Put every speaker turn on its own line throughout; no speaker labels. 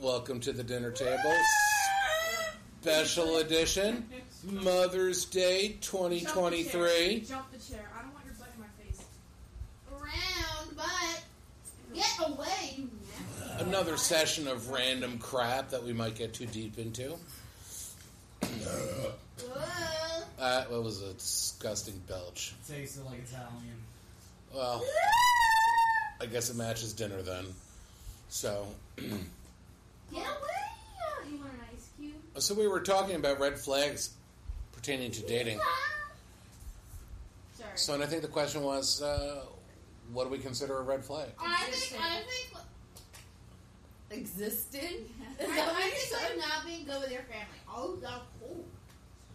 Welcome to the dinner table. Special edition, Mother's Day 2023.
Jump the chair. I don't want your butt in my face.
Round butt. Get away, you nasty.
Another session of random crap that we might get too deep into.
Whoa.
That Uh, was a disgusting belch.
Tasted like Italian.
Well, I guess it matches dinner then. So,
Get away. You want an ice cube?
so we were talking about red flags pertaining to dating.
Sorry.
So, and I think the question was, uh, what do we consider a red flag?
I think I think
Existed? Is
I,
that what
I
you
think
said?
like not being good with your family. Oh, that's cool.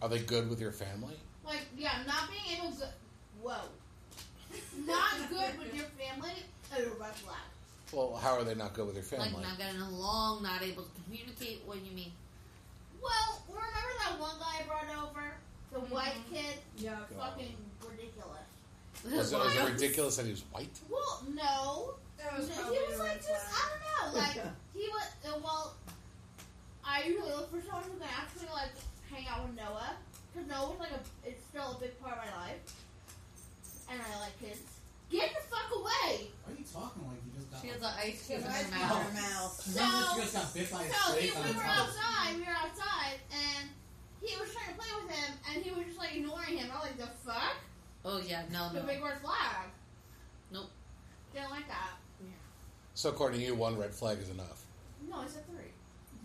Are they good with your family?
Like yeah, not being able to. Whoa. not good with your family. A red flag.
Well, how are they not good with your
Like
family?
not getting along, not able to communicate. What do you mean?
Well, remember that one guy I brought over, the white kid.
Yeah.
Fucking ridiculous.
was, it, was it ridiculous that he was white?
Well, no.
That
No, he was like just I don't know, like he was uh, well. I usually look for someone who can actually like hang out with Noah because Noah's like a it's still a big part of my life, and I like kids. Get the fuck away!
Why are you talking like you just got?
She has an ice
She
cube
has
in
ice cube in
her mouth.
her mouth.
So
Remember she just got bit by a
so he,
snake
we
on
were
the top.
outside, we were outside, and he was trying to play with him, and he was just like ignoring him. I was like, the fuck,
Oh yeah, no,
the big
no.
red flag.
Nope.
Didn't like that.
So, according to you, one red flag is enough.
No, it's a three.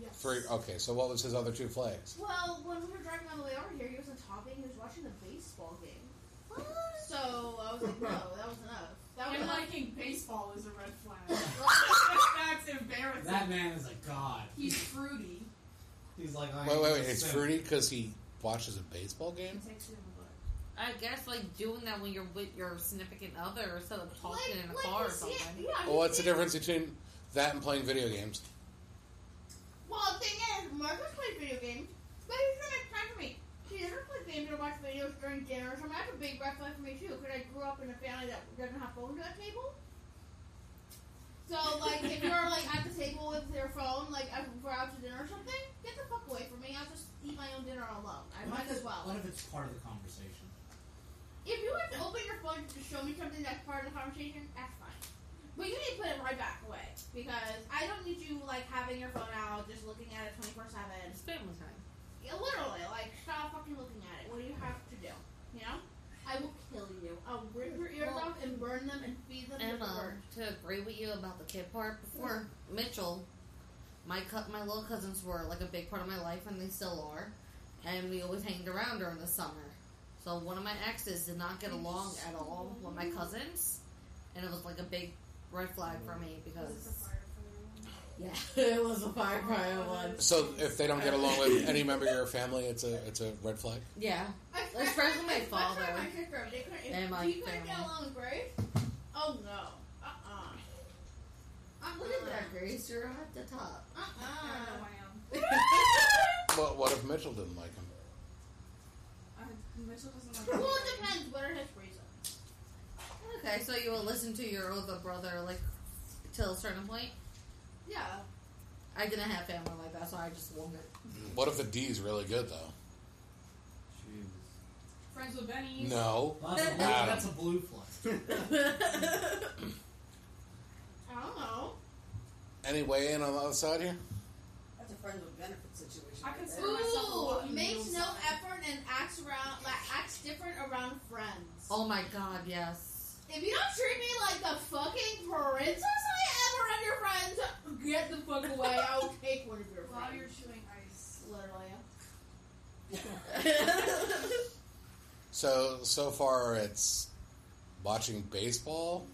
Yes.
Three. Okay. So, what was his other two flags?
Well, when we were driving on the way over here, he was on top of me. He was watching the baseball game. So I was like, no, that was enough. That was
And
enough.
liking baseball is a red flag. That's embarrassing.
That man is a god.
He's fruity.
He's like, I
Wait,
am
wait, wait.
a
It's
simp.
fruity because he watches a baseball game.
It's actually in the book.
I guess like doing that when you're with your significant other instead of talking
Like,
in a
like,
car or
you see it-
something.
yeah, I
Well,
mean,
what's the
yeah.
difference between that and playing video games?
Well, the thing is, Marcus plays video games, but he's trying to talk to me. He never plays games or watch videos during dinner or something. That's a big red flag for me, too, because I grew up in a family that doesn't have phones at the table. So, like, if you're, like, at the table with your phone, like, as we're out to dinner or something, get the fuck away from me. I'll just eat my own dinner alone. I
What
might
if,
as
it's,
well.
what if it's part of the conversation?
If you have to open your phone to show me something that's part of the conversation, that's fine. But you need to put it right back away because I don't need you like having your phone out, just looking at it twenty four seven.
It's family time.
Literally, like stop fucking looking at it. What do you have to do? You know, I will kill you. I'll rip your ears off and burn them and feed them to the
Emma,
birds.
to agree with you about the kid part before Mitchell, my cu- my little cousins were like a big part of my life, and they still are. And we always hanged around during the summer. So one of my exes did not get along at all with my cousins, and it was like a big red flag for me
This is a
because
fire for you.
yeah, it was a fire fire one.
So, if they don't get along with any member of your family, it's a it's a red flag.
Yeah,
I-
Like,
I-
friends with my
I- I tried
father.
My sister, they couldn't.
And
if
my
you couldn't get
family.
along with Grace. Oh no. Uh uh-uh. uh.
look at that, Grace. You're at the top.
Uh
I don't know
uh.
I am.
Well, what if Mitchell didn't like him?
I, Mitchell doesn't like
Well, it depends. What are his reasons?
Okay, so you will listen to your older brother like till a certain point.
Yeah.
I didn't have family like that, so I just wondered.
What if the D's really good though?
Friends with Benny.
No.
Well, that's, a blue,
Adam.
that's a blue flag.
I don't know.
Any way in on the other side here?
That's a friend with benefit situation.
I can
right
swear-
there.
myself a lot
Ooh,
in
makes
meals.
no effort and acts around like acts different around friends.
Oh my god, yes.
If you don't treat me like the fucking princess I am around your friends, get the fuck away. I will take one of your
While you're
friends.
chewing ice.
Literally.
So so far, it's watching baseball.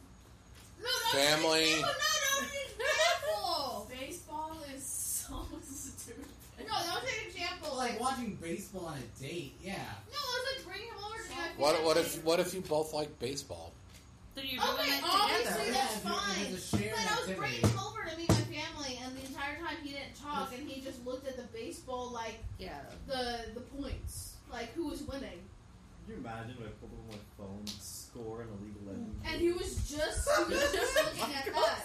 No, no,
Family.
No, no, no, an example.
Baseball is so stupid.
No, that was an example.
like watching baseball on a date, yeah.
no, it was like bringing him over to my
What what
fiance.
if what if you both like baseball?
Then you're
Oh
doing
Okay,
it
obviously
together.
that's
Yeah, if
fine.
it was a shared
But I was
activity.
bringing him over to meet my family, and the entire time he didn't talk, and he just looked at the baseball like
Yeah.
the the points, like who was winning,
Can you imagine if I pulled up my phone, score in a League of Legends?
Oh
and he was just he was just looking at that.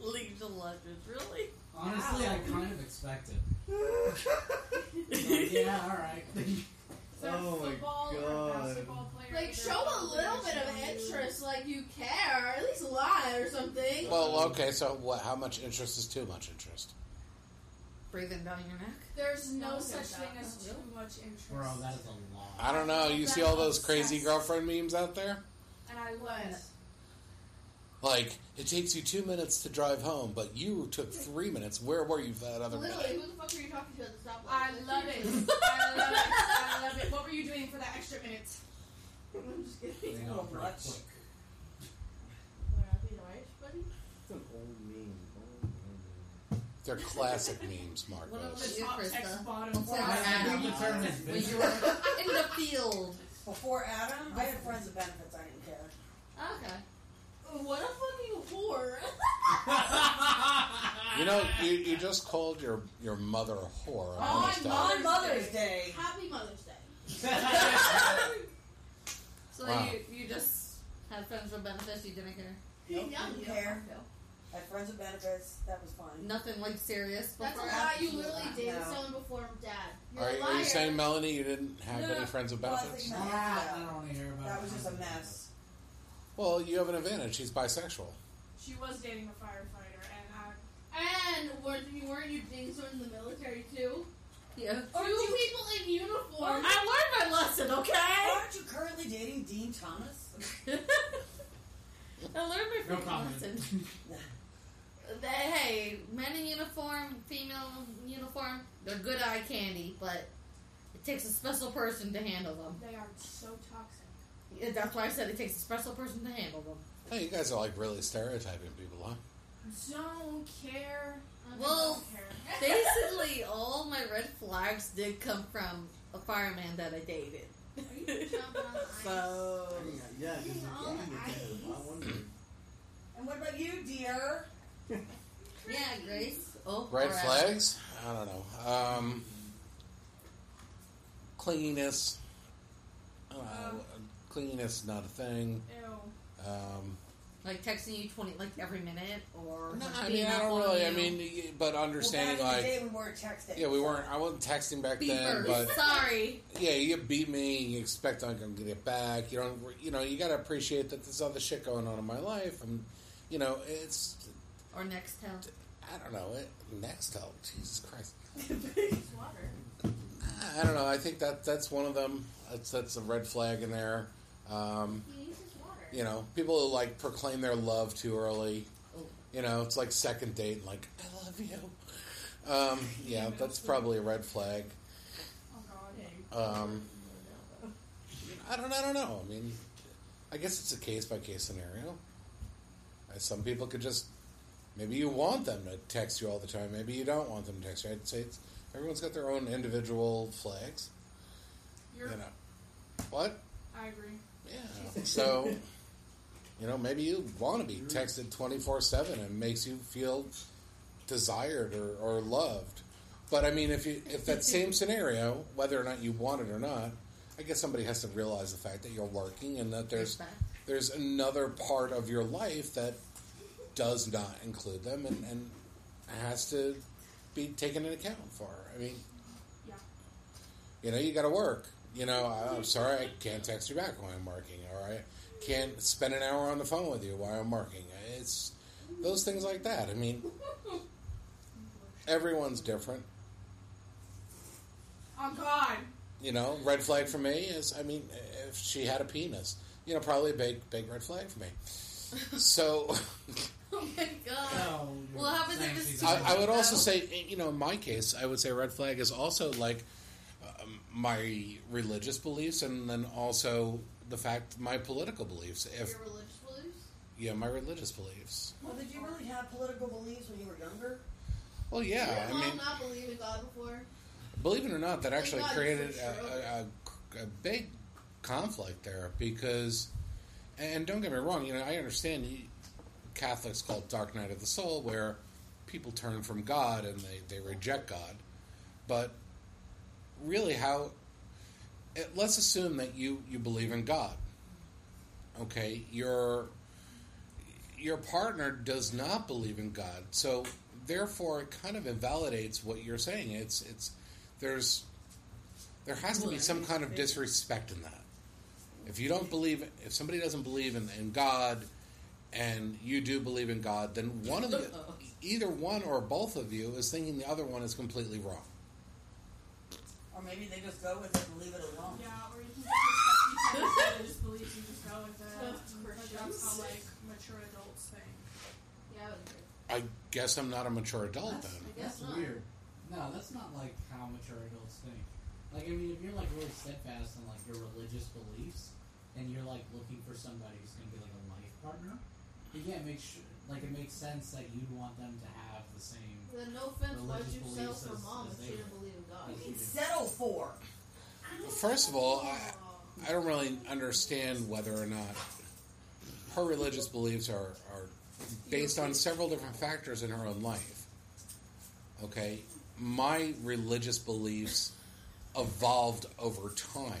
League of Legends, really?
Oh, Honestly, I kind of expected. Like, yeah, all right.
Is there a
Oh my
football or a
God.
basketball player
Like,
that
show a
they're-
little bit of interest, like you care, or at least lie or something.
Well, okay, so what, how much interest is too much interest?
Breathing down your neck.
There's no
No,
such
there's
thing
not.
as too much interest.
Bro, that is a lot.
I don't know. You see all those crazy
That's-
girlfriend memes out there?
and I love
What?
it.
Like, it takes you two minutes to drive home, but you took three minutes. Where were you for that other
Literally,
minute?
who the fuck are you talking to at the stoplight?
I
Like,
love it. I love it. I love it. What were you doing for that extra minute?
I'm just
They
kidding.
go
Oh,
pretty
much.
quick.
Would I be the right buddy?
It's an old meme. Old meme.
They're classic memes,
One of
Marcos.
them is you,
Top text,
Krista.
bottom
What's
line.
that?
I think the term is
When you
vintage.
were in the field.
Before Adam, I had friends with benefits. I didn't care.
Okay.
What a fucking whore.
You know, you, you just called your, your mother a whore. I
On
almost died.
on Mother's Day.
Happy Mother's Day.
So
Wow.
you you just had friends with benefits. You didn't care.
He's
Nope,
young,
didn't
you don't
care.
have to.
I had friends with benefits. That was fun.
Nothing like serious.
That's a
before
lie you
after
literally
that.
dated
No.
someone before dad. You're
Are,
a
you-
liar.
are you saying, Melanie, you didn't have
No,
any friends with
well, I
benefits?
think
Ah, I don't want to hear about
That
it.
was just a mess.
Well, you have an advantage. He's bisexual.
She was dating a firefighter, and I
And weren't you, weren't you dating someone in the military too?
Yeah.
Two people in uniform.
I learned my lesson. Okay.
Aren't you currently dating Dean Thomas?
I learned my
No
freaking
comment.
lesson. That, hey, men in uniform, female in uniform, they're good eye candy, but it takes a special person to handle them.
they are so toxic.
Yeah, That's why I said it takes a special person to handle them.
Hey, you guys are like really stereotyping people, huh?
Don't care. I just
Well,
don't care.
Basically, all my red flags did come from a fireman that I dated.
jumping on the
so,
Yeah,
Eating
just-
all the
yeah, I
ice.
wondered.
and what about you, dear?
yeah, Grace. Oh,
Red
crap.
flags? I don't know. Um, clinginess. I don't know. Clinginess Uh, is not a thing.
Ew.
Um,
Like texting you 20, like every minute, or.
no,
just
I
being
mean, I
up
don't
on
really. I
you.
mean, y- but understanding,
well, back in the
like,
day we weren't texting.
yeah, we weren't. I wasn't texting back then,
Beepers.
but
Sorry.
yeah, you beat me. You expect I'm gonna get it back. You don't. re- You know, you gotta appreciate that there's other shit going on in my life, and you know, it's.
Or next time.
I don't know. It, next help, Jesus Christ.
It's water.
I don't know. I think that that's one of them. That's that's a red flag in there. Um,
He needs his water.
you know, people who like proclaim their love too early.
Oh.
You know, it's like second date, and like I love you. Um, yeah, that's probably a red flag.
Oh god.
Um, I don't. I don't know. I mean, I guess it's a case by case scenario. Uh, Some people could just maybe you want them to text you all the time. Maybe you don't want them to text you. I'd say it's, everyone's got their own individual flags. You
You're,
know, what?
I agree.
Yeah. So, you know, maybe you want to be texted 24 7 and makes you feel desired or, or loved. But I mean, if you if that same scenario, whether or not you want it or not, I guess somebody has to realize the fact that you're working and that there's there's another part of your life that does not include them and, and has to be taken into account for. I mean,
Yeah.
you know, you got to work. You know, I- I'm sorry, I can't text you back while I'm working, or I can't spend an hour on the phone with you while I'm working. It's those things like that. I mean, everyone's different.
Oh god.
You know, red flag for me is, I mean, if she had a penis, you know, probably a big, big red flag for me. So,
Oh my god.
No, you're
Well, how about they
saying
just
she's
do
a-
it?
I, I would also
No.
say, you know, in my case, I would say red flag is also like um, my religious beliefs, and then also the fact my political beliefs. If
Your religious beliefs?
yeah, my religious beliefs.
Well, did you really have political beliefs when you were younger?
Well,
Did
yeah,
your
I
mom
mean,
not believe in God before?
believe it or not, that actually
God,
created
for
a, a, a, a big conflict there because, and don't get me wrong, you know, I understand you, Catholics call it Dark Night of the Soul, where people turn from God and they, they reject God. But really, how, eh, let's assume that you, you believe in God. Okay, your your partner does not believe in God, so therefore it kind of invalidates what you're saying. It's it's there's there has to be some kind of disrespect in that. If you don't believe, if somebody doesn't believe in, in God, and you do believe in God, then one of the either one or both of you is thinking the other one is completely wrong.
Or maybe they just go with it and leave it alone.
Yeah, or you can just accept each other's religious beliefs and just go with that.
That's
Like, that's how like mature adults think.
Yeah, I would agree.
I guess I'm not a mature adult
That's,
then.
that's
not.
weird. No, that's not like how mature adults think. Like, I mean, if you're like really steadfast in like your religious beliefs, and you're like looking for somebody who's gonna be like a life partner, you can't make sure. Like, it makes sense that you'd want them to have the same.
Then no offense, why'd
Religious
you settle
beliefs
for
as-
mom
as
if
they
she didn't
were.
believe in God?
as you
What do you
do.
settle for?
First of all, I, I don't really understand whether or not her religious beliefs are, are based on several different factors in her own life. Okay? My religious beliefs evolved over time.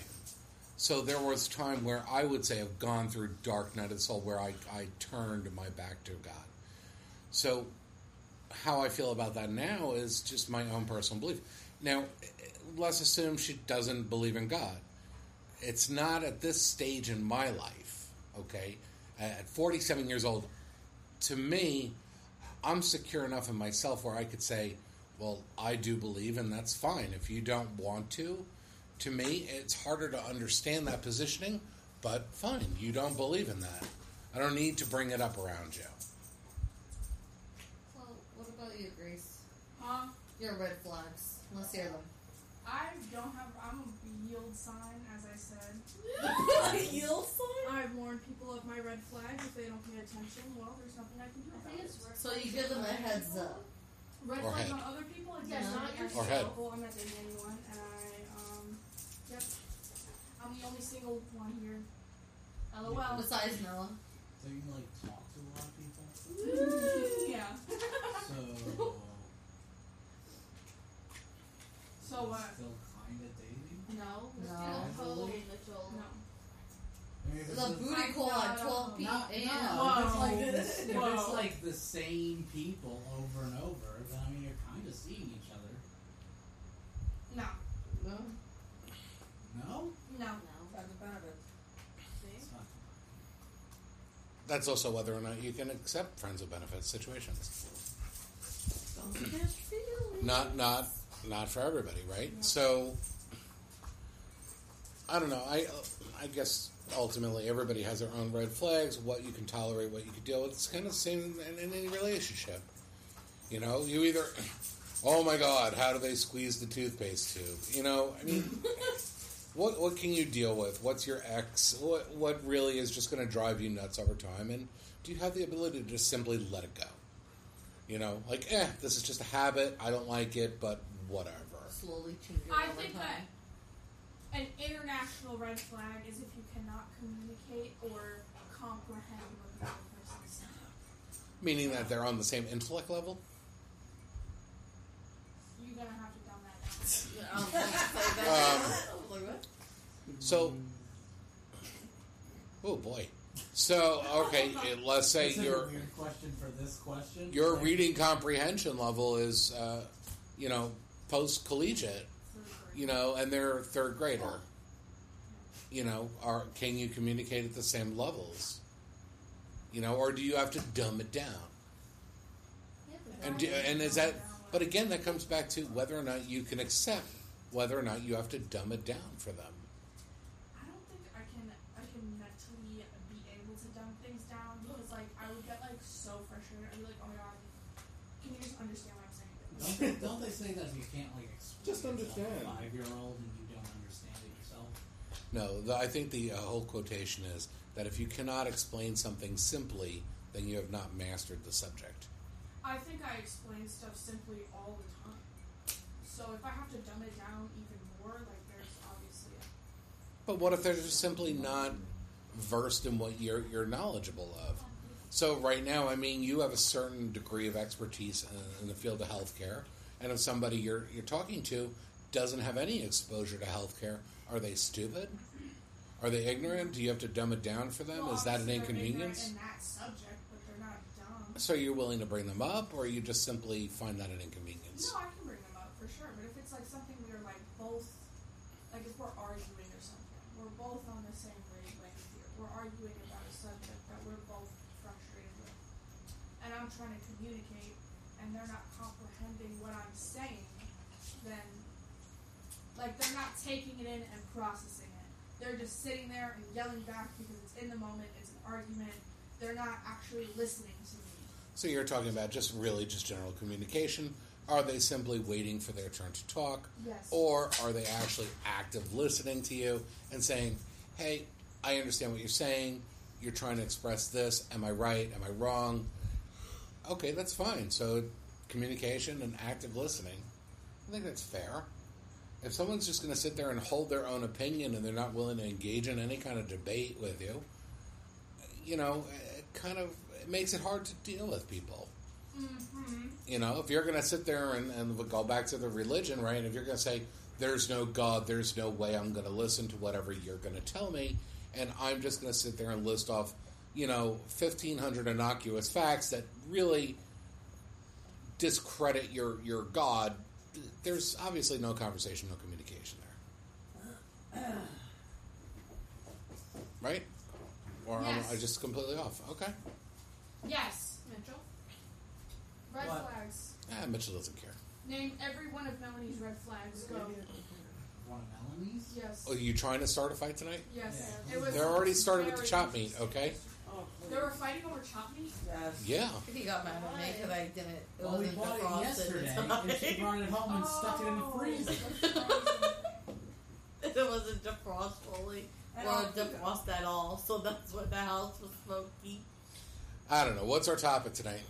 So there was time where I would say I've gone through dark night of the soul where I, I turned my back to God. So how I feel about that now is just my own personal belief. Now, let's assume she doesn't believe in God. It's not at this stage in my life, okay? At 47 years old, to me, I'm secure enough in myself where I could say, well, I do believe, and that's fine. If you don't want to, to me, it's harder to understand that positioning, but fine, you don't believe in that. I don't need to bring it up around you.
Well, what about you, Grace?
Huh?
Your red flags. Let's hear them.
I don't have. I'm a yield sign, as I said.
Yield sign?
I've warned people of my red flags. If they don't pay attention, well, there's nothing I can do
I
about
think
it.
it's worth
So you give them a heads up.
Red
Or
flags
head.
on other people,
Yeah,
again,
not
not
yourself.
Or head.
I'm not dating anyone, and I, um, yep, I'm the only single one here. LOL.
Besides Noah.
So you like talk to a lot of people.
yeah.
So.
So uh, what?
Still kind of dating.
No,
No.
that's not totally Mitchell.
No.
I mean, if it's
The
a-
booty call at 12 p.m.
Not,
Whoa.
no, if it's like this. If it's
Whoa.
like the same people over and over, then I mean you're kind of seeing each other.
No.
No.
No,
No.
No.
That's about it.
it's not.
That's also whether or not you can accept friends with benefits situations. Not not not for everybody, right?
No.
So I don't know. I I guess ultimately everybody has their own red flags. What you can tolerate, what you can deal with. It's kind of the same in, in any relationship. You know, you either oh my god, how do they squeeze the toothpaste tube? You know, I mean. What, what can you deal with? What's your ex? What, what really is just going to drive you nuts over time? And do you have the ability to just simply let it go? You know, like, eh, this is just a habit. I don't like it, but whatever.
Slowly change it
I
over
think
time.
that an international red flag is if you cannot communicate or comprehend what the other person is saying.
Meaning that they're on the same intellect level?
You're gonna have to dumb that down.
Yeah, um, play back. Like what?
So, oh boy. So, okay, eh, let's say
It's such a
your
weird question for this question.
your
Like,
reading comprehension level is, uh, you know, post collegiate, you know, and they're a third grader. You know, are can you communicate at the same levels? You know, or do you have to dumb it down? And, do, and is that, but again, that comes back to whether or not you can accept whether or not you have to dumb it down for them.
I don't think I can I can mentally be able to dumb things down because like I would get like so frustrated. I'd be like, oh my god, can you just understand what I'm saying?
Don't they, don't they say that you can't like explain
Just understand.
five year old and you don't understand it yourself?
No, the, I think the uh, whole quotation is that if you cannot explain something simply, then you have not mastered the subject.
I think I explain stuff simply all the time. So if I have to dumb it down even more, like there's obviously a
But what if they're just simply not versed in what you're, you're knowledgeable of? So, right now, I mean, you have a certain degree of expertise in, in the field of healthcare, and if somebody you're, you're talking to doesn't have any exposure to healthcare, are they stupid? Are they ignorant? Do you have to dumb it down for them?
Well,
Is that an
obviously they're ignorant
inconvenience?
In that subject, but they're not dumb.
So you're willing to bring them up, or you just simply find that an inconvenience?
No, I can bring them up for sure. But if it's like something we're like both, like if we're arguing or something, we're both on the same wavelength here. We're arguing about a subject that we're both frustrated with, and I'm trying to communicate, and they're not comprehending what I'm saying. Then, like they're not taking it in and processing it. They're just sitting there and yelling back because it's in the moment. It's an argument. They're not actually listening to me.
So you're talking about just really just general communication. Are they simply waiting for their turn to talk,
Yes.
or are they actually active listening to you and saying, "Hey, I understand what you're saying. You're trying to express this. Am I right? Am I wrong?" Okay, that's fine. So communication and active listening. I think that's fair. If someone's just going to sit there and hold their own opinion and they're not willing to engage in any kind of debate with you, you know, it kind of it makes it hard to deal with people.
hmm
You know, if you're going to sit there and, and we'll go back to the religion, right? If you're going to say, there's no God, there's no way I'm going to listen to whatever you're going to tell me, and I'm just going to sit there and list off, you know, 1,500 innocuous facts that really discredit your, your God, there's obviously no conversation, no communication there. Right? Or am
Yes.
I just completely off? Okay.
Yes, Mitchell. Red
What?
flags.
Ah, Mitchell doesn't care.
Name every one of Melanie's red flags. Go.
One of Melanie's?
Yes.
Are you trying to start a fight tonight?
Yes.
Yeah.
It was
Oh, They're already started with the
very
chop meat,
interesting.
okay?
Oh,
They were fighting over chop meat?
Yes.
Yeah.
He got mad at me because I didn't. It
Well, we
wasn't
bought it
defrosted.
yesterday,
in time.
and she brought it home and stuck it in the freezer.
it wasn't defrost fully.
I
Well,
don't-
defrost at all. So that's what the house was smoky.
I don't know. What's our topic tonight?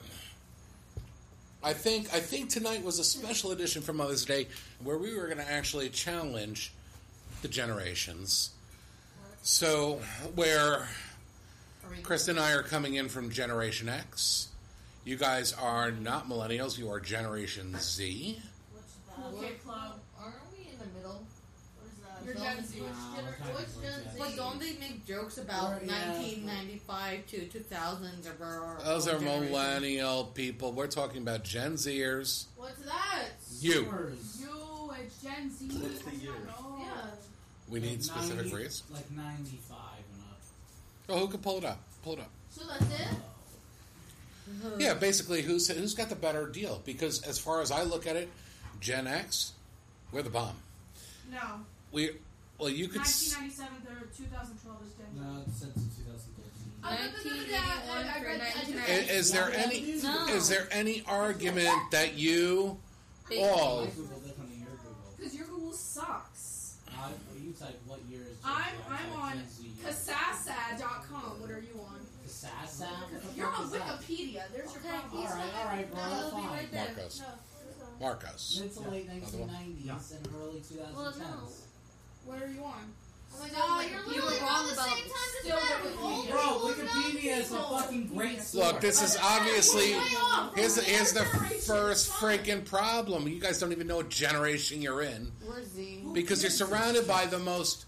I think I think tonight was a special edition for Mother's Day where we were going to actually challenge the generations. So, where
Are we-
Kristen and I are coming in from Generation X, you guys are not millennials, you are Generation Z.
What's
Cool
that?
Kid Club.
Aren't we in the middle?
What is that?
You're
Don't-
Gen Z.
Wow,
gener-
kind
which
of like
Gen
that.
But don't they make jokes about
Or, yeah.
1995 to 2000s or- or or
Those are
generation?
millennial people. We're talking about Gen Zers.
What's that?
You.
Zoomers.
You, it's Gen Z.
What's the year?
Oh.
Yeah.
We need
Like
specific
90
reads.
Like 95 and up.
Oh, who can pull it up? Pull it up.
So that's it?
Yeah, basically, who's who's got the better deal? Because as far as I look at it, Gen X, we're the bomb.
No.
We well, you could. s-
1997 through 2012 is Gen Z. Oh,
No, it's since 2013.
I looked at the- I- I read- I
1981
i-
through
read-
Is there any
No.
is there any argument that you
I
all
googled it on the year Google.
Because your Google sucks.
I, well, you type what year is Gen Z,
I'm,
I
I'm
type
on
Gen Z.
kasasa.com. What are you on?
Kasasa? What the
You're
fuck
on
is that?
Wikipedia. There's your
Okay,
problem.
he's
Alright,
not-
alright, bro,
No, it'll be
fine.
right there. No, it's
Marcos.
not.
Marcos?
It's the late
Another one?
1990s and early 2010s.
Well, no.
What are you on?
Oh my
No,
god,
you're
you're
literally
literally
wrong
all the
about
same time as
still
that.
Wikipedia.
Old
Bro,
people, young
Wikipedia is a
people.
fucking great source.
Look, this is obviously here's the, here's the first freaking problem. You guys don't even know what generation you're in
We're Z.
because you're surrounded by the most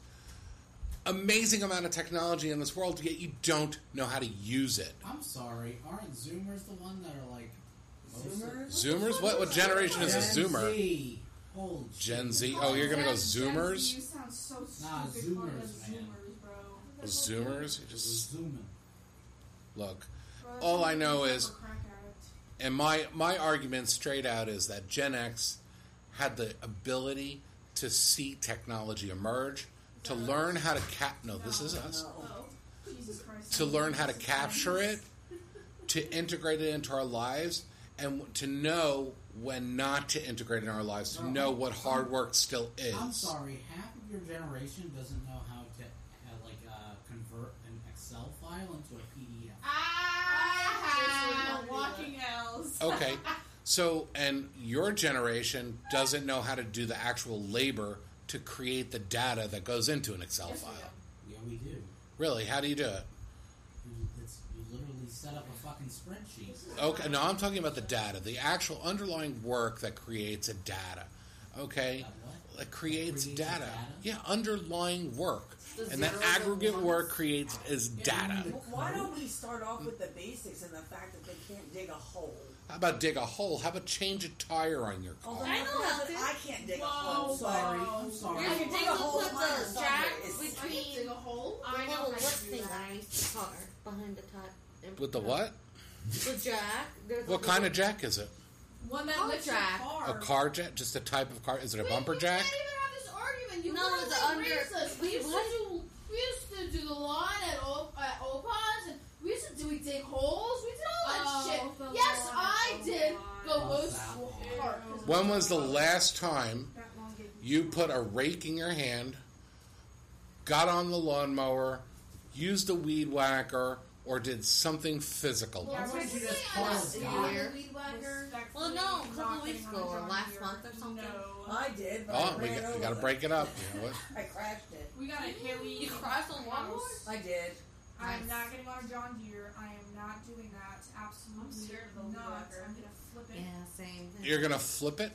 amazing amount of technology in this world, yet you don't know how to use it.
I'm sorry, aren't Zoomers the one that are like.
Zoomers?
Zoomers? What what generation is a
Gen
Zoomer?
Z. Holy
Gen
shit.
Z. Oh, you're gonna go Zoomers?
You sound so stupid.
Nah,
calling us
Zoomers, man.
Zoomers, bro.
Zoomers? You
We're
Just
Zooming.
look.
Bro,
All
that's
I know
like a
is-
crack addict.
And my my argument straight out is that Gen X had the ability to see technology emerge, to learn how to cap. No, this is us.
Oh, Jesus Christ.
To learn how to capture it, to integrate it into our lives, and to know when not to integrate it in our lives. To know what hard work still is.
I'm sorry, half of your generation doesn't know how to uh, like uh, convert an Excel file into a PDF.
Ah,
Ah,
walking
walking L's.
Okay. So, and your generation doesn't know how to do the actual labor to create the data that goes into an Excel
Yes, we
file.
do.
Yeah, we do.
Really? How do you do it?
You, it's, you literally set up a fucking spreadsheet.
Okay. No, I'm talking about the data, the actual underlying work that creates a data. okay,
About what?
that creates
Creates
data.
data?
Yeah, underlying work.
The
And that
zeros and
aggregate
ones.
work creates is data.
The
Why
code?
don't we start off with the basics and the fact that they can't dig a hole?
How about dig a hole? How about change a tire on your car?
Although
I know how to.
I can't dig a
I'm
hole.
sorry.
but-
I'm sorry.
You're
I can dig a hole
put
in my
the
stomach.
jack
It's-
I can
between
dig a hole.
the
I know
little
how
lip
to do
thing
that.
that I used to car behind the top.
With the what?
The jack. There's
What
a
kind
little-
of jack is it?
One that
Car
lifts your
jack.
car.
A car jack? Just a type of car? Is it a
Wait,
bumper
we
jack?
can't even have this argument. You
No,
literally
the under-
raised us.
wait,
We used
what?
to do. We used to do the lawn at O- at Opa's, and we used to do we dig holes. We did all that
Oh, the
shit. Yes,
lawn
I
at
did. Go
Opa's.
most
Oh,
Ew.
hard.
When was the last time
That long gave me-
you put a rake in your hand, got on the lawnmower, used a weed whacker, or did something physical?
Why
Well,
would you just
personally,
call
I
us
don't
guy?
see the weed whacker.
Well, no, a couple
Knocking
weeks
on
ago, or
John
last
Deere.
month or something.
No.
I did, but
Oh,
I
we
ran
got,
over
we got to
it.
break it up. You know what?
I crashed it.
We got a hilly
You crashed on one
house.
horse?
I did.
I'm
Nice.
not getting on a John Deere. I am not doing that. Absolutely
I'm scared of the
not.
wheelbarrow.
I'm gonna flip it.
Yeah, same. thing.
You're gonna flip it.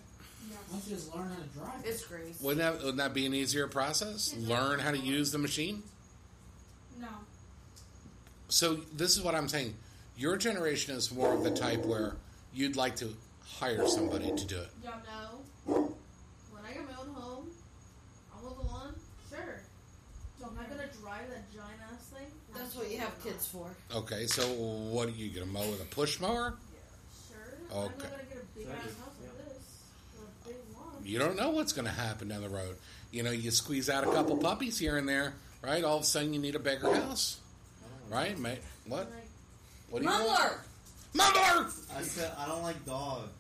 Why don't you just learn how to drive?
It's grease.
Wouldn't that, wouldn't that be an easier process? Learn how to use the machine.
No.
So this is what I'm saying. Your generation is more of the type where you'd like to hire somebody to do it.
Yeah.
No. When I got my own home, I mow the lawn. Sure. So I'm not gonna drive that giant ass thing.
That's what you have kids for.
Okay, so what are you gonna mow with a push mower?
Sure. I'm
Okay.
not gonna get a big
So I
ass house
just-
like
yeah.
this. With a big lawn.
You don't know what's gonna happen down the road. You know, you squeeze out a couple puppies here and there, right? All of a sudden, you need a bigger house, right? Mate, what?
Like,
What do you want?
Mumbler!
Mumbler.
I said I don't like dogs.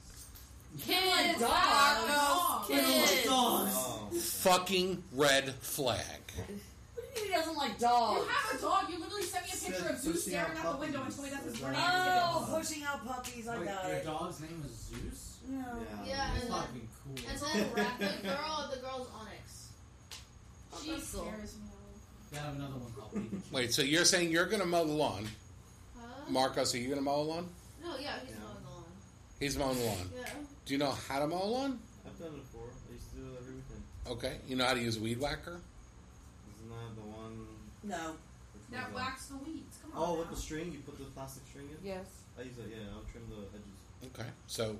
Kids!
Dogs.
Dogs!
You don't like
Kids!
dogs.
Oh.
Fucking red flag.
What do you mean he doesn't like
You
dogs?
have a dog. You literally sent me a picture
Said
of Zeus
pushing
staring
out
out the window and
puppies.
told me that this
Is
morning.
that-
Oh, pushing out puppies. I
Wait,
got
your
it.
dog's name is Zeus?
No.
Yeah.
Yeah,
That's
and then-
fucking cool.
And then rap- the girl, the girl's Onyx.
Oh,
She
that's cool.
scares me.
Gotta have another one called Pikachu.
Wait, so you're saying you're gonna mow the lawn,
Huh?
Marcos? Are you gonna mow the lawn?
no, yeah, he's
Yeah.
mowing the lawn.
He's mowing the lawn.
Yeah.
Do you know how to mow a lawn?
I've done it before. I used to do it every weekend.
Okay. You know how to use a weed whacker?
Isn't that the one?
No.
with
That
the-
whacks the weeds. Come on.
Oh, with
now.
the string, you put the plastic string in.
Yes.
I use it. Yeah, I'll trim the edges.
Okay. So,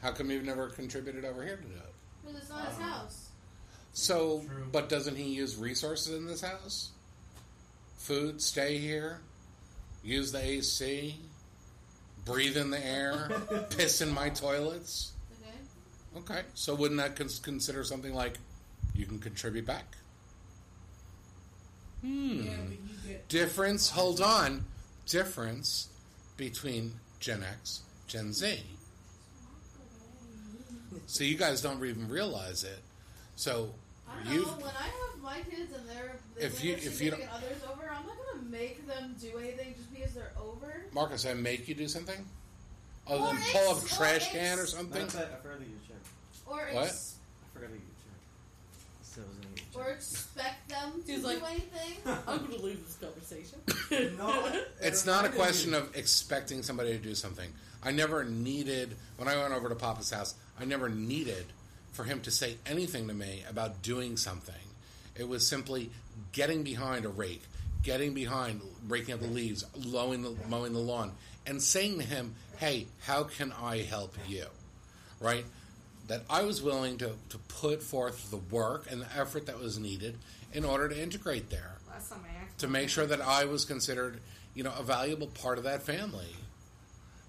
how come you've never contributed over here to do it?
Because it's
Um,
not his house.
So,
True.
but doesn't he use resources in this house? Food, stay here, use the AC, breathe in the air, piss in my toilets.
Okay?
Okay. So, wouldn't that cons- consider something like you can contribute back? Hmm.
Yeah, but you get
difference hold on difference between gen x gen z so you guys don't even realize it so
I don't
you
know. When I have my kids and they're they
If
if
you-
you,
if you don't-
significant others over, I'm not gonna make them do anything just because they're over.
marcus i make you do something other than
Or
pull up a
ex- or
trash
ex-
can or
No,
something
I thought- I forgot to get a check.
Or
What?
ex-
I forgot to get a check. I said I was gonna get a
or expect them to
He's like-
do anything.
I'm gonna leave this conversation.
check. no, I-
it's
I
not a
reminded
question
you.
of expecting somebody to do something i never needed when i went over to papa's house i never needed for him to say anything to me about doing something it was simply getting behind a rake getting behind raking up the leaves mowing the, mowing the lawn and saying to him hey how can i help you right that i was willing to, to put forth the work and the effort that was needed in order to integrate there
Last time I asked.
to make sure that I was considered, you know, a valuable part of that family.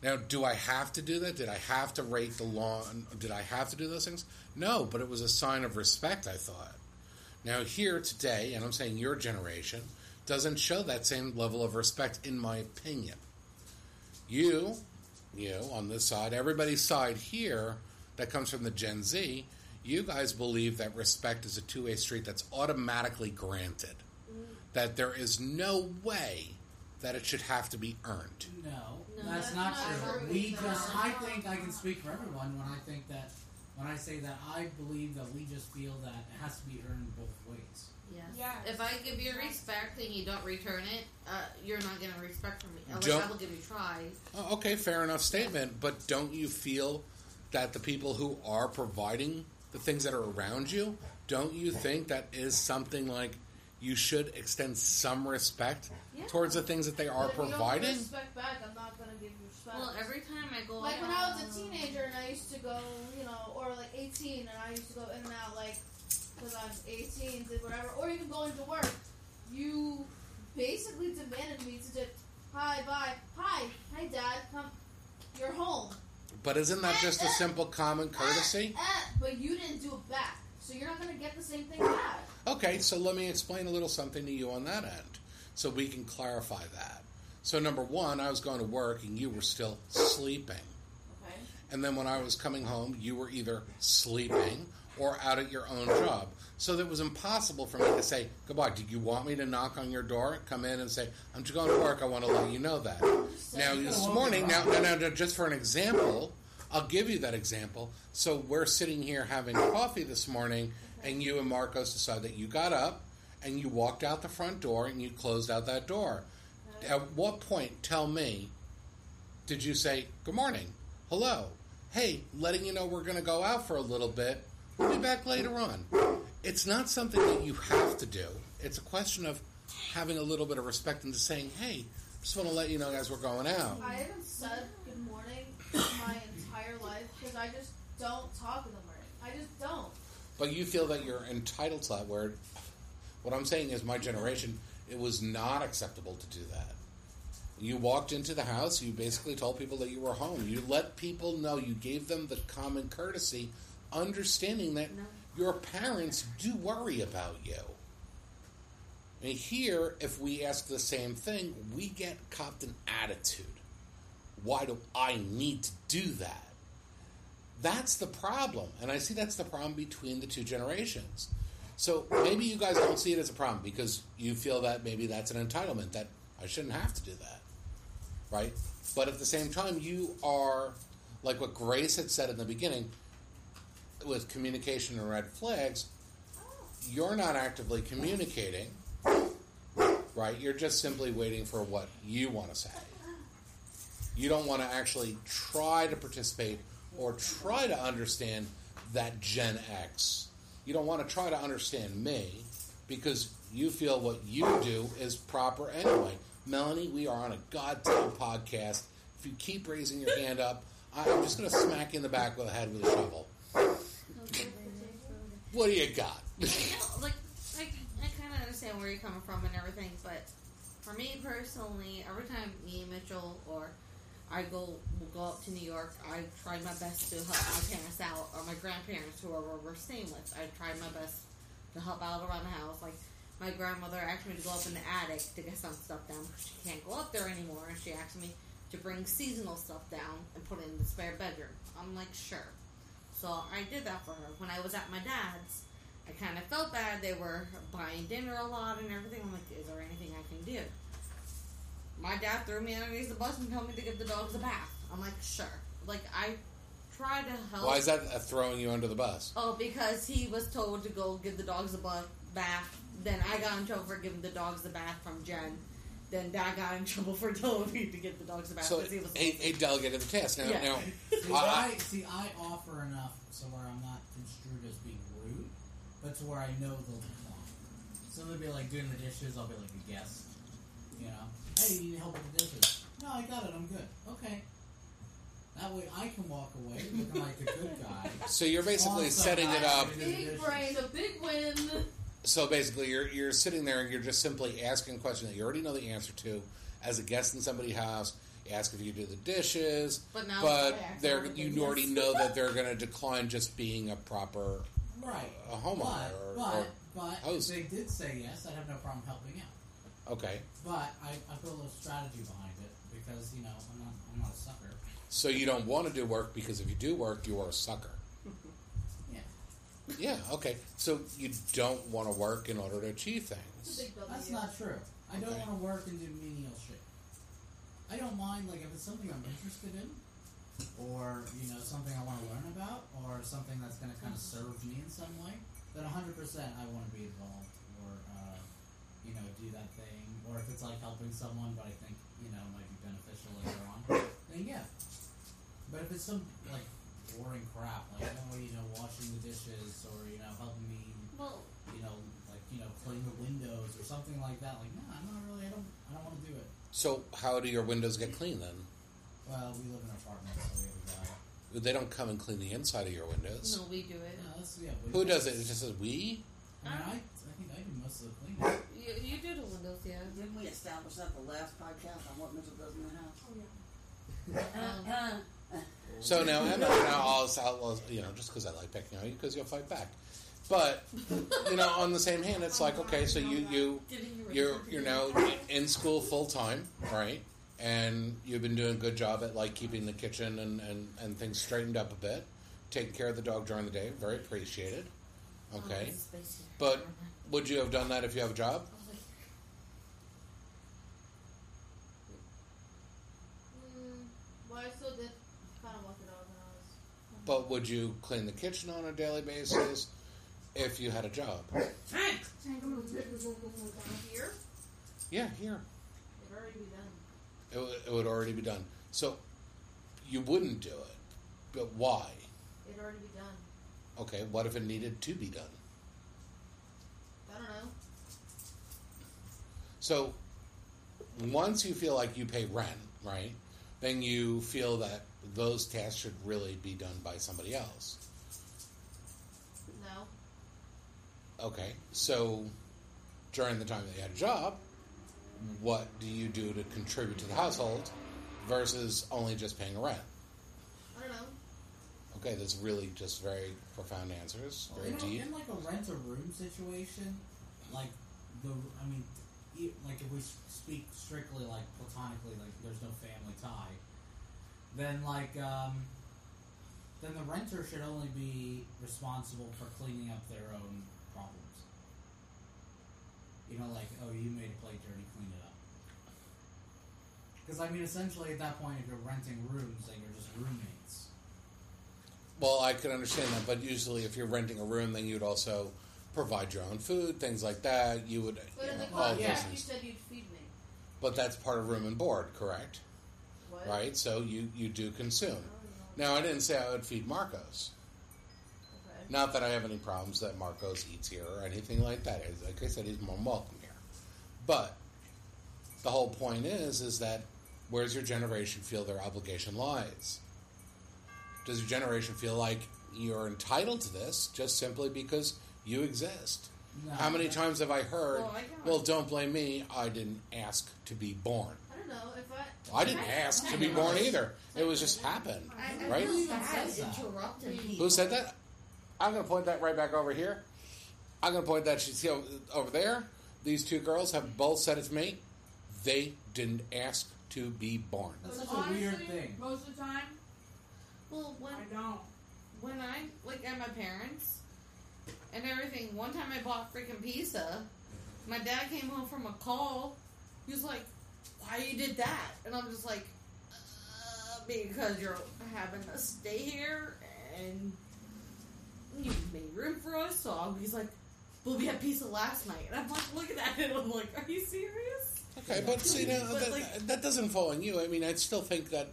Now, do I have to do that? Did I have to rake the lawn? Did I have to do those things? No, but it was a sign of respect, I thought. Now, here today, and I'm saying your generation, doesn't show that same level of respect, in my opinion. You, you on this side, everybody's side here that comes from the Gen Z, you guys believe that respect is a two way street that's automatically granted that there is no way that it should have to be earned.
No,
No,
that's,
that's
not,
not
true.
true.
We
No.
just, I think I can speak for everyone when I think that, when I say that I believe that we just feel that it has to be earned both ways.
Yes.
Yes.
If I give you respect and you don't return it, uh, you're not getting respect from me. Like,
Don't-
I will give you tries.
Oh, Okay, fair enough statement, but don't you feel that the people who are providing the things that are around you, don't you think that is something like you should extend some respect
Yeah.
towards the things that they are
But if you don't
providing?
respect back, I'm not gonna give you respect.
Well, every time I go
Like
out,
when I was a teenager and I used to go, you know, or like 18 and I used to go in and out like because I was 18, did whatever, or even going to work, you basically demanded me to just hi, bye, hi, hi, dad, come, you're home.
But isn't that just a simple common courtesy?
Eh, eh, but you didn't do it back, so you're not gonna get the same thing back.
Okay, so let me explain a little something to you on that end so we can clarify that. So, number one, I was going to work and you were still sleeping.
Okay.
And then when I was coming home, you were either sleeping or out at your own job. So that it was impossible for me to say, goodbye. Did you want me to knock on your door, come in and say, I'm just going to work. I want to let you know that. Now, this morning, now, no, no, no, just for an example, I'll give you that example. So we're sitting here having coffee this morning, and you and Marcos decide that you got up and you walked out the front door and you closed out that door. At what point, tell me, did you say good morning hello hey letting you know we're going to go out for a little bit we'll be back later on it's not something that you have to do it's a question of having a little bit of respect and just saying hey just want to let you know guys we're going out
I haven't said good morning my entire life because I just don't talk in the morning. I just don't.
but you feel that you're entitled to that word what i'm saying is my generation it was not acceptable to do that you walked into the house you basically told people that you were home you let people know you gave them the common courtesy understanding that
No.
your parents do worry about you and here if we ask the same thing we get copped an attitude why do i need to do that that's the problem. And I see that's the problem between the two generations. So maybe you guys don't see it as a problem because you feel that maybe that's an entitlement that I shouldn't have to do that. Right? But at the same time, you are, like what Grace had said in the beginning, with communication and red flags, you're not actively communicating. Right? You're just simply waiting for what you want to say you don't want to actually try to participate or try to understand that Gen X. You don't want to try to understand me because you feel what you do is proper anyway. Melanie, we are on a goddamn podcast. If you keep raising your hand up, I- I'm just going to smack you in the back with a head with a shovel. What do you got?
No, like I, I kind of understand where you're coming from and everything, but for me personally, every time me and Mitchell or I go will go up to New York, I try my best to help my parents out or my grandparents, whoever we're staying with. I try my best to help out around the house. Like my grandmother asked me to go up in the attic to get some stuff down because she can't go up there anymore, and she asked me to bring seasonal stuff down and put it in the spare bedroom. I'm like, sure. So I did that for her. When I was at my dad's, I kind of felt bad. They were buying dinner a lot and everything. I'm like, is there anything I can do? My dad threw me underneath the bus and told me to give the dogs a bath. I'm like, sure. Like I try to help.
Why is that uh, throwing you under the bus?
Oh, because he was told to go give the dogs a bu- bath. Then I got in trouble for giving the dogs a bath from Jen. Then Dad got in trouble for telling me to give the dogs a bath
So
because he was.
he, he delegated the task. Now,
Yeah.
now
See,
I-
I, see, I offer enough so where I'm not construed as being rude, but to where I know they'll decline. So they'll be like doing the dishes. I'll be like a guest, you know. Hey, you need help with the dishes? No, I got it. I'm good. Okay. That way I can walk away looking like the good guy.
so you're basically
Also,
setting it
I-
up
Big brain, a big win.
So basically, you're you're sitting there and you're just simply asking a question that you already know the answer to. As a guest in somebody's house, you ask if you do the dishes,
But now
but
I ask
they're
all the
you
business.
already know that they're going to decline just being a proper
Right.
a homeowner. or,
But, but, but if
host.
they did say yes, I'd have no problem helping out.
or- okay,
But I, I put a little strategy behind it because, you know, I'm not, I'm not a sucker.
so you don't want to do work because if you do work, you are a sucker.
Yeah.
Yeah, okay. So you don't want to work in order to achieve
It's
things.
a big W.
That's not true. I don't
Okay.
want to work and do menial shit. I don't mind like if it's something I'm interested in, or you know something I want to learn about, or something that's going to kind of serve me in some way. Then 100 percent I want to be involved, or uh, you know do that thing, or if it's like helping someone, but I think you know might be beneficial later on. Then yeah. But if it's some like boring crap. Like, oh, you know, washing the dishes or, you know, helping me,
Well,
you know, like, you know, clean the windows or something like that. Like, no, I'm not really, I don't, I don't want to do it.
So how do your windows get clean then?
Well, we live in an apartment, so we have a guy.
They don't come and clean the inside of your windows.
no, we do it.
No, that's, yeah, we-
Who does it? It just says we.
I mean, I, I think I do most of the cleaning.
You, you do the windows, yeah.
Didn't we establish that the last podcast on what Mitchell does in the house?
Oh, yeah.
Um,
So now I'm not now all this outlaws, you know, just because I like picking on you because you'll fight back. But you know, on the same hand, it's like okay, so you you you're you're now in school full time, right? And you've been doing a good job at like keeping the kitchen and, and, and things straightened up a bit, taking care of the dog during the day. Very appreciated.
Oh,
Okay,
this is space here.
but would you have done that if you have a job?
Oh, wait.
Mm, well, I still did kind of walk it out when I was.
But would you clean the kitchen on a daily basis if you had a job?
Frank!
Here?
Yeah, here.
It'd already be done.
It, would- it would already be done. So you wouldn't do it, but why?
It'd already be done.
Okay, what if it needed to be done?
I don't know.
So once you feel like you pay rent, right, then you feel that those tasks should really be done by somebody else.
No.
Okay, so during the time that you had a job, what do you do to contribute to the household versus only just paying rent?
I don't know.
Okay, that's really just very profound answers,
Well,
very
you know,
deep.
in like a rent a room situation, like the, I mean, e- like if we s- speak strictly like platonically, like there's no family tie, then like, um, then the renter should only be responsible for cleaning up their own problems. You know, like, oh, you made a plate dirty, clean it up. Because I mean, essentially at that point, if you're renting rooms, then you're just roommates.
Well, I can understand that, but usually if you're renting a room, then you'd also provide your own food, things like that. You would
But in the
all
contract,
those
yeah.
you
things.
said you'd feed me.
But that's part of room and board, correct?
What?
Right. So you you do consume. Now I didn't say I would feed Marcos.
Okay.
Not that I have any problems that Marcos eats here or anything like that. As- Like I said, he's more than welcome here. But the whole point is, is that where's your generation feel their obligation lies? Does your generation feel like you're entitled to this just simply because you exist?
No.
How many times have I heard,
Well, I don't-
well, don't blame me, I didn't ask to be born.
I don't know if I.
I didn't ask to be born either. It was just happened.
I, I
Right?
feel bad
Says that.
interrupting
Who
people.
said that? I'm going to point that right back over here. I'm going to point that. She's over there. These two girls have both said it to me. They didn't ask to be born.
That's
But
such a weird
honestly,
thing.
Most of the time,
Well, when
I don't.
when I like at my parents and everything, one time I bought freaking pizza. My dad came home from a call. He was like, "Why you did that?" And I'm just like, uh, "Because you're having us stay here and you made room for us." So he's like, "Well, we had pizza last night," and I'm like, "Look at that!" And I'm like, "Are you serious?"
Okay, but see, now,
But,
that,
like-
that doesn't fall on you. I mean, I still think that,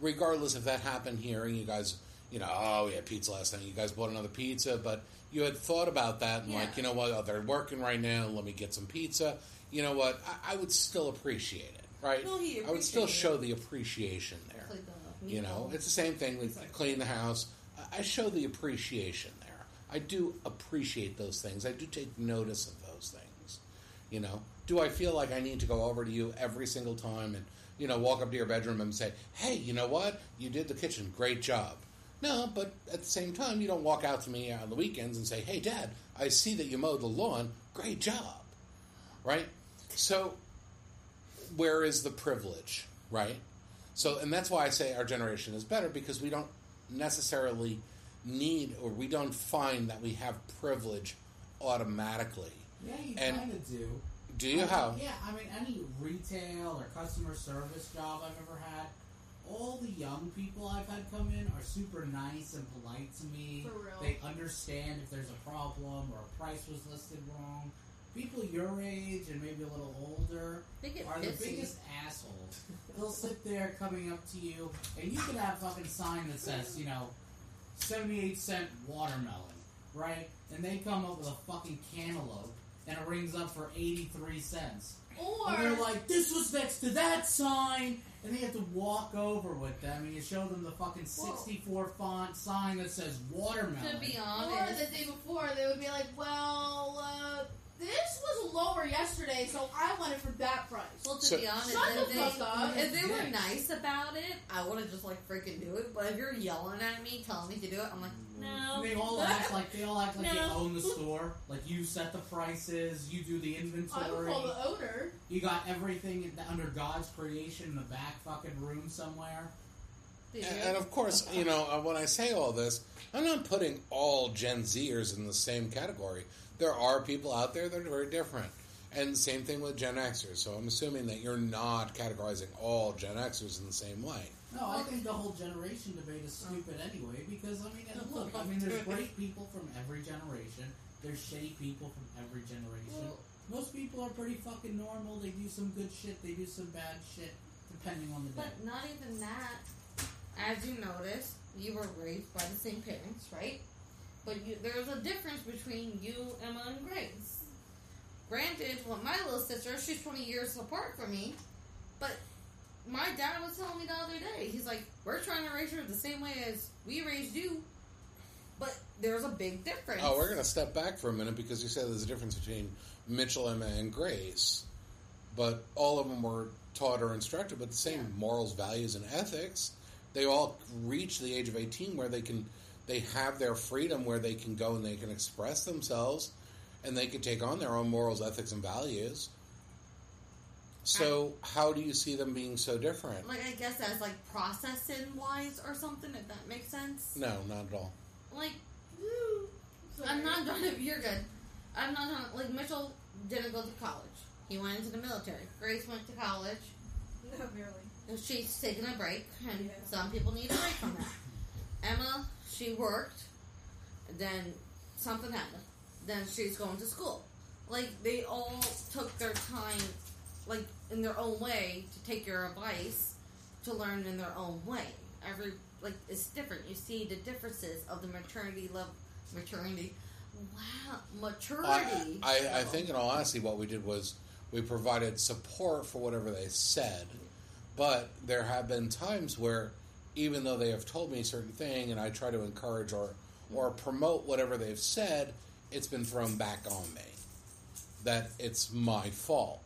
regardless if that happened here and you guys, you know, oh, we had pizza last night, you guys bought another pizza, but you had thought about that and, like,
Yeah.
you know what, oh, they're working right now, let me get some pizza. You know what, I, I would still appreciate it, right?
No, he
I would still
appreciated it.
show the appreciation there.
It's like, uh,
You know, it's the same thing with clean the house. I- I show the appreciation there. I do appreciate those things. I do take notice of those things. You know, do I feel like I need to go over to you every single time and you know walk up to your bedroom and say, "Hey, you know what? You did the kitchen. Great job." No, but at the same time, you don't walk out to me on the weekends and say, "Hey, Dad, I see that you mowed the lawn. Great job." Right? So, where is the privilege? Right? So, and that's why I say our generation is better because we don't necessarily need or we don't find that we have privilege automatically.
Yeah, you
And-
kind of do.
Do you?
I mean,
How?
Yeah, I mean, any retail or customer service job I've ever had, all the young people I've had come in are super nice and polite to me.
For real.
They understand if there's a problem or a price was listed wrong. People your age and maybe a little older
they get
are the
pissy.
biggest assholes. They'll sit there coming up to you, and you could have a fucking sign that says, you know, 78 cent watermelon, right? And they come up with a fucking cantaloupe and it rings up for 83 cents. And they're
Or
like, this was next to that sign! And then you have to walk over with them and you show them the fucking 64 font sign that says watermelon.
To be
or
honest,
the day before, they would be like, well, uh, this was lower yesterday, so I want it for that price.
well, to
So-
be honest,
Shut
if
the
they,
fuck up.
if they were
Yes.
nice about it, I would have just like freaking do it. But if you're yelling at me, telling me to do it, I'm like, no.
They all act like they all act like they
No.
own the store. Like you set the prices, you do the
I would
inventory.
call the owner.
You got everything in the, under God's creation in the back fucking room somewhere.
Did
And,
you?
and of course, you know, uh, when I say all this, I'm not putting all Gen Zers in the same category. There are people out there that are very different. And same thing with Gen Xers. So I'm assuming that you're not categorizing all Gen Xers in the same way.
No, I think the whole generation debate is stupid anyway because I mean, and look, I mean, there's great people from every generation. There's shitty people from every generation.
Well-
Most people are pretty fucking normal. They do some good shit. They do some bad shit, depending on the day.
But not even that. As you notice, you were raised by the same parents, right? But you, there's a difference between you, Emma, and Grace. Granted, with my little sister, she's 20 years apart from me, but my dad was telling me the other day, he's like, we're trying to raise her the same way as we raised you, but there's a big difference.
Oh, we're going to step back for a minute because you said there's a difference between Mitchell, Emma, and Grace. But all of them were taught or instructed with the same morals, values, and ethics. They all reach the age of 18 where they can, they have their freedom where they can go and they can express themselves and they can take on their own morals, ethics, and values. So, how do you see them being so different?
Like, I guess as, like, processing wise or something, if that makes sense.
No, not at all.
Like,
Sorry.
I'm not trying to. You're good. I'm not trying. to- Like Mitchell didn't go to college. He went into the military. Grace went to college.
No, barely.
She's taking a break, and
Yeah.
some people need a break from that. Emma, she worked. Then something happened. Then she's going to school. Like they all took their time, like in their own way, to take your advice, to learn in their own way. Every like it's different. You see the differences of the maternity level, maternity. Wow, maturity.
I, I, I
level.
think, in all honesty, what we did was we provided support for whatever they said. But there have been times where, even though they have told me a certain thing, and I try to encourage or or promote whatever they've said, it's been thrown back on me that it's my fault.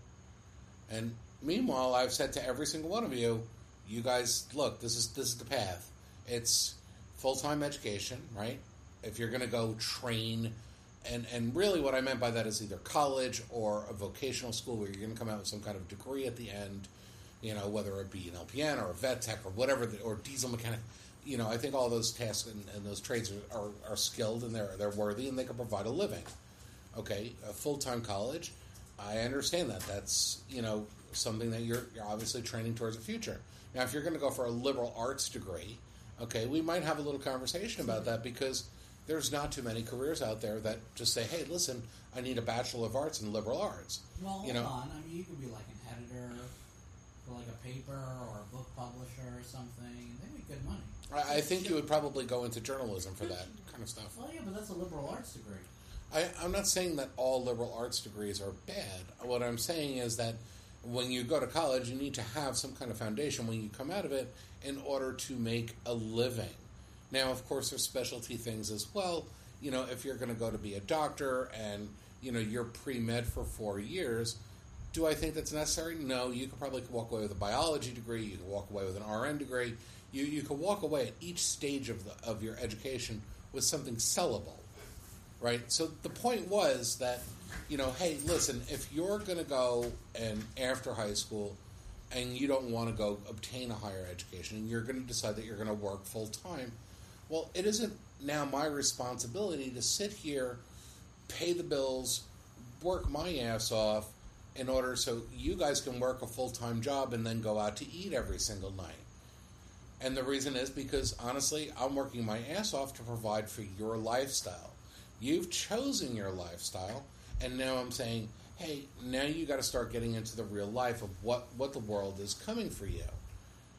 And meanwhile, I've said to every single one of you, you guys, look, this is this is the path. It's full time education, right? If you're going to go train, and and really what I meant by that is either college or a vocational school where you're going to come out with some kind of degree at the end, you know, whether it be an LPN or a vet tech or whatever, the, or diesel mechanic. You know, I think all those tasks and, and those trades are, are, are skilled and they're they're worthy and they can provide a living okay, a full time college. I understand that. That's you know something that you're, you're obviously training towards the future. Now, if you're going to go for a liberal arts degree, okay, we might have a little conversation about that because there's not too many careers out there that just say, "Hey, listen, I need a bachelor of arts in liberal arts."
Well, hold
You know-
on. I mean, you could be like an editor for like a paper or a book publisher or something. They make good money.
I, I think you would probably go into journalism for that kind of stuff.
Well, yeah, but that's a liberal arts degree.
I, I'm not saying that all liberal arts degrees are bad. What I'm saying is that when you go to college, you need to have some kind of foundation when you come out of it in order to make a living. Now, of course, there's specialty things as well. You know, if you're going to go to be a doctor and, you know, you're pre med for four years, do I think that's necessary? No. You could probably walk away with a biology degree. You could walk away with an RN degree. You, you could walk away at each stage of, the, of your education with something sellable right? So the point was that, you know, hey, listen, if you're going to go and after high school and you don't want to go obtain a higher education and you're going to decide that you're going to work full time, well, it isn't now my responsibility to sit here, pay the bills, work my ass off in order so you guys can work a full time job and then go out to eat every single night. And the reason is because honestly, I'm working my ass off to provide for your lifestyle. You've chosen your lifestyle, and now I'm saying, hey, now you got to start getting into the real life of what what the world is coming for you.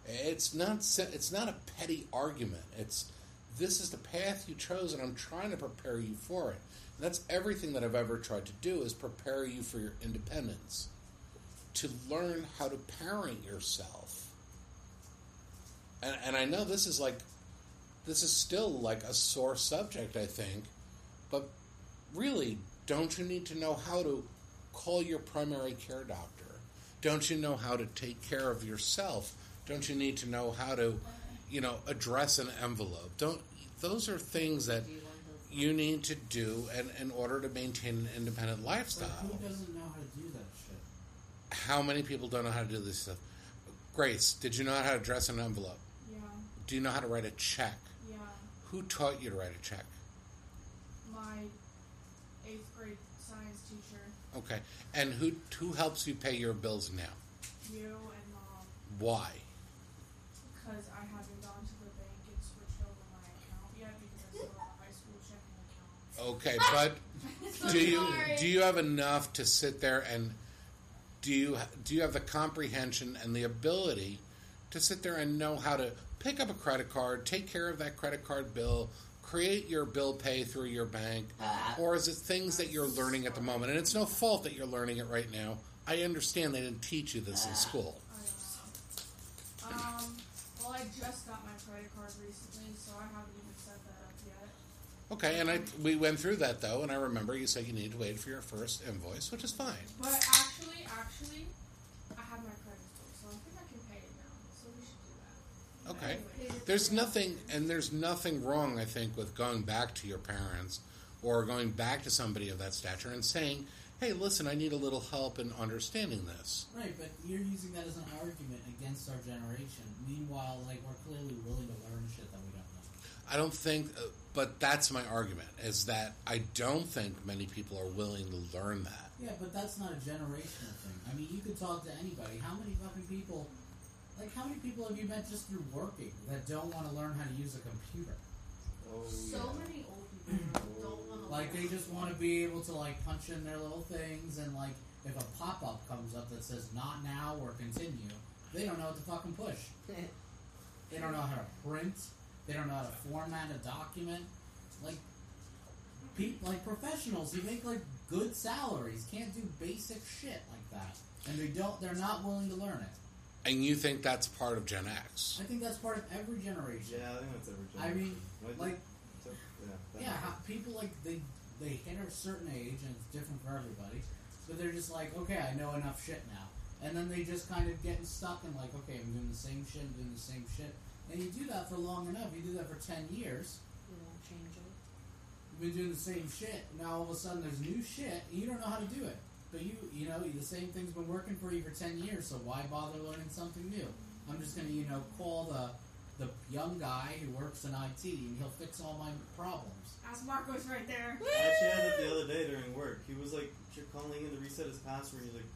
It's not se- it's not a petty argument. It's this is the path you chose and I'm trying to prepare you for it. And that's everything that I've ever tried to do is prepare you for your independence. To learn how to parent yourself. And and I know this is like this is still like a sore subject, I think, but really, don't you need to know how to call your primary care doctor? Don't you know how to take care of yourself? Don't you need to know how to, you know, address an envelope? Don't those are things that
Do you want those?
you need to do in, in order to maintain an independent
Like,
lifestyle.
who doesn't know how to do that shit?
How many people don't know how to do this stuff? Grace, did you know how to address an envelope?
Yeah,
Do you know how to write a check?
yeah.
Who taught you to write a check?
My eighth grade science teacher,
Okay. And who who helps you pay your bills now?
you and mom,
Why?
because I haven't gone to the bank and switched over my account yet because I still have a high school checking account.
Okay, but
So
do you
sorry.
do you have enough to sit there and do you do you have the comprehension and the ability to sit there and know how to pick up a credit card, take care of that credit card bill, create your bill pay through your bank, or is it things that you're learning at the moment? And it's no fault that you're learning it right now. I understand they didn't teach you this in school.
I don't know. Um, well, I just got my credit card recently, so I haven't even set that up yet.
Okay, and I we went through that though, and I remember you said you need to wait for your first invoice, which is fine.
But actually, actually, I have my credit score, so I think I can pay it now. So we should do that.
Okay.
Anyway,
There's nothing, and there's nothing wrong, I think, with going back to your parents or going back to somebody of that stature and saying, "Hey, listen, I need a little help in understanding this."
Right, but you're using that as an argument against our generation. Meanwhile, like we're clearly willing to learn shit that we don't know.
I don't think, uh, but that's my argument is that I don't think many people are willing to learn that.
Yeah, but that's not a generational thing. I mean, you could talk to anybody. How many fucking people, like, how many people have you met just through working that don't want to learn how to use a computer?
Oh,
So
yeah.
many old people don't want to
Like, they just want to be able to like punch in their little things and like, if a pop up comes up that says "not now" or "continue," they don't know what to fucking push. They don't know how to print. They don't know how to format a document. Like, pe- like professionals who make like good salaries can't do basic shit like that, and they don't. They're not willing to learn it.
And you think that's part of Gen X?
I think that's part of every generation.
Yeah, I think that's every generation.
I mean,
Like,
Like,
so- yeah, that-
yeah, how, people like they they hit a certain age, and it's different for everybody. But they're just like, okay, I know enough shit now, and then they just kind of getting stuck in like, okay, I'm doing the same shit, I'm doing the same shit, and you do that for long enough. You do that for ten years.
change it.
You've been doing the same shit. Now all of a sudden there's new shit, and you don't know how to do it. But you, you know, the same thing's been working for you for ten years. So why bother learning something new? I'm just gonna, you know, call the the young guy who works in IT, and he'll fix all my problems.
As Marco's right there.
I actually had it the other day during work. He was like tr- calling in to reset his password. He's like,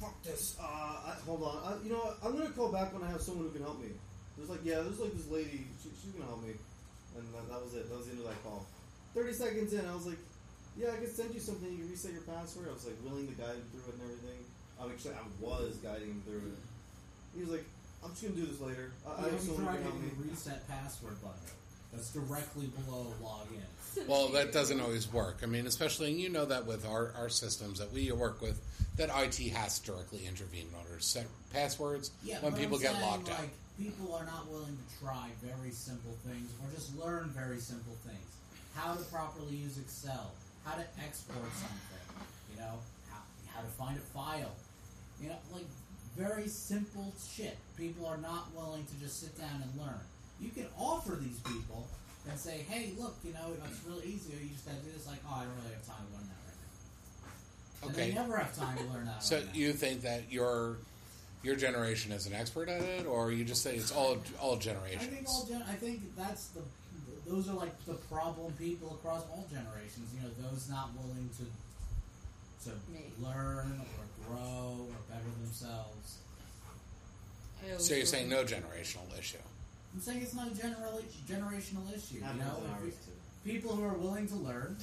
"Fuck this! Uh, I, hold on. I, you know, what? I'm gonna call back when I have someone who can help me." There's like, yeah, there's like this lady. She, she's gonna help me, and that, that was it. That was the end of that call. Thirty seconds in, I was like, "Yeah, I can send you something. You can reset your password." I was like willing to guide him through it and everything. I'm actually, I was guiding him through it. He was like, "I'm just gonna do this later. I, I
I'm
have someone who
trying
can help me."
to reset password button. That's directly below login.
Well, that doesn't always work. I mean, especially and you know that with our, our systems that we work with, that IT has to directly intervene in order to set passwords
Yeah,
when
but
people
I'm
get
saying,
locked
like,
out.
People are not willing to try very simple things or just learn very simple things. How to properly use Excel, how to export something, you know, how, how to find a file. You know, like very simple shit. People are not willing to just sit down and learn. You can offer these people and say, hey, look, you know, it's really easy. You just got to do this. Like, oh, I don't really have time to learn that right now. And
Okay.
they never have time to learn that
So
right now.
you think that your your generation is an expert at it, or you just say it's all all
I
generations?
think all gen- I think that's the those are like the problem people across all generations. You know, those not willing to to
Me.
learn or grow or better themselves.
I always
so you're
go-
saying no generational issue?
I'm saying it's not a general generational issue. You
Happens
know,
in
If
ours,
we-
too.
people who are willing to learn,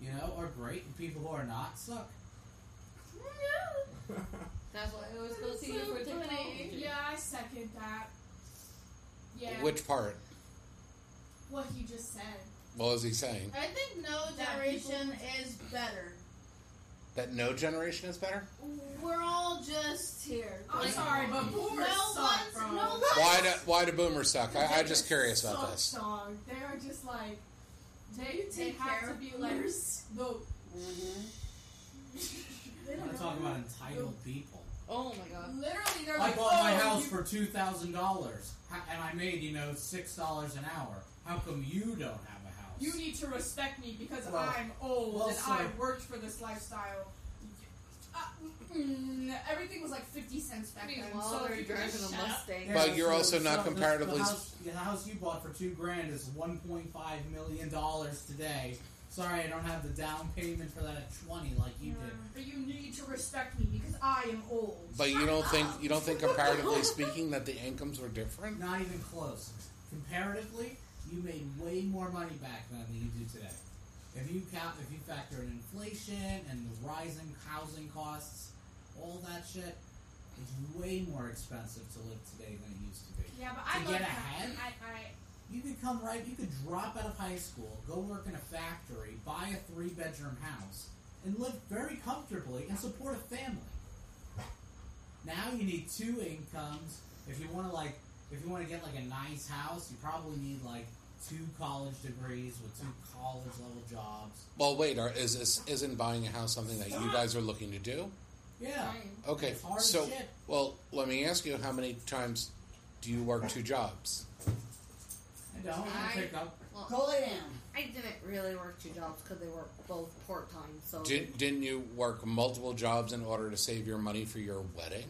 you know, are great, and people who are not suck.
That's why I always go see you for technology.
Yeah, I second that. Yeah.
Which part?
what he just said.
What was he saying?
I think no
That
generation is better.
That no generation is better?
We're all just here.
I'm
Like-
sorry, but
no
boomers suck,
one's,
bro.
no one's.
Why do why do boomers suck? I, I'm just curious
Suck
about this.
Song. They're just like they, they
Take
have
care
to
of
be like the.
I
They don't
want to
know.
talk about entitled people.
Oh my god.
Literally, they're
I
like,
bought my
oh,
house
you-
for two thousand dollars, and I made you know six dollars an hour. How come you don't have a house?
You need to respect me because
Well-
I'm old
well,
and
sir.
I worked for this lifestyle. Uh, mm, everything was like 50 cents back then.
Meanwhile,
so
they're
if you're gonna
driving a
shut up-
Mustang.
But you're
so-
also not
so the-
comparatively-
The house, the house you bought for two grand is one point five million dollars today. Sorry, I don't have the down payment for that at twenty like you did.
But you need to respect me because I am old.
But you don't think you don't think comparatively speaking that the incomes were different?
Not even close. Comparatively, you made way more money back then than you do today. If you count, if you factor in inflation and the rising housing costs, all that shit, it's way more expensive to live today than it used to be.
yeah, but
To
I
get
like
ahead?
that. I, I,
You could come right, you could drop out of high school, go work in a factory, buy a three bedroom house, and live very comfortably and support a family. Now you need two incomes. If you want to like, if you want to get like a nice house, you probably need like two college degrees with two college level jobs.
Well, wait, are, is is isn't buying a house something that you guys are looking to do?
Yeah,
Okay,
It's hard as
so
shit.
well, let me ask you: How many times do you work two jobs?
I don't want
I-
to pick up.
Well,
Go lay down.
I didn't really work two jobs because they were both part time. So
Did, didn't you work multiple jobs in order to save your money for your wedding?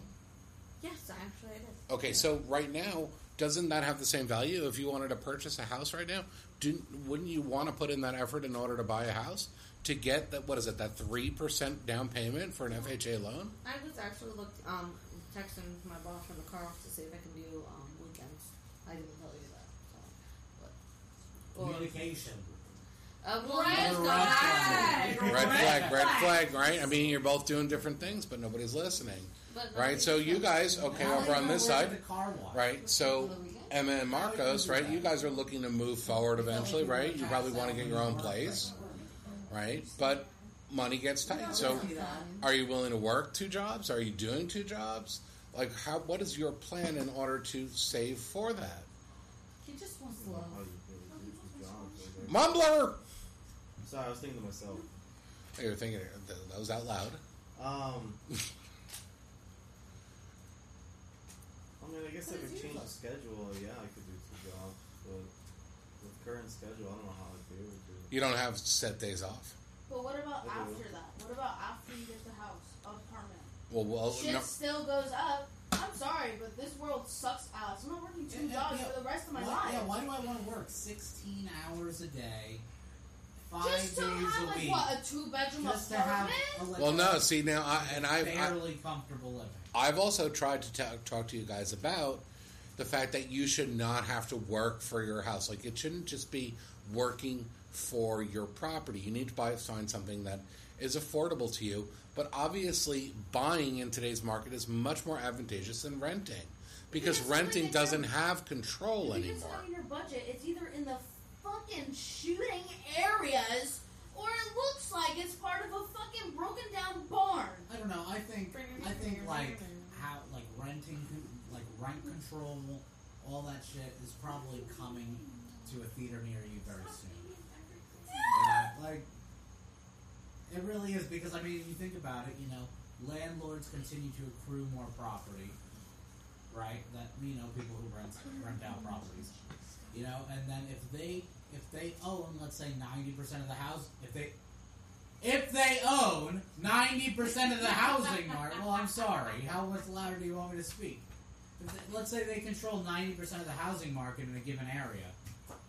yes, actually I did.
Okay, so right now, doesn't that have the same value? If you wanted to purchase a house right now, didn't, wouldn't you want to put in that effort in order to buy a house to get that? What is it? That three percent down payment for an FHA loan?
I was actually looked um texting my boss from the car office to see if I can do um weekends. I didn't tell you that. So, but, or,
Communication.
uh, well,
Red
yes,
Or
no,
a
I-
restaurant.
Red flag, red
flag.
flag, right? I mean, you're both doing different things, but nobody's listening,
but
right? So you guys, okay,
Now
over
you
on
know
this
where
side,
the car wash.
right? So Emma and Marcos, right? You guys are looking to move forward eventually, right? You probably want to get your own place, right? But money gets tight. So
Do that.
are you willing to work two jobs? Are you doing two jobs? Like how what is your plan in order to save for that?
He just wants love.
Mumbler.
Sorry, I was thinking to myself.
Oh, You're thinking that- that was out loud.
Um, I mean, I guess if I could change the schedule, yeah, I could do two jobs, but with current schedule, I don't know how I'd be able to.
You don't have set days off.
But what about
I do.
after that? What about after you get the house, apartment?
Well, well,
Shit
Oh, no,
still goes up. I'm sorry, but this world sucks, Alex. I'm not working two
Yeah,
jobs
yeah.
for the rest of my
Why,
life.
yeah, why do I want to work 16 hours a day, five
Just to
days
have
a
like
week,
what a two bedroom
just to have
apartment?
a little
well, no. See now, I, and I, I
barely comfortable living?
I've also tried to ta talk to you guys about the fact that you should not have to work for your house. Like it shouldn't just be working for your property. You need to buy find something that is affordable to you. But obviously, buying in today's market is much more advantageous than renting because
Because something
renting
that
doesn't
you-
have control
If it's
anymore.
not in your budget, it's either in the fucking shooting areas or it looks like it's part of a fucking broken down barn.
I don't know. I think I think like how like renting, like rent control, all that shit is probably coming to a theater near you very soon. Yeah, like it really is because I mean, if you think about it, you know, landlords continue to accrue more property, right? That you know, people who rent rent out properties, you know, and then if they if they own, let's say ninety percent of the house, if they if they own ninety percent of the housing market, well, I'm sorry, how much louder do you want me to speak? If they- Let's say they control ninety percent of the housing market in a given area.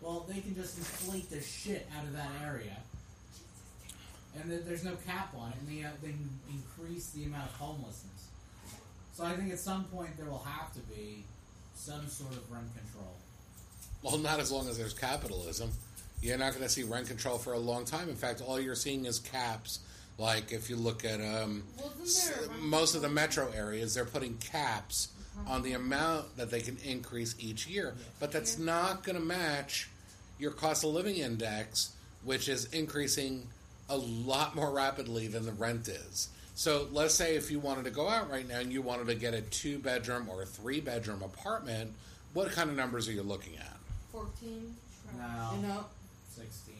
Well, they can just inflate the shit out of that area, and th- there's no cap on it, and they, uh, they can increase the amount of homelessness. So I think at some point there will have to be some sort of rent control.
Well, not as long as there's capitalism. You're not going to see rent control for a long time. In fact, all you're seeing is caps. Like if you look at um,
Wasn't there a
s-
rent
most of the
control? Uh-huh.
metro areas, they're putting caps on the amount that they can increase each year, but that's not going to match your cost of living index, which is increasing a lot more rapidly than the rent is. So let's say if you wanted to go out right now and you wanted to get a two bedroom or a three bedroom apartment, what kind of numbers are you looking at?
14,
No.
you know?
16.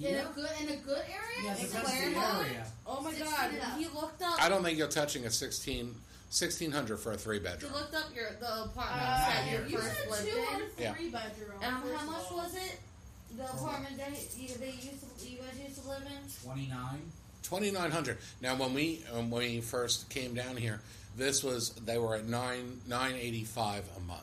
In
Here?
a good in a good area.
Yeah,
it's
because
where
the
not?
area.
Oh my
16
god,
and up.
he looked up.
I don't think you're touching a 16, 1600 for a three
He
bedroom.
looked up your the apartment
Uh,
that
here.
you
You
first lived
two or
in.
Yeah.
three bedroom.
Um,
first
how
of
much
all.
was it? The apartment that you, they used to, you guys used to live in?
29.
2900 now when we um, when we first came down here this was they were at 9 985 a month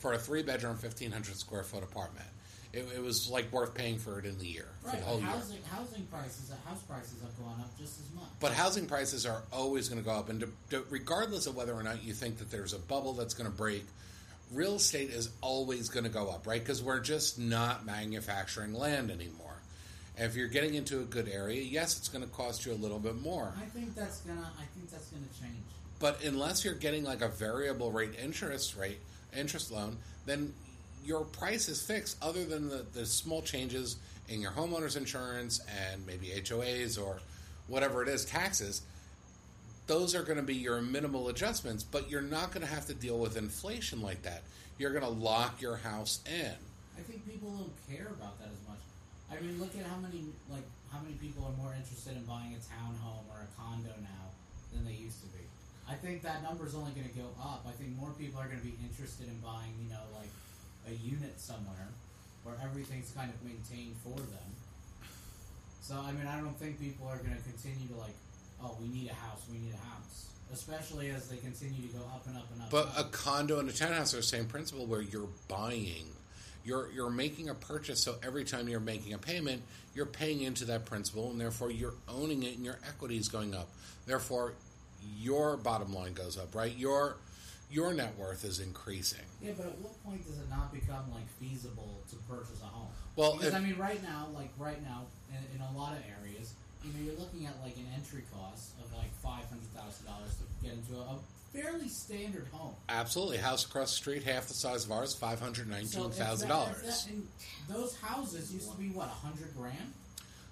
for a three bedroom 1500 square foot apartment it, it was like worth paying for it in the year for
Right,
the
but
whole year
housing, housing prices, uh, house prices have gone up just as much.
but housing prices are always going to go up and to, to, regardless of whether or not you think that there's a bubble that's going to break real estate is always going to go up right because we're just not manufacturing land anymore if you're getting into a good area yes it's going to cost you a little bit more
I think that's gonna. I think that's gonna change.
But unless you're getting like a variable rate interest rate interest loan, then your price is fixed. Other than the, the small changes in your homeowner's insurance and maybe HOAs or whatever it is, taxes, those are going to be your minimal adjustments. But you're not going to have to deal with inflation like that. You're going to lock your house in.
I think people don't care about that as much. I mean, look at how many like how many people are more interested in buying a townhome or a condo now than they used to be. I think that number's only going to go up. I think more people are going to be interested in buying, you know, like a unit somewhere where everything's kind of maintained for them. So I mean, I don't think people are going to continue to like, oh, we need a house, we need a house, especially as they continue to go up and up and up.
But
and
a
up.
condo and a townhouse are the same principle where you're buying. You're you're making a purchase, so every time you're making a payment, you're paying into that principal and therefore you're owning it and your equity is going up. Therefore your bottom line goes up, right? Your your net worth is increasing.
Yeah, but at what point does it not become like feasible to purchase a home?
Well,
because
if-
I mean, right now, like right now, in, in a lot of areas, you know, you're looking at like an entry cost of like five hundred thousand dollars to get into a, a fairly standard home.
Absolutely. House across the street, half the size of ours, five hundred
So
nineteen
if
thousand
that- if that-
dollars.
and Those houses used to be what a hundred grand.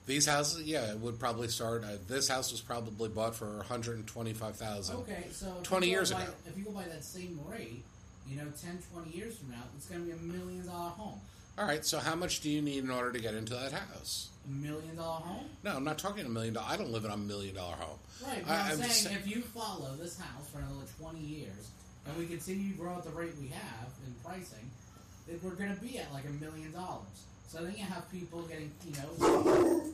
These houses, yeah, it would probably start. Uh, this house was probably bought for one hundred and twenty-five thousand.
Okay, so if
20
you go
years
by-
ago.
if you go by that same rate, you know, 10, 20 years from now, it's going to be a million dollar home.
All right. So, how much do you need in order to get into that house?
A million dollar home.
No, I'm not talking a million dollar. I don't live in a million dollar home.
Right, but
I-
I, am
I'm
saying
just saying-
if you follow this house for another 20 years and we continue to grow at the rate we have in pricing, then we're going to be at like a million dollars. So then you have people getting, you know,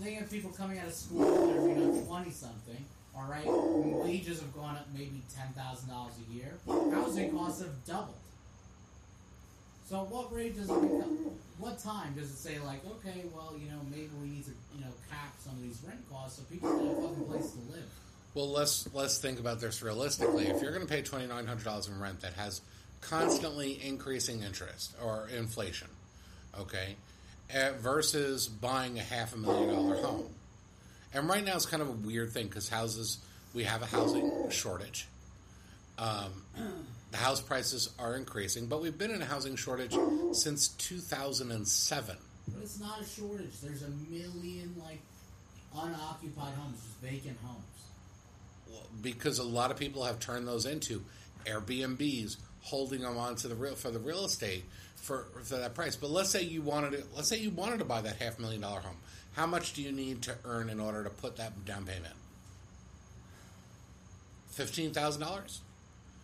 then you have people coming out of school, they're, you know, 20 something, all right? Wages have gone up maybe $10,000 a year, housing costs have doubled. So at what rate does it become? What time does it say like, okay, well, you know, maybe we need to, you know, cap some of these rent costs so people have a fucking place to live.
Well, let's let's think about this realistically. If you're going to pay twenty nine hundred dollars in rent that has constantly increasing interest or inflation, okay, eh, versus buying a half a million dollar home, and right now it's kind of a weird thing because houses we have a housing shortage. Um, the house prices are increasing, but we've been in a housing shortage since two thousand and seven.
But it's not a shortage. There's a million like unoccupied homes, just vacant homes.
because a lot of people have turned those into Airbnbs, holding them onto the real for the real estate for for that price. But let's say you wanted to, let's say you wanted to buy that half million dollar home. How much do you need to earn in order to put that down payment? Fifteen thousand dollars.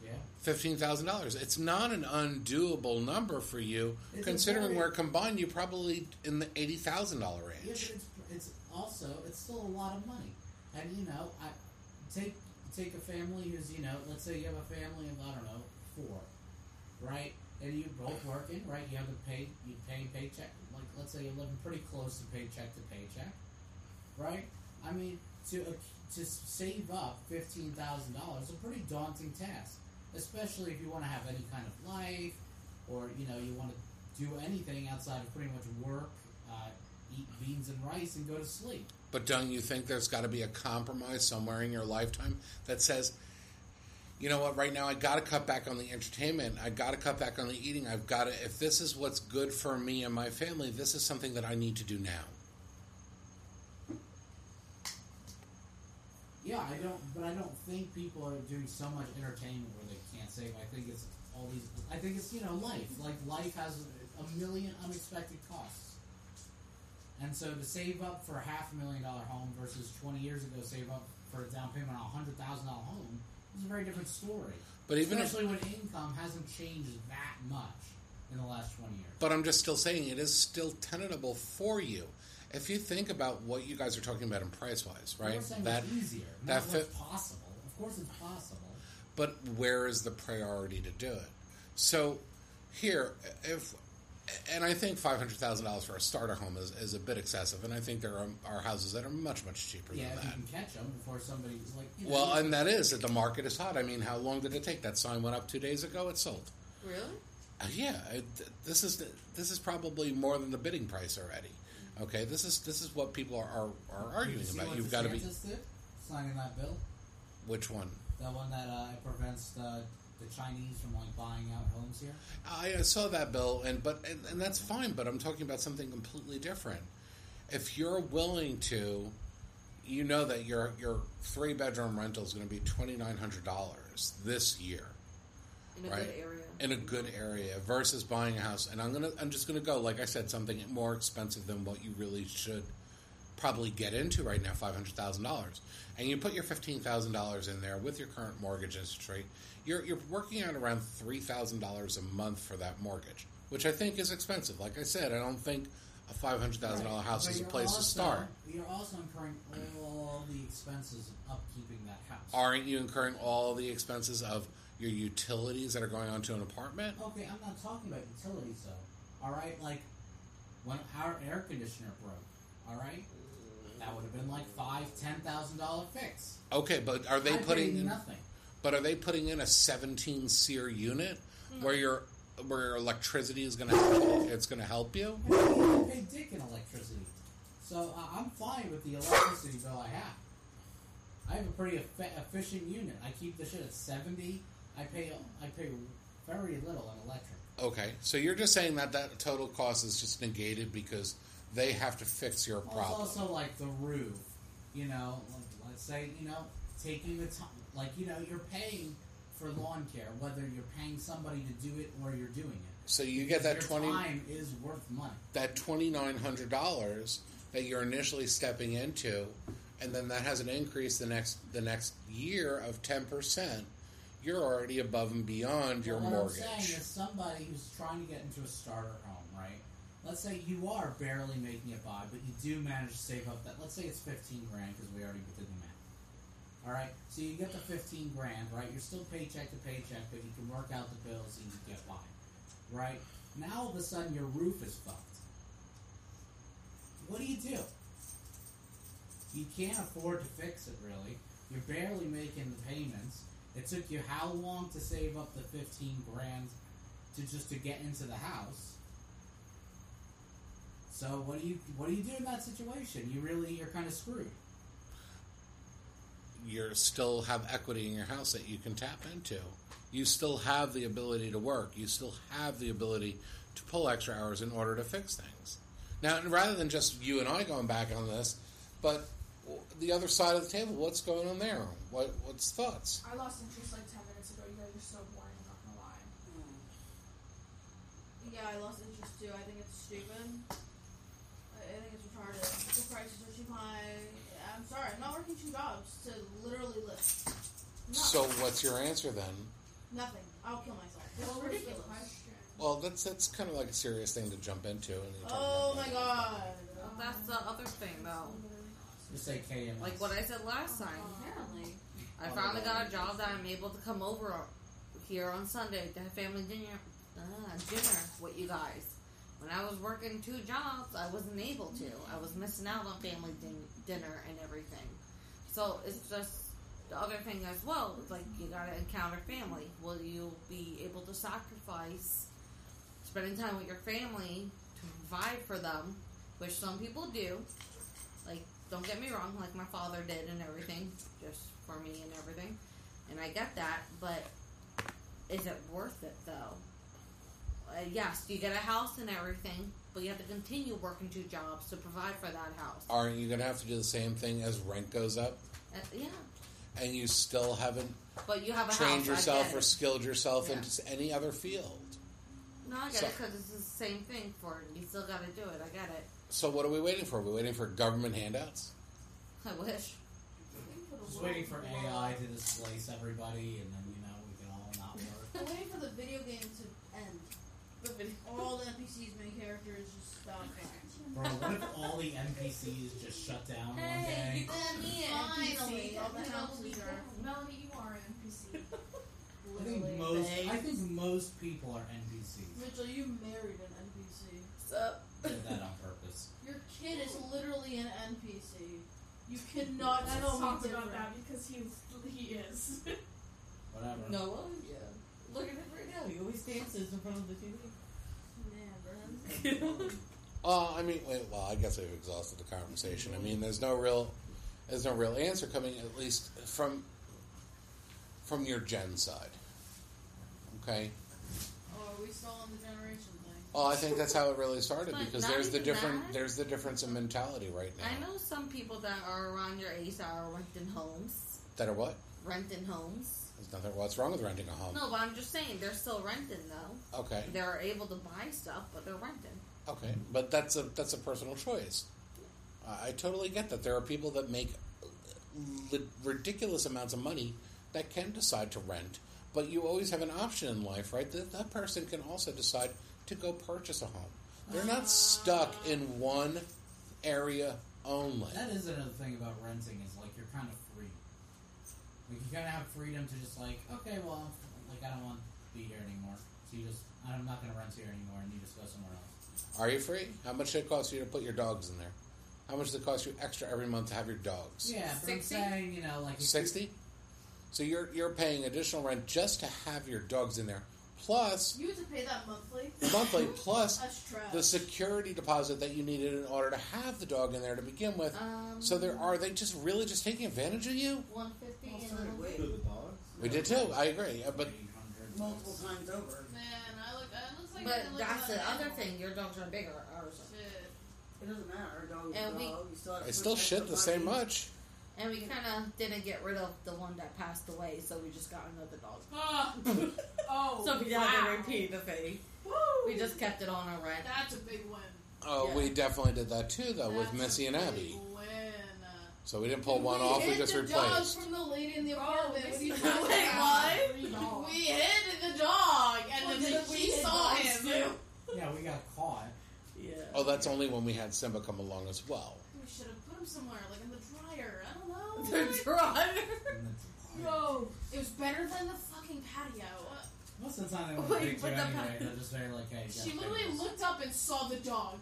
Yeah.
Fifteen thousand dollars. It's not an undoable number for you,
It's a
considering
very-
where combined you probably in the eighty thousand dollar range.
Yeah, but it's it's also it's still a lot of money, and you know, I take take a family who's you know, let's say you have a family of I don't know four, right? And you both working, right? You have to pay you pay paycheck. Like let's say you're living pretty close to paycheck to paycheck, right? I mean, to ac- to save up fifteen thousand dollars, a pretty daunting task, especially if you want to have any kind of life, or you know, you want to do anything outside of pretty much work, uh, eat beans and rice, and go to sleep.
But don't you think there's got to be a compromise somewhere in your lifetime that says, you know what, right now I got to cut back on the entertainment. I got to cut back on the eating. I've got to, if this is what's good for me and my family, this is something that I need to do now.
Yeah, I don't, but I don't think people are doing so much entertainment where they can't save. I think it's all these. I think it's you know life. Like life has a million unexpected costs, and so to save up for a half a million dollar home versus twenty years ago save up for a down payment on a hundred thousand dollar home is a very different story.
But even if,
Especially when income hasn't changed that much in the last twenty years.
But I'm just still saying it is still tenable for you. If you think about what you guys are talking about in price wise,
I'm
right?
not saying
That
it's easier.
that
Not
fit-
what's possible. Of course, it's possible.
but where is the priority to do it? So here, if and I think five hundred thousand dollars for a starter home is, is a bit excessive, and I think there are, are houses that are much much cheaper
Yeah,
than
if
that.
you can catch them before somebody was like, you know,
Well, and that is that the market is hot. I mean, how long did it take? That sign went up two days ago. It sold.
Really?
Uh, yeah, it, th- this is the, this is probably more than the bidding price already. Okay, this is this is what people are are, are
Did
arguing
you see
about.
what
You've got to be
DeSantis did? signing that bill,
which one?
that one that uh, prevents the, the Chinese from like buying out homes here.
I, I saw that bill, and but and, and that's fine. But I'm talking about something completely different. If you're willing to, you know that your your three bedroom rental is going to be twenty nine hundred dollars this year
In a
Right.
good area.
in a good area versus buying a house. And I'm gonna I'm just gonna go like I said something more expensive than what you really should probably get into right now five hundred thousand dollars. And you put your fifteen thousand dollars in there with your current mortgage interest rate. You're you're working out around three thousand dollars a month for that mortgage, which I think is expensive. Like I said, I don't think a five hundred thousand dollar house
But
is a
you're
place
also-
to start.
You're also incurring all the expenses of upkeeping that house.
Aren't you incurring all the expenses of your utilities that are going onto an apartment?
Okay, I'm not talking about utilities though. All right, like when our air conditioner broke. All right, that would have been like five, ten thousand dollar fix.
Okay, but are they
I paid
putting in-
nothing?
But are they putting in a 17 SEER unit where your where your electricity is going to it's going to help you?
I don't even pay dick in electricity. So uh, I'm fine with the electricity bill I have. I have a pretty effe- efficient unit. I keep the shit at seventy. I pay I pay very little in electric.
Okay, so you're just saying that that total cost is just negated because they have to fix your
Well,
problem.
It's also like the roof, you know. Like, let's say you know taking the time, like you know, you're paying for lawn care, whether you're paying somebody to do it or you're doing it.
so you get that
Your
20
time is worth money.
that $2900 that you're initially stepping into and then that has an increase the next the next year of 10%. You're already above and beyond your
Well, what
mortgage.
I'm saying is somebody who's trying to get into a starter home, right? Let's say you are barely making it by, but you do manage to save up that. Let's say it's fifteen grand because we already did the math. All right, so you get the fifteen grand, right? You're still paycheck to paycheck, but you can work out the bills and you can get by, right? Now all of a sudden your roof is fucked. What do you do? You can't afford to fix it, really. You're barely making the payments. It took you how long to save up the fifteen grand to just to get into the house? So what do you what do you do in that situation? You really you're kind of screwed.
you still have equity in your house that you can tap into. You still have the ability to work. You still have the ability to pull extra hours in order to fix things. Now, and rather than just you and I going back on this, but w- the other side of the table, what's going on there? What what's thoughts?
I lost interest like 10 minutes ago. You guys are so boring, I'm not gonna lie.
Yeah, I lost interest too. I think it's stupid. I I think it's retarded. The prices are too high. I'm sorry, I'm not working two jobs to literally live. No,
So, what's your answer then?
nothing. I'll kill myself.
What
It's
was the
ridiculous.
question?
Well, that's that's kind of like a serious thing to jump into. And you're talking
Oh
about
my
that.
god.
Well, that's the other thing, though.
Just say KMS.
Like what I said last time.
Apparently.
I finally got a job that I'm able to come over here on Sunday to have family dinner, uh, dinner with you guys. When I was working two jobs, I wasn't able to. I was missing out on family din- dinner and everything. So it's just the other thing as well. It's like you gotta encounter family. Will you be able to sacrifice spending time with your family to provide for them, which some people do? Like, don't get me wrong, like my father did and everything, just for me and everything. and I get that, but is it worth it though? Uh, yes, you get a house and everything, but you have to continue working two jobs to provide for that house.
Aren't you going to have to do the same thing as rent goes up,
Uh, yeah,
and you still haven't
but you have a
trained
house. I
yourself
get
or
it.
skilled yourself
Yeah.
into s- any other field?
no, I get
so-
it because it's the same thing for it. You still got to do it. I get it.
So what are we waiting for? Are we waiting for government handouts?
I wish.
Just waiting for AI to displace everybody, and then you know we can all not work.
I'm waiting for the video game to end. All the NPCs, main characters, just stop.
Bro, what if all the NPCs just shut down one
Hey,
day?
you call me an
Finally,
NPC. All the
Everyone will be
houses are.
down. Melody, you are an NPC.
I think
literally
most.
vague.
I think most people are NPCs.
Mitchell, you married an NPC.
Did that on purpose.
Your kid is literally an NPC. You cannot
I
just talk
don't talk about
different.
that because he's he is.
Whatever.
Noah, yeah. Look at him right now. He always dances in front of the TV.
Yeah, bro.
Uh, I mean, wait, well, I guess we've exhausted the conversation. I mean, there's no real, there's no real answer coming, at least from from your gen side. Okay.
oh, are we still on the generation thing?
Well, I think that's how it really started
But
because
not
there's the
even
different
that.
there's the difference in mentality right now.
I know some people that are around your age that are renting homes.
That are what?
Renting homes.
There's nothing. What's wrong with renting a home?
No, but I'm just saying they're still renting though.
Okay.
They're able to buy stuff, but they're renting.
Okay. But that's a that's a personal choice. I, I totally get that. There are people that make li- ridiculous amounts of money that can decide to rent, but you always have an option in life, right? That that person can also decide to go purchase a home. They're not stuck in one area only.
That is another thing about renting is like you're kind of free. Like you kind of have freedom to just like, okay, well, like I don't want to be here anymore, so you just I'm not gonna rent here anymore, and you just go somewhere else.
Are you free? How much did it cost you to put your dogs in there? How much does it cost you extra every month to have your dogs?
Yeah, but
60?
I'm saying you know like if-
Sixty. So you're you're paying additional rent just to have your dogs in there, plus
You have to pay that monthly.
monthly, plus
That's trash.
the security deposit that you needed in order to have the dog in there to begin with.
Um,
So there are they just really just taking advantage of you?
one fifty.
Well, so did
and
we.
Good with dogs.
We did too. I agree, uh, but
800
Multiple times over.
Man, I look. I look like.
But
I look like
that's the
an
other
animal.
thing. Your dogs are bigger. Ours are.
Shit.
It doesn't matter. Dog is
And
dog.
we-
you still have to
I
put
still
extra
shit the same
money.
much.
And we kind of didn't get rid of the one that passed away, so we just got another dog.
Ah. oh.
so we
wow.
had to repeat the thing.
Woo.
We just kept it on our rent.
That's a big win.
Oh,
Yeah.
we definitely did that too, though,
That's
with Missy
a
and
big
Abby.
Win.
So we didn't pull one
we
off. We
hid
just
the
replaced.
Dog from the lady in the
Oh,
apartment. What are
Missy
you
has
talking
like,
about?
three dogs.
We hid the dog, and
Well,
then
then
we
we hid
saw
dogs,
him.
too.
Yeah, we got caught.
Yeah.
Oh, that's only when we had Simba come along as well.
We should have put him somewhere, like in the dryer. I don't know.
the driver.
In the
No, it was better than the fucking patio.
Most of the time, they won't
Wait,
predict you
but the-
anyway. They'll just say like, "Hey,
She
yeah,
literally
thanks.
looked up and saw the dog.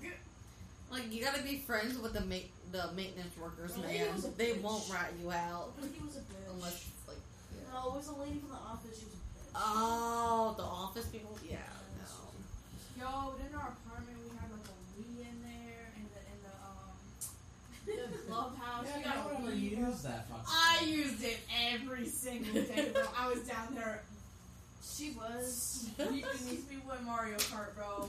Like you gotta be friends with the ma- the maintenance workers,
The lady
man.
was a
They
bitch.
won't rat you out
He was a bitch.
unless it's like.
No, it was a lady from the office. She was a bitch.
Oh, the office people. Yeah. No.
Yo, but in our apartment we had like a Wii in there and the and the um the um, clubhouse.
Yeah,
we
you
got a
don't ever
Wii.
use that fucking.
I
thing.
used it every single day, bro. I was down there. She was reaping these people in Mario Kart, bro.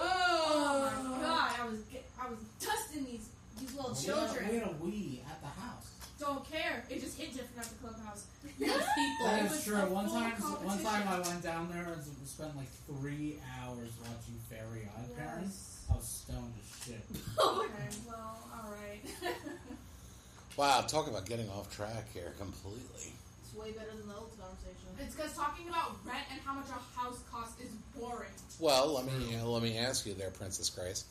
Oh my god, I was get, I was dusting these these little
We had-
children.
We had a Wii at the house.
Don't care. It just hit different at the clubhouse.
people.
That
It
is
was
true.
a
One
full
time, one time
competition.
I went down there and s- spent like three hours watching Fairy Odd Parents. I was stoned as shit.
Oh
Okay, well, all right.
Wow, talk about getting off track here completely.
It's way better than the old conversation.
it's because talking about rent and how much a house costs is boring.
Well, let me let me ask you there, Princess Grace.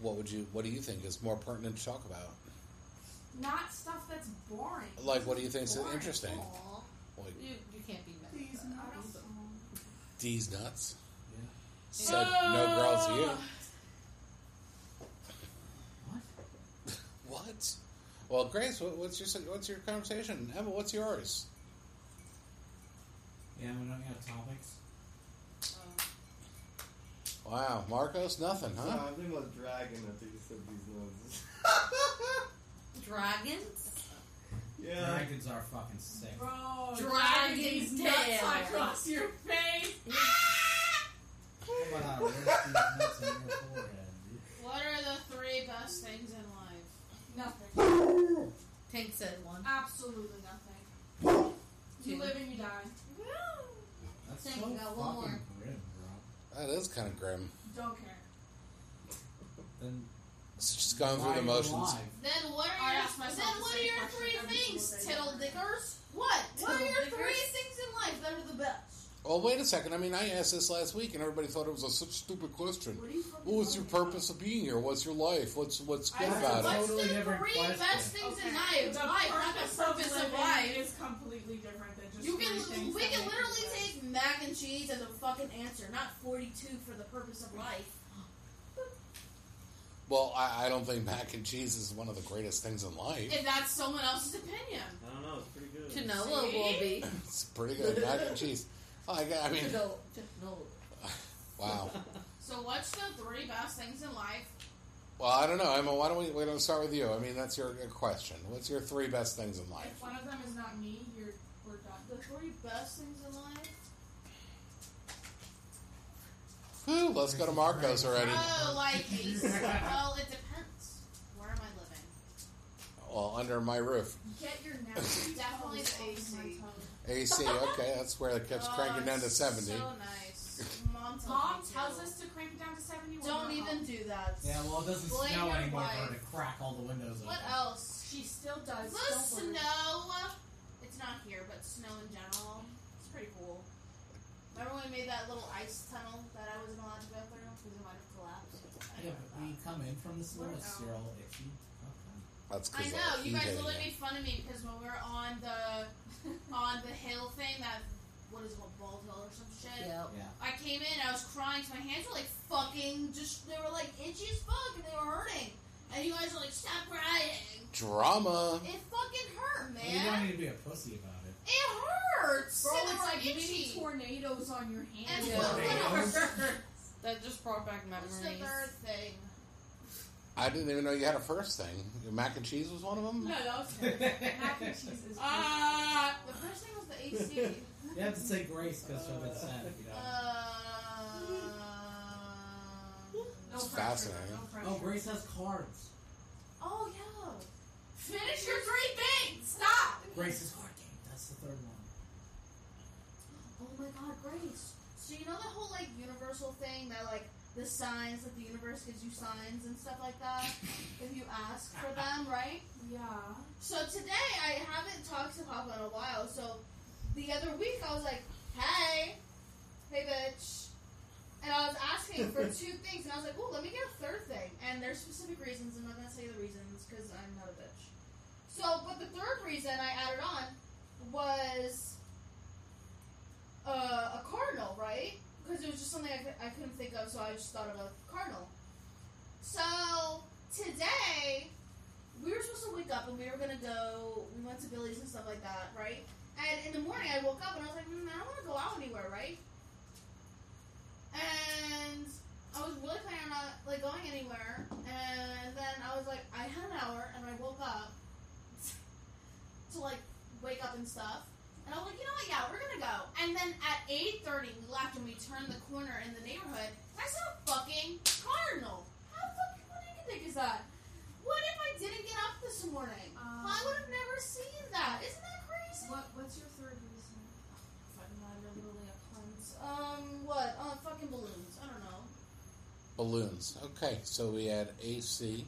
What would you What do you think is more pertinent to talk about?
Not stuff that's boring.
Like, what do you think is
Boring.
interesting?
Aw.
Like
You, you can't be mad.
These
at that.
nuts.
these nuts
Yeah.
said, "No girl to you."
What?
What? Well, Grace, what, what's your what's your conversation? Emma, what's yours?
Yeah, we don't have topics.
Wow, Marcos, nothing,
No,
huh?
I'm thinking about dragon after you said these noises.
Dragons?
yeah.
dragons are fucking sick.
Bro,
Dragon's
dragon's nuts
tail.
across your face.
How about I roast these nuts in your forehead, dude?
What are the three best things in life?
Nothing.
Tank said one.
Absolutely nothing.
Two.
You live and you die.
That's
Thank
so
you, got one
fucking
more.
grim, bro.
That is kind of grim.
Don't care.
Then
It's just going through
why
the
are you
motions.
alive?
Then what
I
are your,
asked myself
then
the
what are
same
your
question
three
every
things,
single day.
Tittle Dickers? What? What are your
Tiddledickers?
three things in life that are the best?
Well, wait a second. I mean, I asked this last week, and everybody thought it was a such stupid question.
What are you fucking
What was your
talking about?
purpose of being here? What's your life? What's what's good
I-
about it?
What's
Totally
the
different
three
question.
best things in life?
The
Life, not the purpose of
living
life.
is completely different than just
You
three
can
things
we
that
can
make
literally
you
take mac and cheese as a fucking answer, not forty two for the purpose of life.
Well, I, I don't think mac and cheese is one of the greatest things in life.
If that's someone else's opinion.
I don't know. It's pretty good.
Tanoa
See?
will be.
It's pretty good mac and cheese. Oh, I, got- I mean,
Tanoa. Tanoa.
wow.
So what's the three best things in life?
Well, I don't know. I mean, why don't we? We don't start with you. I mean, that's your, your question. What's your three best things in
If
life?
one of them is not me, you're we're done.
The three best things in life?
Whew, let's go to Marcos already.
Oh, like ace. well, it depends. Where am I living?
Well, under my roof,
Get your napkin.
Definitely the AC.
AC. Okay, that's where it keeps
Oh,
cranking down to
it's
seventy.
So nice. Mom, tells
Mom
me to.
tells us to crank it down to seventy. when
Don't
we're
even
home.
do that.
Yeah, well, it doesn't
Blame
snow
your
anymore
wife.
for her to crack all the windows
What
open.
else?
She still does.
The
Don't worry.
snow. It's not here, but snow in general. It's pretty cool. Remember when we made that little ice tunnel that I wasn't allowed to go through because it might have collapsed? I
Yeah,
don't
but
know
when you
about
come in from the snow,
What
it's still itchy.
That's E
that. I
because
know you guys literally made fun of me because when we were on the on the hill thing that what is it, what bald hill or some shit.
Yep.
Okay. Yeah.
I came in, I was crying, so my hands were like fucking just they were like itchy as fuck and they were hurting. And you guys were like, stop crying.
drama.
It fucking hurt,
Well, you don't
man.
need to be a pussy about it.
It hurts.
Bro,
It was
it's like mini
itchy.
tornadoes on your
And
hands.
Yeah.
what
Tornadoes.
whatever.
That just brought back memories.
What's the third thing?
I didn't even know you had a first thing. Your mac and cheese was one of them.
No, that was good. Mac and cheese is.
Uh, the first thing was the AC.
You have to say grace because she'll get sad if you
uh,
don't.
no
It's
pressure,
fascinating.
No pressure.
oh, Grace has cards.
oh yeah. Finish your three things. Stop.
Grace's card game. That's the third one.
Oh my God, Grace. So you know the whole like universal thing that like the signs that the universe gives you signs and stuff like that if you ask for them, right?
Yeah.
So today I haven't talked to Papa in a while. So the other week I was like, "Hey, hey, bitch," and I was asking for two things, and I was like, "Oh, let me get a third thing." And there's specific reasons. I'm not gonna tell you the reasons because I'm not a bitch. So, but the third reason I added on was uh, a cardinal, right? Because it was just something I, cou- I couldn't think of, so I just thought of a cardinal. So today we were supposed to wake up and we were gonna go. We went to Billy's and stuff like that, right? And in the morning, I woke up and I was like, mm, I don't want to go out anywhere, right? And I was really planning on not like going anywhere. And then I was like, I had an hour, and I woke up to like wake up and stuff. And I was like, you know what? Yeah, we're gonna go. And then at eight thirty, we left and we turned the corner in the neighborhood. And I saw a fucking cardinal. How fucking ridiculous is that? What if I didn't get up this morning?
Um,
I would have never seen that. Isn't that crazy?
What, what's your third reason?
Fucking not really a cleanse. Um, what? Uh, fucking balloons. I don't know.
Balloons. Okay, so we had AC,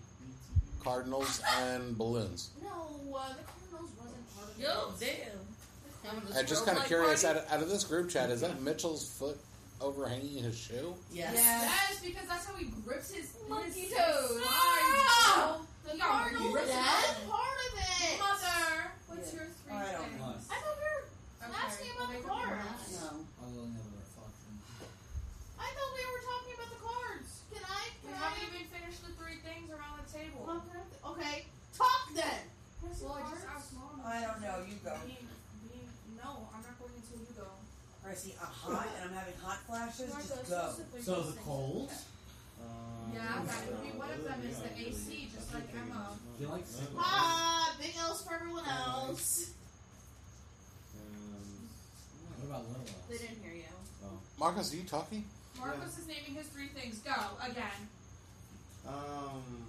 Cardinals, and balloons.
No, uh, the Cardinals wasn't part of the
Yo,
balloons.
damn. Having a
I'm just
stroke
kind of
like
curious. Out
party.
of, out of this group chat, is that Mitchell's foot overhanging his shoe?
Yes.
Yes, because that's how he grips his
Monkey
his
toes.
thighs,
Ah!
bro.
The
Yeah, when
Cardinals
you
was
rip
not
it.
part of it.
Mother, what's
Yeah.
your three
I don't
things?
know.
Plus,
I thought we were asking
Okay,
about the
well, they were
cards.
not.
No.
I'll another reflection.
I thought we were talking about the cards. Can I?
We
Can I?
haven't even finished the three things around the table.
Well, can I- Okay. Talk then.
well, I just
cards?
asked mom.
I don't know. You go.
Me- me- no, I'm not going until you go.
Gracie, I'm hot and I'm having hot flashes. Just uh, go.
Specifically
So
those
the
things.
cold?
Um,
Yeah, that would be one of them is the AC, just like Emma.
Do you like sick?
Ah, big L's for everyone else.
about Little
They
Elves.
didn't hear you.
Oh.
Marcus, are you talking?
Marcus is naming his three things. Go again.
Um.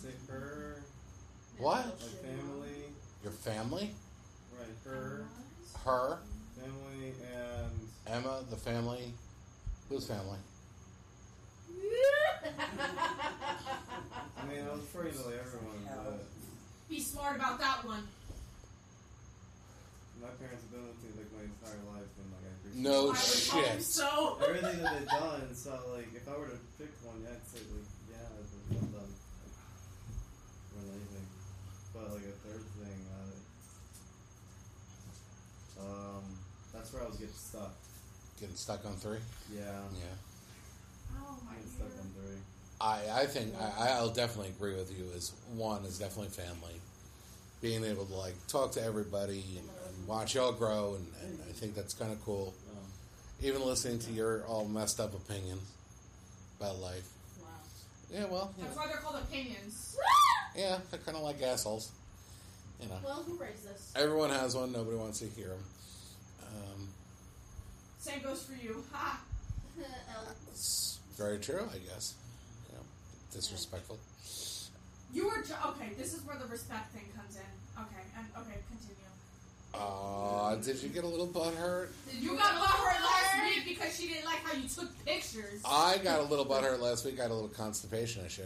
Say her,
What?
like family,
Your family?
right? Her,
Her?
family, and
Emma? The family? Whose family?
I mean, I was afraid of like everyone, but
Be smart about that one.
my parents have been with me like my entire life, and like I appreciate
No
I was hoping
Shit.
so.
everything that they've done. So like, if I were to pick one, yeah, I'd say like, yeah, I'd love them more than anything. But like a third thing, uh, um, that's where I was getting stuck.
Getting stuck on three?
Yeah,
Yeah.
Oh my
getting
god.
stuck on three.
I, I think I, I'll definitely agree with you. Is one is definitely family, being able to like talk to everybody and, and watch y'all grow, and, and I think that's kind of cool.
Um,
Even listening to your all messed up opinions about life. Yeah, well, you know,
That's why they're called opinions.
yeah, they're kind of like assholes. You know,
Well, who raised this?
everyone has one. Nobody wants to hear them. Um,
Same goes for you. Ha.
El-
it's very true, I guess. You know, disrespectful.
You were ju- okay. This is where the respect thing comes in. Okay, and okay, continue.
Aw, Uh, did you get a little butthurt?
You got off her last week because she didn't like how you took pictures.
I got a little butthurt last week. I had a little constipation issue,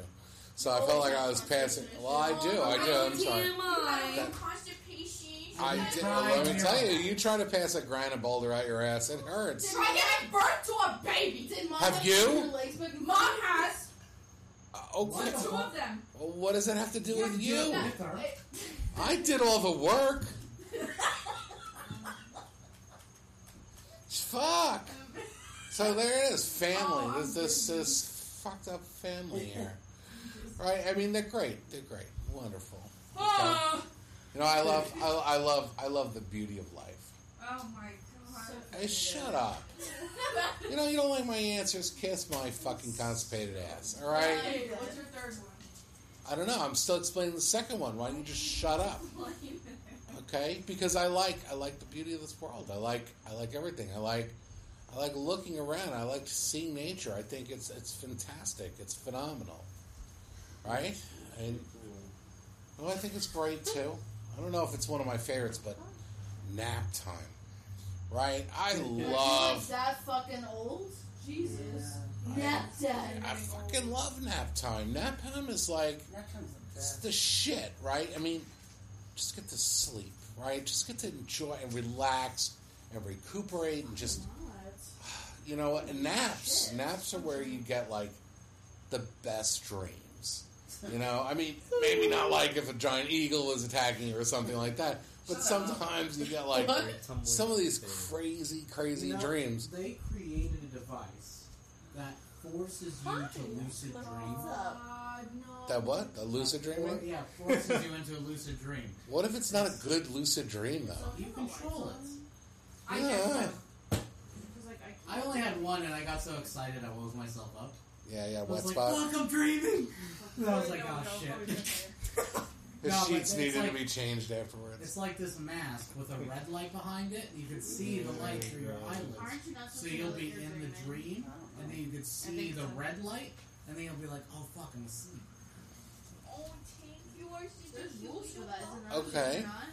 so I felt like I was passing. Well, I do, I do. I'm sorry.
You
TMI.
had constipation.
I did. Let me tell you, you try to pass a granite boulder out your ass, it hurts.
Try giving birth to a baby.
Did mom
Have
have
you?
Your legs, but
Mom has
Uh, Okay,
two of them.
Well, what does it have to do with you?
With her?
I did all the work. Fuck. So there it is, family. This this this fucked up family here, right? I mean, they're great. They're great. Wonderful.
Oh,
You know, I love, I, I love, I love the beauty of life.
oh my god.
Hey, shut up. You know, you don't like my answers. Kiss my fucking constipated ass. All right.
Hey, what's your third one?
I don't know. I'm still explaining the second one. Why don't you just shut up? Okay. Because I like, I like the beauty of this world. I like, I like everything. I like, I like looking around. I like seeing nature. I think it's, it's fantastic. It's phenomenal. Right. And well, I think it's great too. I don't know if it's one of my favorites, but nap time. Right. I love
She's like that fucking old. Jesus. Nap time.
I fucking love nap time. Nap time is like
That comes the
it's
best.
the shit, right? I mean, just get to sleep, right? Just get to enjoy and relax and recuperate and just you know what? Naps. Naps are where you get like the best dreams. You know, I mean, maybe not like if a giant eagle was attacking you or something like that, but sometimes you get like some of these crazy, crazy
You know,
dreams.
They created a device that forces you to lucid dream.
Uh, no.
That what? The lucid
Or,
dreaming?
yeah, forces you into a lucid dream.
What if it's not a good lucid dream though?
You control it.
I
Yeah.
guess so. Because, like, I
I
can't.
only had one, and I got so excited I woke myself up.
Yeah, yeah,
I was
wet
like,
spot.
"Fuck, I'm dreaming." And I was
Probably
like,
don't
"Oh
know, probably
shit."
don't know.
The
No, but
sheets
it's
needed
like-
to be changed afterwards.
It's like this mask with a red light behind it. And you can see the light through your eyelids,
Aren't you not
so
supposed to
you'll
know
be
that you're
in the
dreaming?
dream, and then you can see
think
the
so.
red light, and then you'll be like, "Oh fuck, I'm asleep."
Oh, Tank, you are such
There's
a rules for that, isn't there?
Okay.
You're not-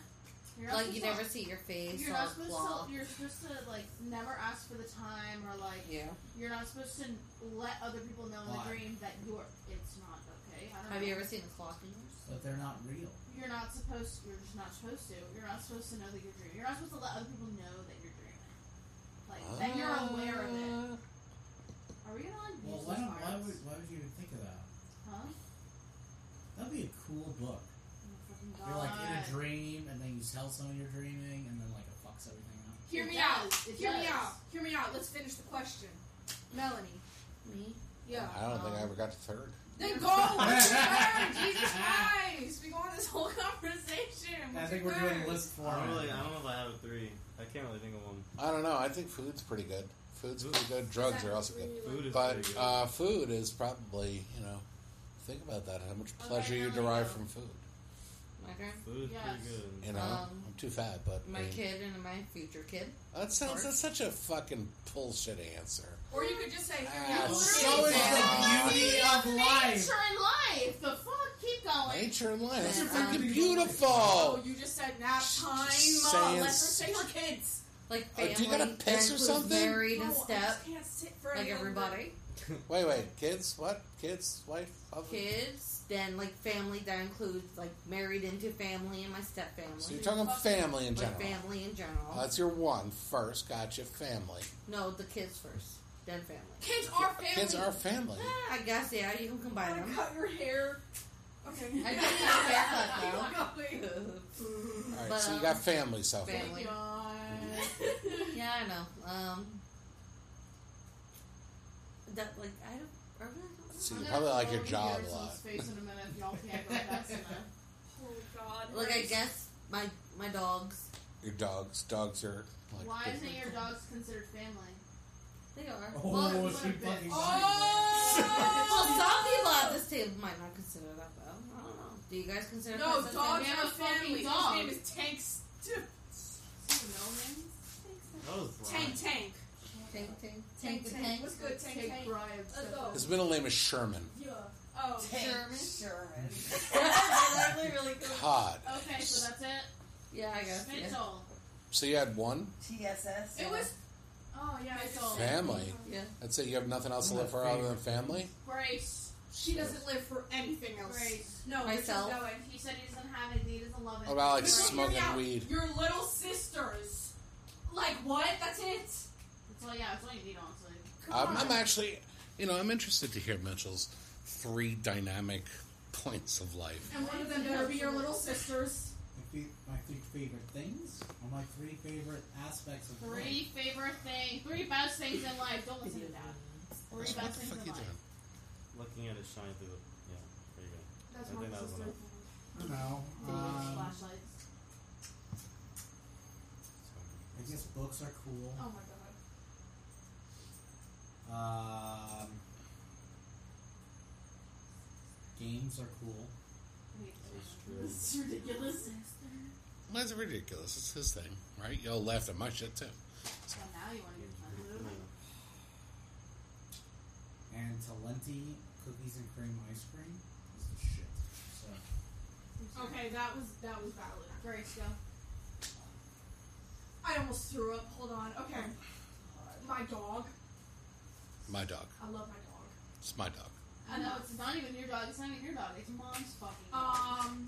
You're not
Like you
supposed
never see your
to-
face
You're
on
not supposed
cloth.
to. You're supposed to like never ask for the time or like.
Yeah.
You're not supposed to let other people know in
Why?
the dream that you're. It's not okay. I don't
Have
know.
you ever seen a clock in yours?
But they're not real.
You're not supposed. You're just not supposed to. You're not supposed to know that you're dreaming. You're not supposed to let other people know that you're dreaming. Like that you're aware of it. Are we gonna like
Uh, Well,
use
why,
this
don't, why
arts?
would why would you even think of that?
Huh?
That'd be a cool book.
Oh, fucking
You're like in a
God.
dream, and then you tell someone you're dreaming, and then like it fucks everything up.
Hear
It
me
does,
out.
it
Hear me
does.
out. Hear me out. Let's finish the question. Melanie.
Me?
Yeah.
I don't think I ever got to third.
Then go! What's your third? Jesus Christ! We go on this whole conversation.
I
What's
think
your
we're doing
third?
list four.
I don't really. I don't know if I have a three. I can't really think of one.
I don't know. I think food's pretty good. Food's pretty good. Drugs are also good.
Food is
But
pretty good.
uh, food is probably, you know, think about that. How much pleasure you
now we
derive
know.
from food.
My turn.
Food is
Yes.
pretty good.
You know,
Um,
I'm too fat, but
My
I mean,
kid and my future kid.
that sounds that's such a fucking bullshit answer.
Or you could just say, here,
Ah,
yeah,
so
literally,
is the beauty of life.
Nature and life. The fuck, keep going.
Nature and life, that's
Um,
fucking
Oh,
beautiful.
you just said nap time.
Just
uh,
saying
Let's
s-
say we're kids.
Like
Oh, do
family.
you got a
that
piss or
includes
something?
Married
No, I
and
just
step.
can't sit for
Like
any longer.
everybody.
Wait, wait, kids, what? Kids, wife, husband?
Kids. Then like family that includes like married into family and my step family.
So you're talking family in
like
general.
family in general.
That's your one first. Gotcha, family.
no, the kids first, then family.
Kids are family.
Kids are family.
I guess yeah, you can combine
I'm
them.
gonna cut your hair. Okay.
I did need a haircut
Keep going.
though.
All right,
But,
so you
um,
got family so far.
family. Yeah, I know. Um, that like I don't. I really don't
So you probably like your job a lot.
Face in a minute if y'all can't go fast enough.
Oh God.
know. Like I guess my my dogs.
Your dogs, dogs are like.
Why
big-
isn't your dogs considered family?
They are.
Oh,
well,
she fucking
well,
Oh.
some people at this table might not consider that though. I don't know. Do you guys consider
No,
pets as
dogs
family?
are
fucking
family. His
dog.
name is Tank. St-
That was Brian.
Tank Tank.
Tank, tank,
Tank,
tank,
tank.
tank.
What's good, Tank?
Take
Tank.
bribes.
Let's go.
His middle name is Sherman.
Yeah. Oh.
Tank
Sherman?
Sherman.
They're really, really good.
God.
Okay, so that's it.
Yeah, I guess. Yeah.
Mitchell.
So you had one
TSS.
It was.
Oh yeah, Mitchell.
family.
yeah.
I'd say you have nothing else to live for other than family.
Grace. She doesn't live for anything else.
Grace.
No,
Myself.
No, and he said he doesn't have it. He doesn't love it.
What about like
But don't hear me
smoking
out.
weed?
Your little sisters. Like what? That's it.
That's all, yeah, that's all you need, honestly.
Come
I'm,
on.
I'm actually, you know, I'm interested to hear Mitchell's three dynamic points of life.
and one of them better be your little sisters.
My, fe- my three favorite things or my three favorite aspects of life.
Three favorite things. Three best things in life. Don't listen to that.
What
Three best
the
things
fuck
in
you
life.
doing?
Looking at it shine through the. Yeah, there you go.
That's
I
my
think that was
sister.
enough.
You know, um,
Flashlights.
I guess books are cool.
Oh my god.
Um, games are cool.
This is ridiculous.
Well, That's ridiculous. It's his thing, right? Y'all laughed at my shit too.
Well, now you want to get fun.
And Talenti cookies and cream ice cream is the shit. So
Okay, that was that was valid.
Grace, go.
I almost threw up. Hold on. Okay. My dog.
My dog.
I love my
It's my dog.
I know it's not even your dog. It's not even your dog. It's mom's fucking. Dog.
dog. Um,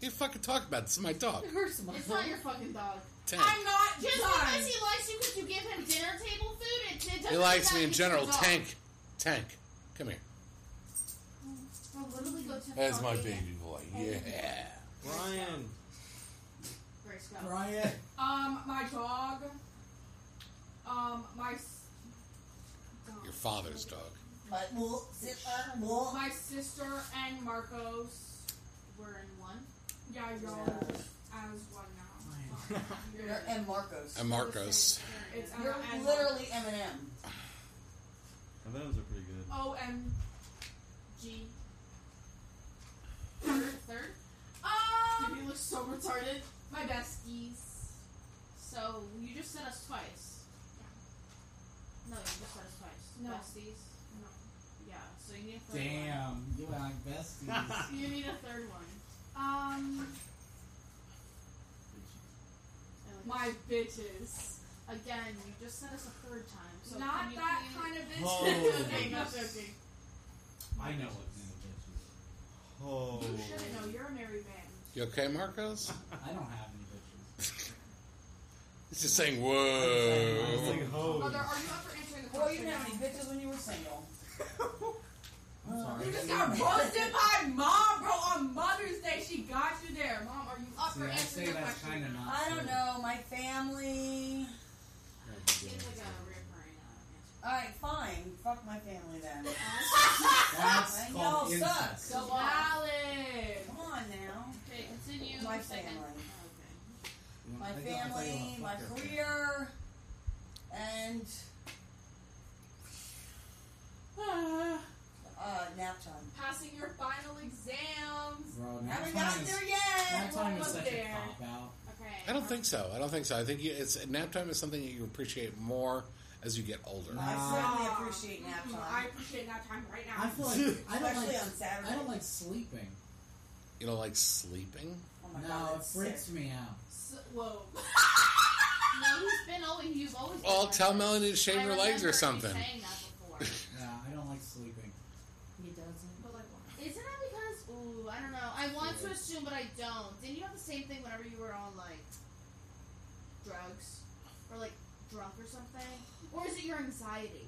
You fucking talk about this. It's my dog.
Hurts my
it's not your fucking dog.
Ten.
I'm not
Uh, Just
done.
because he likes you because you give him dinner table food, it, it doesn't.
He likes me
mean that
in
he's
general.
your dog.
Tank. Tank. Come here.
Well, literally go to
That's my
fucking-
baby boy.
Oh,
Yeah.
Brian!
Grace, go.
Brian,
Um, my dog. Um, my. s- dog.
Your father's dog.
But we'll sit on we'll
My sister and Marcos.
We're in one.
Yeah, y'all as one now.
You're M Marcos.
And Marcos.
It's
You're
Emma
literally Eminem.
M&M's are pretty good.
O M.
G. Third. Third.
Um,
You look so retarded.
my besties.
So you just said us twice. No, you just said us twice.
No.
Besties.
No.
Yeah. So you need a third one.
damn, you and I besties.
You need a third one.
Um,
I like
my bitches.
Again, you just said us a third time. So
Not
can you
that
please-
kind of bitch.
Oh,
Okay, not
goodness.
joking.
I know what kind
Oh.
You shouldn't know. You're a married man.
You okay, Marcos?
of bitches. I don't have any bitches.
He's just saying,
I was like,
whoa.
oh,
ho.
Mother, are you up for answering the question?
Boy, you didn't have any bitches when you were single.
I'm sorry.
You just got roasted by mom, bro, on Mother's Day. She got you there. Mom, are you up
See,
for
I
answering
say
the
that's
question?
kind of not.
I don't
true.
know, my family.
Seems like a reoccurring, uh,
Alright, fine. Fuck my family then.
That's
I
called
know,
incest.
Go on.
Valid.
Come on now.
Okay, continue.
My
Second.
family.
Okay.
My
I thought- I thought you
family,
were
my
fucking-
career, and uh, nap time.
Passing your final exams.
uh,
Bro, nap
Haven't
time
gotten
is
there yet.
a cop out.
Okay.
I don't think so. I don't think so. I think you, it's nap time is something that you appreciate more as you get older.
Nah.
I certainly
Ah.
appreciate nap
Mm, I
time,
appreciate nap time right now.
I feel like I don't
especially
like
on Saturday.
I don't like sleeping.
You know, like sleeping.
Oh my
no,
god,
it
that's
freaks
sick.
me out.
S- whoa.
No, he's been always. You've always. been
Well,
like
tell
that.
Melanie to shave
I
her legs
remember you
or something.
saying that before.
Yeah, I don't like sleeping.
He doesn't.
But like, why?
Isn't that because? Ooh, I don't know. I want to assume, but I don't. Didn't you have the same thing whenever you were on like drugs or like drunk or something? Or is it your anxiety?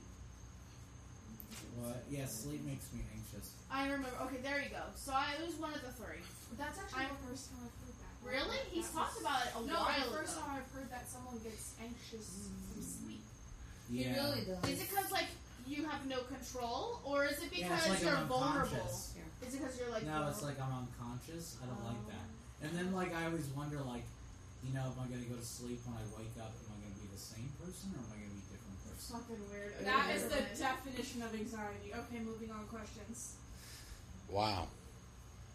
What? Yeah, sleep makes me anxious.
I remember. Okay, there you go. So I, it was one of the three.
that's actually
I'm-
the first time I've heard that.
Really? He's
That
talked
was-
about it a
No,
while
the first
ago.
time I've heard that someone gets anxious from sleep.
Yeah.
He really does.
Is it because like you have no control, or is it because
yeah, it's like
you're
I'm
vulnerable?
unconscious.
Is it because you're like
No, it's
vulnerable?
like I'm unconscious. I don't like that. And then like I always wonder like, you know, am I gonna go to sleep when I wake up? Am I gonna be the same person or am I gonna be a different person?
something weird? Okay,
That is
never
the
mind.
definition of anxiety. Okay, moving on. Questions.
Wow.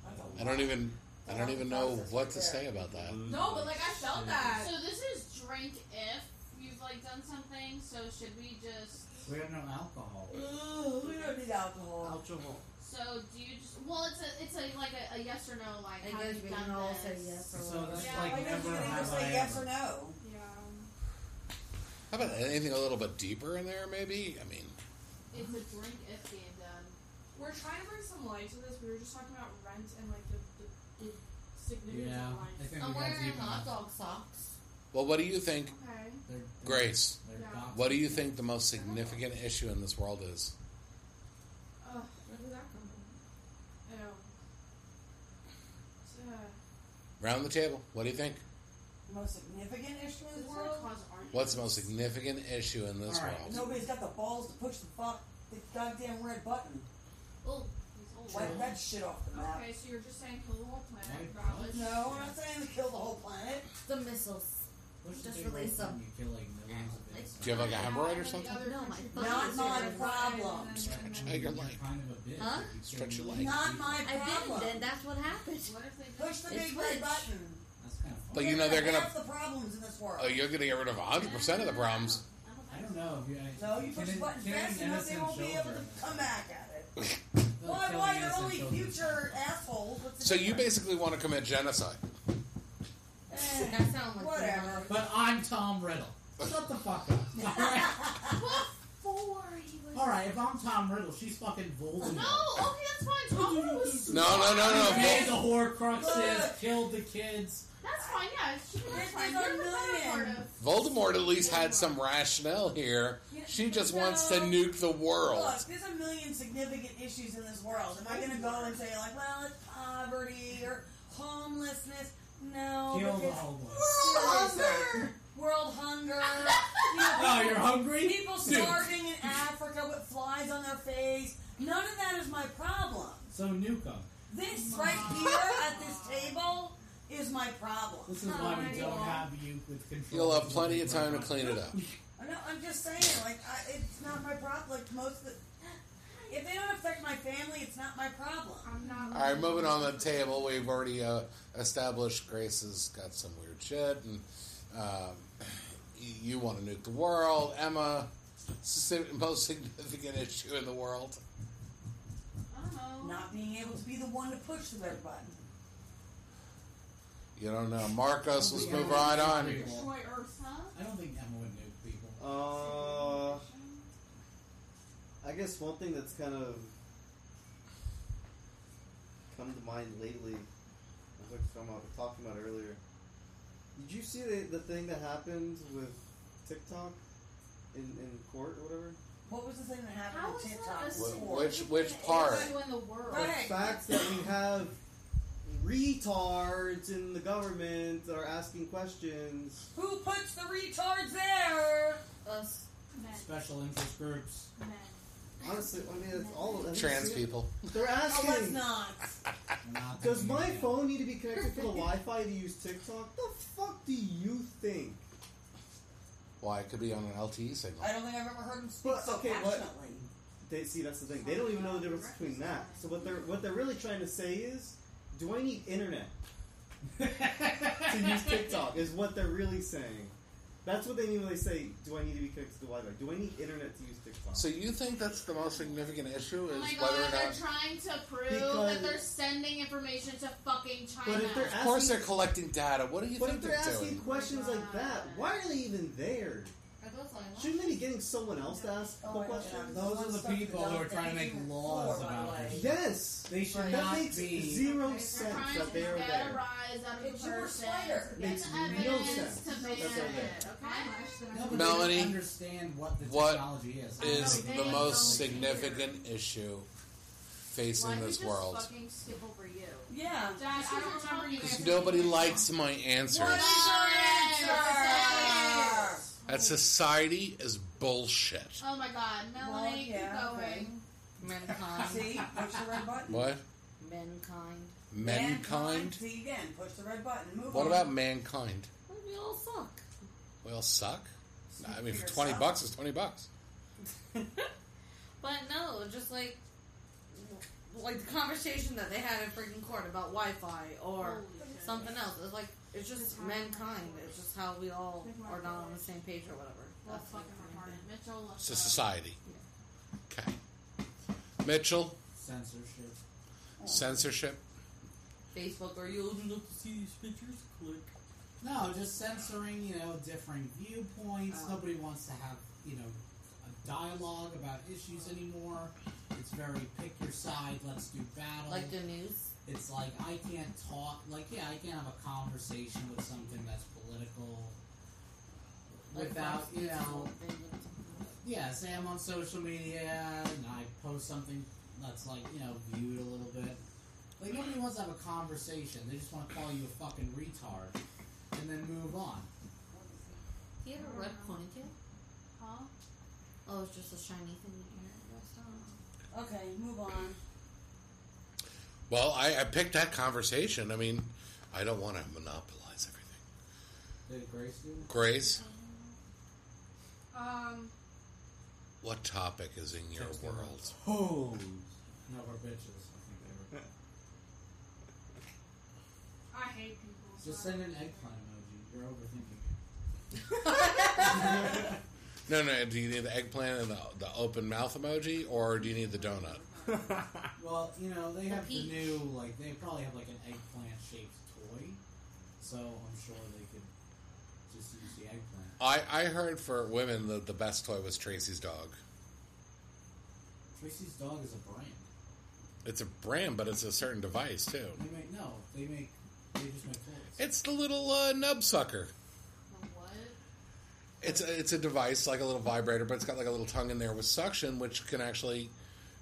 That's a
I don't even. I don't even know what to say about that.
No, but like I felt that.
So this is drink if you've like done something. So should we just?
We have no alcohol.
Ooh, we don't need alcohol.
Alcohol.
So do you just? Well, it's a it's a like a, a yes or no like.
I
have you
guess we
done
can all
this?
say yes or
So
whatever.
that's
Yeah,
like
Why don't
never
you
have
just
I
say yes
ever.
or no?
Yeah.
How about anything a little bit deeper in there? Maybe. I mean,
It's a drink if being done.
We're trying to bring some light to this. We were just talking about rent and like the, the, the significance
Yeah,
of
I
life.
think
I'm
we got
wearing
deep
hot
enough.
dog socks.
well, what do you think,
Okay.
They're- they're-
Grace?
they're
Yeah.
boxes.
What do you think the most significant issue in this world is?
Ugh, where did that come from? I know. It's, uh,
Round the table. What do you think?
Most significant issue in
It's
the
gonna
world?
cause arguments.
What's the most significant issue in this
All right,
world?
Nobody's got the balls to push the fuck the goddamn red button.
Oh,
He's old.
Wipe that shit off the map.
Okay, so you're just saying kill the whole planet.
Right.
That was-
No, we're not saying to kill the whole planet.
the missiles.
What's the
Just
big
release
reason
them.
You kill like millions of
Like-
Do
insects.
you have like a
Yeah,
hemorrhoid
and
or
the
something?
other
No, my
country-
fucking Not
my
And then-
problem.
and
Stretch
then-
out your
You're
leg.
kind of a bitch.
Huh?
if you kill
Stretch your
millions of
Not
people.
my
I didn't.
problem.
Then that's what happened.
What if they
Push the
It's
big
rich.
red button.
That's kind of funny.
But you know they're gonna-
Half the problems in this world.
Oh, you're going to get rid of 100% of the problems.
I don't know. If you,
No, you push
killing-
the button
killing
fast enough, they
innocent
won't be able to Uh,
children.
come back at it.
They'll
Well,
kill
why you're
innocent
only
children.
future assholes? What's the
So you
difference?
basically want to commit genocide.
That
Eh,
sounds like
Whatever.
But I'm Tom Riddle. Shut the fuck up. All right.
Four. He was.
All right. If I'm Tom Riddle, she's fucking Voldemort.
No. Okay, that's fine. Tom Riddle was.
No, no, no, no.
She made
Vol-
the Horcruxes, killed the kids.
That's fine. Yeah, she can. That's
There's
fine.
a
You're the better part
million.
of.
Voldemort at least had some rationale here. She just wants to nuke the world.
Look, there's a million significant issues in this world. Am I going to go and say like, well, it's poverty or homelessness? No,
Kill the
because
homeless.
Seriously. world hunger. you know,
Oh, you're hungry?
people starving in Africa with flies on their face. None of that is my problem.
So nuke them.
This right here at this table is my problem.
This is why we don't have you with control.
You'll have plenty of time to clean it up.
I know, I'm just saying, like, I, it's not my problem. Like, most of the. If they don't affect my family, it's not my problem.
I'm not.
All right, moving on the table. We've already uh, established Grace has got some weird shit, and um, y- you want to nuke the world. Emma, si- most significant issue in the world.
I don't know.
Not being able to be the one to push the red button.
You don't know. Marcos, let's move right on.
Destroy Earth.
Huh?
I don't think Emma would nuke people.
Uh,
Oh
I guess one thing that's kind of come to mind lately, as I was talking about, talking about earlier. Did you see the, the thing that happened with TikTok in, in court or whatever?
What was the thing that
How
happened
is
to
that
TikTok?
a
Wh- which-
significant
which part?
issue in the world?
Go
the
ahead.
fact that we have retards in the government that are asking questions.
Who puts the retards there?
us.
Men.
Special interest groups.
Men.
Honestly, I mean, it's all have you
Trans
seen it?
people.
They're
Oh, let's
asking.
not.
are not the
Does my
media.
phone need to be connected to the Wi-Fi to use TikTok? The fuck do you think?
Why? It could be on an LTE signal.
I don't think I've ever heard him speak
But,
so
okay, what-
passionately.
They see that's the thing. They don't even know the difference between that. So what they're what they're really trying to say is, do I need internet? to use TikTok is what they're really saying. That's what they mean when they say, "Do I need to be connected to the Wi-Fi? Do I need internet to use TikTok?"
So you think that's the most significant issue
Oh
is
my
whether
god,
or
they're
not?
trying to prove
Because-
that they're sending information to fucking China.
but if they're
Of course,
asking,
they're collecting data. What do you
but
think
if they're
they're,
asking
doing?
questions like that, why are they even there?
Are those lilacs?
Shouldn't they be getting someone else to ask the
Oh, I know.
questions?
Those are the
Stuff
people
that
who are
don't
trying to make
even
laws
floor, by
about
the
this.
way.
Yes,
They should
Right.
that
not
makes
be.
zero
They're
sense
trying
that they
to
are
get a
there.
rise out of
It's
the
your
person.
slayer.
Get
Makes
the
no
evidence
sense.
to
That's all
ban
there.
it,
How
okay?
much did I-
No, but they don't
Melanie,
understand what the
what
technology is.
Is
Oh,
the
they
most
don't care.
significant issue
Why
facing
don't we
this
just
world?
fucking skip over you?
Yeah.
Dad, I don't remember you
Because
guys-
nobody likes my answers.
What is your answer?
That society is bullshit.
Oh my god, Melanie,
Well, yeah,
keep
okay.
going.
Mankind.
See, push the red button.
What?
Mankind.
Mankind?
See again, push the red button. Move
What
on.
about mankind?
We all suck.
We all suck?
Speak
I mean, for
yourself.
20 bucks, it's 20 bucks.
But no, just like like the conversation that they had in freaking court about Wi-Fi or something else. It's like Oh, it's just mankind. It's just how we all are not on the same page or whatever.
Love
That's like
fucking
the main
retarded.
thing.
Mitchell, uh, love
It's a society. Okay. Mitchell,
Censorship.
censorship.
Facebook, are you old enough to see these pictures? Click.
No, just censoring, you know, different viewpoints.
Oh.
Nobody wants to have, you know, a dialogue about issues anymore. It's very pick your side, let's do battle.
Like the news.
it's like I can't talk. Like yeah, I can't have a conversation with something that's political
Like
without
Fox
you
News.
know. Yeah, say I'm on social media and I post something that's like you know viewed a little bit. Like nobody wants to have a conversation. They just want to call you a fucking retard and then move on.
Do you have a red ponytail?
Huh?
Oh, it's just a shiny thing. in your hair.
Okay, move on.
Well, I, I picked that conversation. I mean, I don't want to monopolize everything.
Did Grace do? it?
Grace,
Um,
what topic is in your
Text them.
world?
Hoes. No, we're bitches. I think they were.
I hate people. so
Just
I-
send an eggplant emoji. You're overthinking.
No, no, do you need the eggplant and the, the open mouth emoji, or do you need the donut?
Well, you know, they have the
peach.
new, like, they probably have, like, an eggplant shaped toy. So I'm sure they could just use the eggplant.
I, I heard for women the, the best toy was Tracy's dog.
Tracy's dog is a brand.
It's a brand, but it's a certain device, too.
They make, no, they make, they just make toys.
It's the little uh, nub sucker.
The What?
It's a, it's a device like a little vibrator, but it's got like a little tongue in there with suction, which can actually,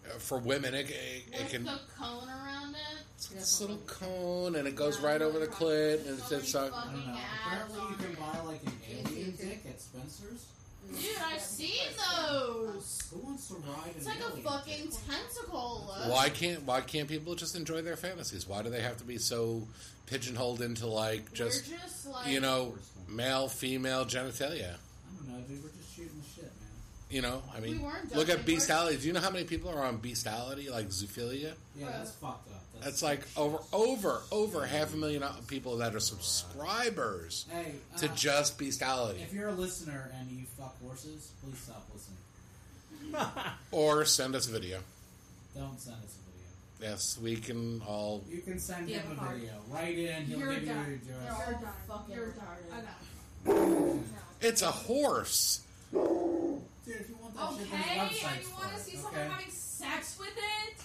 uh, for women, it, it, it
With
can.
the cone around it.
It's this little cone, and it goes
Yeah,
right over the
really
clit, and
probably.
uh, it
So
says,
many
suck.
I don't know.
fucking
Apparently, you can
ads on
buy, like, an
Yes, you
alien
can.
dick at Spencer's.
Dude, I've seen those.
Who wants to ride
It's
an
like a
alien
fucking
dick?
tentacle.
Why can't why can't people just enjoy their fantasies? Why do they have to be so pigeonholed into like just
We're just like,
you know male female genitalia?
I don't know, dude. We're just shooting the shit, man.
You know, I mean,
We weren't
look at
judging, we're-
bestiality. Do you know how many people are on bestiality, like zoophilia?
Bro.
Yeah, that's fucked up. That's,
That's like over oh, over over half a million people that are subscribers
Hey, uh,
to just bestiality,
if you're a listener and you fuck horses, please stop listening.
or send us a video.
Don't send us a video.
Yes, we can all.
You can send
Yeah,
him a
card.
video. Write in. He'll
You're
give
done.
you your
They're
address.
all
You're
fucking
done. You're
retarded.
retarded.
I know.
It's a horse.
Dude, if you want that shit,
Okay,
there's websites
and you want
for
to
it,
see
okay?
someone having sex with it?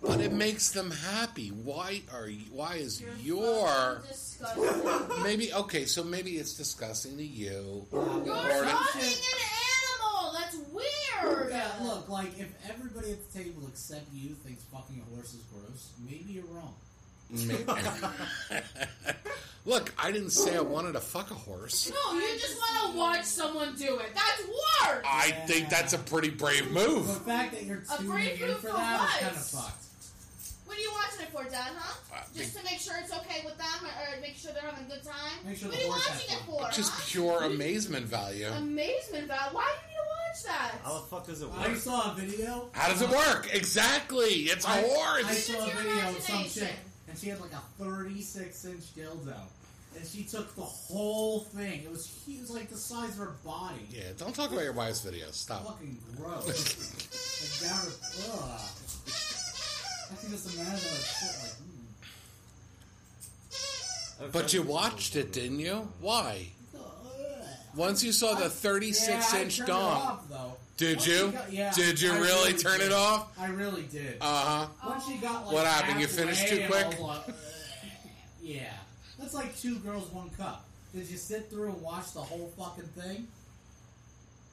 But it makes them happy. Why are you, why is
You're
your
fucking disgusting.
maybe okay? So maybe it's disgusting to you.
Uh,
You're
Or
fucking
it-
an animal. That's weird.
Yeah, look, like if everybody at the table except you thinks fucking a horse is gross, maybe you're wrong.
Look, I didn't say I wanted to fuck a horse.
No, you just want to watch someone do it. That's worse.
I think that's a pretty brave move.
The fact that you're
A
tuning
breakthrough
in for
for
that is
what?
kind of fucked.
What are you watching it for, Dad? Huh?
Uh,
Just to make sure it's okay with them, or, or make sure they're having a good time.
Make sure
what
the
are you
horse has
watching it for?
Just
huh?
pure amazement value.
Amazement value. Why do you need to watch that?
How the fuck does it
I
work?
saw a video.
How does it work? Exactly. It's a
I-
horse.
I saw a
It's your
video of some
imagination.
chick and she had like a 36 inch dildo. And she took the whole thing. It was huge, like the size of her body.
Yeah, don't talk about your wife's videos. Stop.
Fucking gross. like down her. Ugh. I can just imagine like, shit, like mm.
But you watched it, didn't you? Why? Once you saw the 36
hmm. yeah,
inch
I turned it
dong,
off, though.
did
Once
you?
she got- yeah,
Did you
I
really turn
did.
it off?
I really did.
Uh huh.
Once she got like
What happened? You
halfway,
finished too
I was
quick?
like, "Ugh." yeah, that's like two girls, one cup. Did you sit through and watch the whole fucking thing?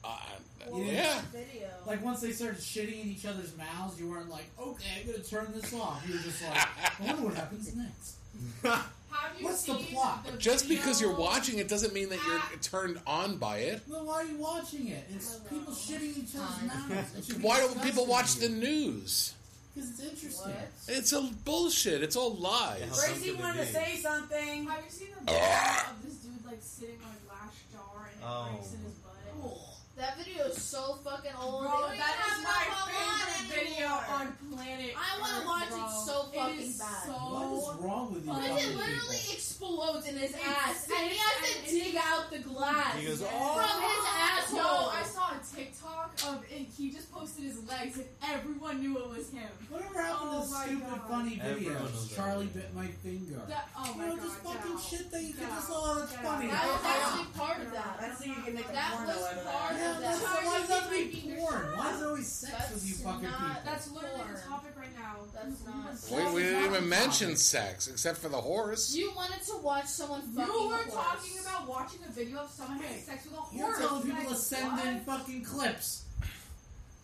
Uh,
You didn't-
yeah.
Video.
Like once they started shitting in each other's mouths, you weren't like, okay, I'm gonna turn this off. You were just like, I wonder what happens next.
Have you
What's the
seen
plot?
the
Just
video?
because you're watching it doesn't mean that you're turned on by it.
Then why are you watching it? It's people shitting in each other's
Fine.
mouths. It should be
Why don't people
disgusting
watch
to
the
you.
news?
Because it's interesting.
What?
It's a bullshit. It's all lies.
Gracie wanted to say something.
Have you seen the video of this dude like sitting on a glass jar and it
Oh.
breaks in his butt?
That video is so fucking old.
Bro,
It
that
doesn't
is
have a lot
my favorite video
anymore.
on planet.
I wanna
Earth,
watch it
bro.
so fucking
it is
bad.
So
What is wrong with you?
Because
Because
fucking
it literally
people?
explodes in his
It
ass, and he
sits
has
and
to
it-
dig out the glass.
He goes,
From
oh.
his asshole.
No, I saw a TikTok of it. He just posted his legs, and everyone knew it was him.
Whatever happened
Oh
to
my
stupid
God.
funny
Everyone knows
videos?
that
Charlie
video.
bit my finger.
That, oh
you
my
know,
god!
just fucking
no.
shit that you could
No.
just all that's
No.
funny.
That was
Yeah.
actually part of that.
I don't think you can make a
That
porno
was
out of
part
that.
of-
Yeah, that's
Charlie
why
bit
is that
my
like
finger.
porn? Why is there always sex
That's
with you fucking
not-
people?
That's literally the
Porn.
topic right now.
That's
We
not-
We,
went
we didn't
so
even
long.
mention sex except for the horse.
You wanted to watch someone fucking
You were
horse.
talking about watching a video of someone having
Okay.
sex with a horse.
You're telling
and I
people to
was
send in
like,
fucking clips.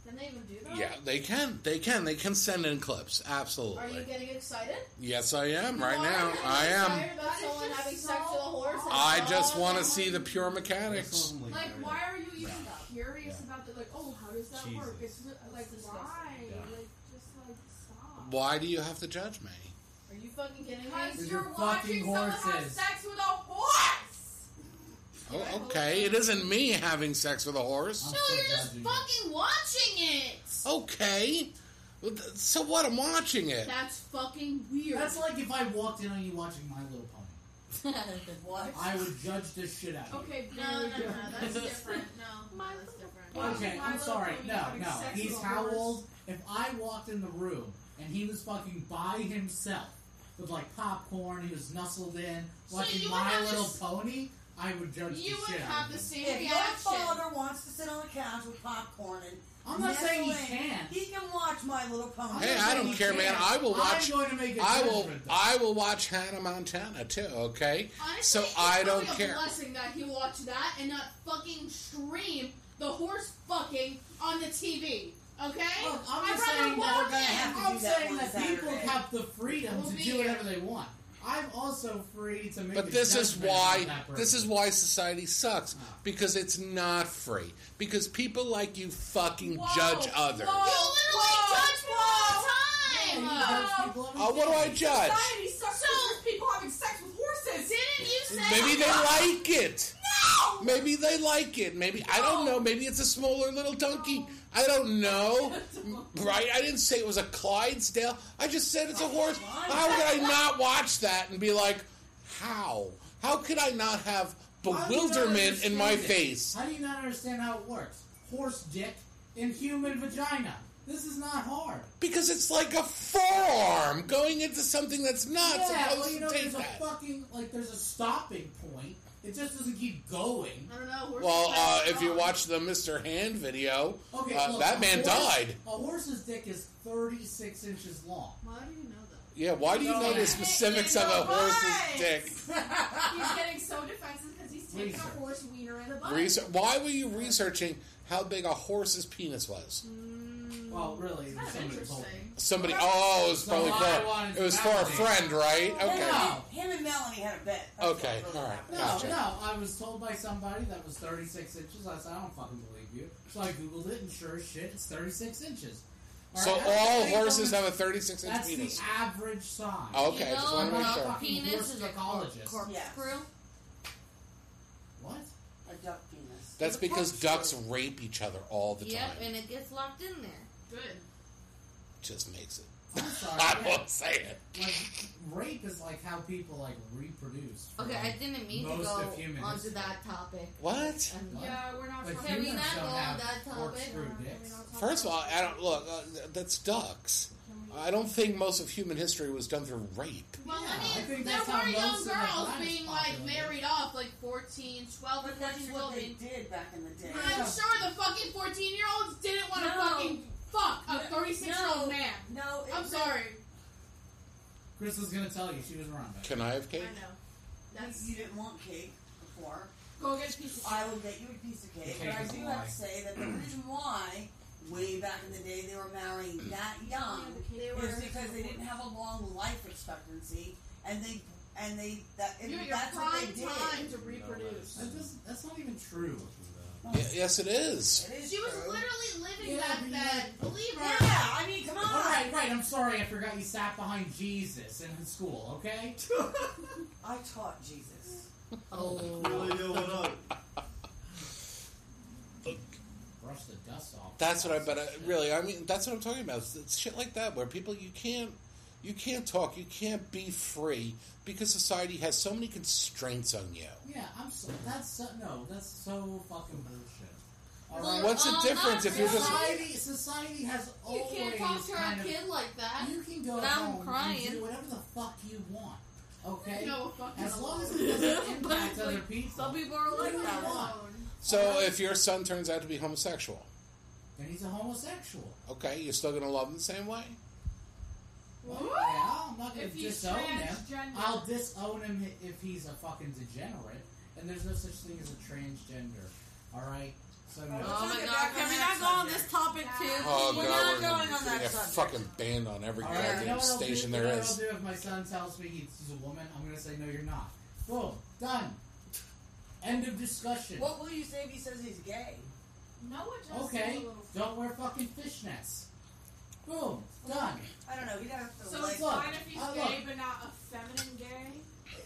Can they even do that?
Yeah, they can. They can. They can send in clips.
Are you
Absolutely.
getting excited?
Yes, I am right
You are
now.
getting
I am.
excited about
That is
someone
just
having sex
so
with a horse. and
I
it's
just
all
want to
about-
see the pure mechanics.
Like, why are you even
Yeah.
curious about that? Like, oh, how does that work? It's
Jesus.
re- like,
That's
why?
disgusting.
Yeah.
Like, just like stop.
Why do you have to judge me?
Are you fucking kidding me?
Because
These
you're
are
watching
fucking
someone have
horses.
sex with a horse.
Oh, okay. It isn't me having sex with a horse.
No, you're just fucking watching it.
Okay. Well, th- So what? I'm watching it.
That's fucking weird.
That's like if I walked in on you watching My Little Pony.
What?
I would judge the shit out of you.
Okay,
no, no, no,
very good.
that's different. No, no, that's
My-
different.
Okay,
My
I'm
Little
sorry.
Pony
No,
having
no.
sex
He's
with a
how
horse.
old? If I walked in the room and he was fucking by himself with like popcorn, he was nestled in,
So
watching
you would
My
have
Little
this-
Pony, I would judge
You
the
would
shit out
have
of
the
him.
same
If your
reaction.
father wants to sit on the couch with popcorn and
I'm not saying he
nestle in,
can't.
He can watch My Little
I'm
Pony.
Hey,
not
I
saying
don't
he
care, man.
can't.
I will watch-
I'm going to make a
I will.
judgment, though.
I will watch Hannah Montana too. Okay.
Honestly,
So
it's
I
probably
don't
a
care.
blessing that he watched that and not fucking stream the horse fucking on the TV. Okay?
Look, I'm
I'd rather
just saying that
watch
we're gonna
it.
have to
I'm
do that
saying
one
that
people
Saturday.
have the freedom
We'll
to
be
do whatever
here.
they want. I'm also free to make. a
But this is
judgment about
why
that person.
this is why society sucks
Ah.
because it's not free because people like you fucking
Whoa,
judge others.
You
whoa.
literally
Whoa,
judge me all the
Yeah, you
time.
judge people every
Uh, what do
day.
I judge?
Society sucks so, people having sex with horses.
Didn't you say
Maybe they like it.
No!
Maybe they like it. Maybe I don't know. Maybe it's a smaller little donkey. I don't know. Right? I didn't say it was a Clydesdale. I just said it's a horse. How could I not watch that and be like, how? How could I not have
How do you not
bewilderment in my
understand it?
face?
How do you not understand how it works? Horse dick and human vagina. This is not hard.
Because it's like a forearm going into something that's not
yeah,
supposed
well, you
to
know,
take
there's
that.
a fucking like there's a stopping point. It just doesn't keep going.
I don't know. Horses
Well, uh,
have
if you
dogs.
watch the Mr. Hand video,
Okay,
uh,
look,
that
a
man
horse-
died.
A horse's dick is 36 inches long.
Why do you know that?
Yeah, why do you
No.
know the specifics of a horse's dick?
He's getting so defensive because he's taking
Research.
a horse wiener in the butt.
Research. Why were you researching how big a horse's penis was?
Well, really,
Mm. That's kind of
somebody told me.
interesting.
Somebody. Oh, it was probably
So I wanted
for. It was for a
validate.
friend, right?
Him
Okay.
No.
and- Him and Melanie had a bet. That's
Okay,
what really
all right.
happened.
No,
Gotcha.
no, I was told by somebody that was 36 inches. I said, I don't fucking believe you. So I googled it, and sure as shit, it's 36 inches. All
So
right, that's
all
the thing,
horses
woman.
have a 36 inch
That's
penis.
the average size.
Okay,
You
just
know,
want to make
uh,
sure.
Fucking horse
penis is a cor-
gynecologist.
corkscrew.
Yes.
What?
A duck penis.
That's
a
because
corkscrew.
ducks rape each other all the
Yep,
time.
and it gets locked in there.
Good.
Just makes it
I'm sorry.
I
yeah.
won't say it.
Like rape is like how people like reproduce. for,
Okay, I
like,
didn't mean to
most
go
of human
onto
history.
that topic.
What?
And-
What?
Yeah, we're not
Like
talking
Can we
humans
not
don't
go on
have
that
forked
topic?
screw
Can we
dicks.
not talk
First of all,
about
I don't look. Uh, th- that's ducks.
it? Can we-
I don't think most of human history was done through rape.
Well,
Yeah, I
I mean,
think
there
that's
were
how
young
most of the
girls
black is
being like
populated.
married off, like 14, 12,
But
and 14
that's
year
what
old.
they did back in the day.
I'm sure the fucking 14 year olds didn't want to
No.
fucking fuck a
No.
36 year old
No.
man.
No, it
I'm
was-
sorry.
Chris was gonna tell you she was wrong. But
Can I have cake?
I know. That's
You didn't want cake before.
go get a piece of
I will get you a piece of cake,
The cake
but I
is a
do
lie.
have to say that the reason why, way back in the day, they were marrying that young
um,
They
is because they didn't have a long life expectancy, and they and they that and
You're in your
that's what
prime
they did.
time to reproduce.
that doesn't, that's not even true.
Y- yes, it is.
It is
She was
true.
literally living
Yeah,
back
but you
then.
like-
Believe
Yeah,
her.
I mean, come on.
All right, right. I'm sorry. I forgot you sat behind Jesus in school. Okay.
I taught Jesus.
Really
Oh,
deal with up.
Brush the dust off.
That's what I. But I, really, I mean, that's what I'm talking about. It's, it's shit like that where people you can't, you can't talk, you can't be free because society has so many constraints on you.
Yeah, I'm so. That's so, no. That's so fucking bullshit. All
Well,
right.
What's
Um,
the difference if you're just?
society? Society has
You
always
can't talk to
kind
our
of
kid like that.
You can go
Without
home
crying.
and do whatever the fuck you want. Okay?
No fucking
As long as
alone.
it
But
doesn't
it's
impact other
like,
people,
some people are like
Leave
that.
me alone.
Uh-huh.
So if your son turns out to be homosexual,
then he's a homosexual.
okay, you're still gonna love him the same way.
Well, yeah, I'm not gonna
If he's
disown him.
transgender,
I'll disown him i- if he's a fucking degenerate. And there's no such thing as a transgender. Alright? So no.
Oh my
Let's
god,
not get back
can
on
we
that
not go on
subject.
this topic too?
Oh
we're
god,
not
we're
going
gonna
on that
get
subject.
fucking banned on every
Alright, you know
goddamn
what I'll
station
do, you
there
know
is.
What I'll do if my son tells me he's, he's a woman, I'm gonna say no, you're not. Boom, done. End of discussion.
What will you say if he says he's gay?
No, it does
Okay,
seem a little-
don't wear fucking fishnets. Boom, done.
I don't know. He'd have to
So
like.
it's
Look,
fine if he's
I
gay,
look.
but not a feminine gay.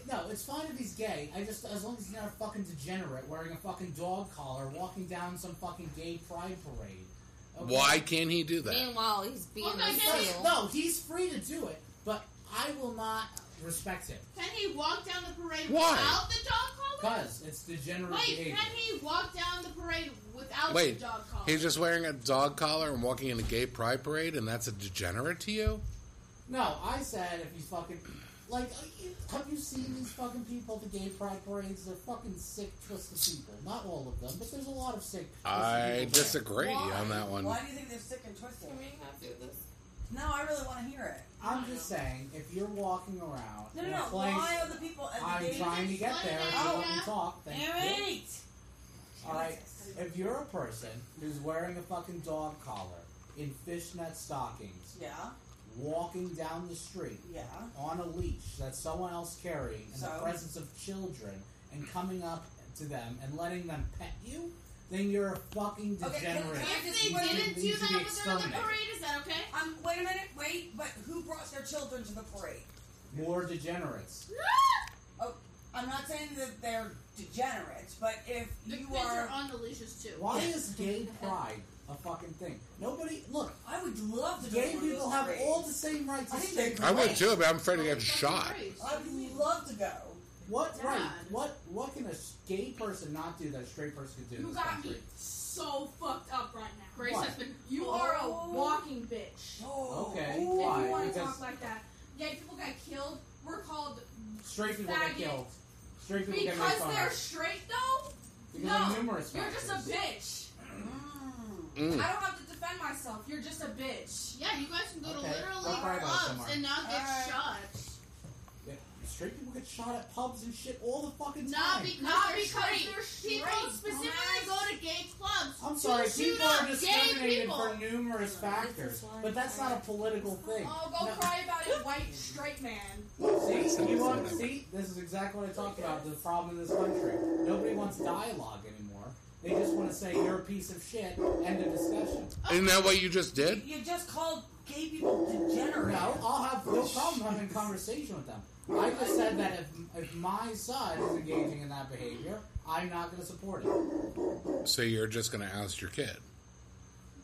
No, it's fine if he's gay. I just as long as he's not a fucking degenerate wearing a fucking dog collar walking down some fucking gay pride parade. Okay?
Why can't he do that?
Meanwhile, he's being
Well,
a
no,
No,
heel.
No, he's free to do it, but I will not respect him
Can he walk down the parade
Why?
without the dog collar?
because it's degenerate
Wait,
behavior.
can he walk down the parade without
Wait,
the dog collar?
He's just wearing a dog collar and walking in a gay pride parade, and that's a degenerate to you?
No, I said if he's fucking like, uh, you- have you seen these fucking people at the gay pride parades? They're fucking sick, twisted people. Not all of them, but there's a lot of sick. Twisted
I
people there.
disagree on that one.
Why do you think they're sick and twisted?
Can we not do this?
No, I really want to hear it.
I'm just saying, if you're walking around
No, no,
in
no.
a place,
Why are the people at the
I'm
gay?
trying to get there.
Oh.
I can talk. Thank you.
Eric!
All right. If you're a person who's wearing a fucking dog collar in fishnet stockings,
Yeah,
walking down the street
yeah.
on a leash that someone else carrying in
So?
the presence of children and coming up to them and letting them pet you, then you're a fucking
Okay, can-
degenerate.
can-
if they
You need to-
didn't do
you need to be
that without the
exterminated.
parade, is that okay?
Um, wait a minute, wait, but who brought their children to the parade?
More degenerates.
I'm not saying that they're degenerates, but if
The
you
kids
are,
on the leashes too.
Why is gay pride a fucking thing? Nobody, look,
I would love to. go
gay
to one of
people
those
have
parades.
all the same rights
I
as
think they're
straight
I would
Right.
too, but I'm afraid to
Fucking
get shot.
parades.
I would love to go.
What
Dad.
right? What what can a s- gay person not do that a straight person could do? in
You
this
got
country?
me so fucked up right now.
Grace
Why?
has been.
You
Oh.
are a walking bitch.
Oh,
Okay,
If
why?
you want to
Because-
talk like that, gay people got killed. We're called
Straight people
Faggot.
get killed. Straight people get made
because
fun
they're
of.
straight though.
Because
no,
of numerous
you're
factors.
just a bitch.
Mm.
I
Mm.
don't have to defend myself. You're just a bitch.
Yeah, you guys can go to
Okay,
literally
I'll cry about it
clubs
tomorrow.
and not get
Alright.
shot.
Yeah, straight people get shot at pubs and shit all the fucking
Not
time.
because,
Not
they're,
because
straight.
they're straight,
People specifically
dumbass.
go to gay clubs.
I'm
to
sorry,
shoot
people are
up gay
discriminated
people.
for numerous factors, but that's not a political thing.
Oh, go
No,
cry about it, white straight man.
See, you want, see, this is exactly what I talked about. The problem in this country: nobody wants dialogue anymore. They just want to say you're a piece of shit. End of discussion.
Isn't that what you just
You,
did?
Mm. you just called gay people degenerates.
No, I'll have no problem having a conversation with them. I just said that if, if my son is engaging in that behavior, I'm not going to support it.
So you're just going to oust your kid.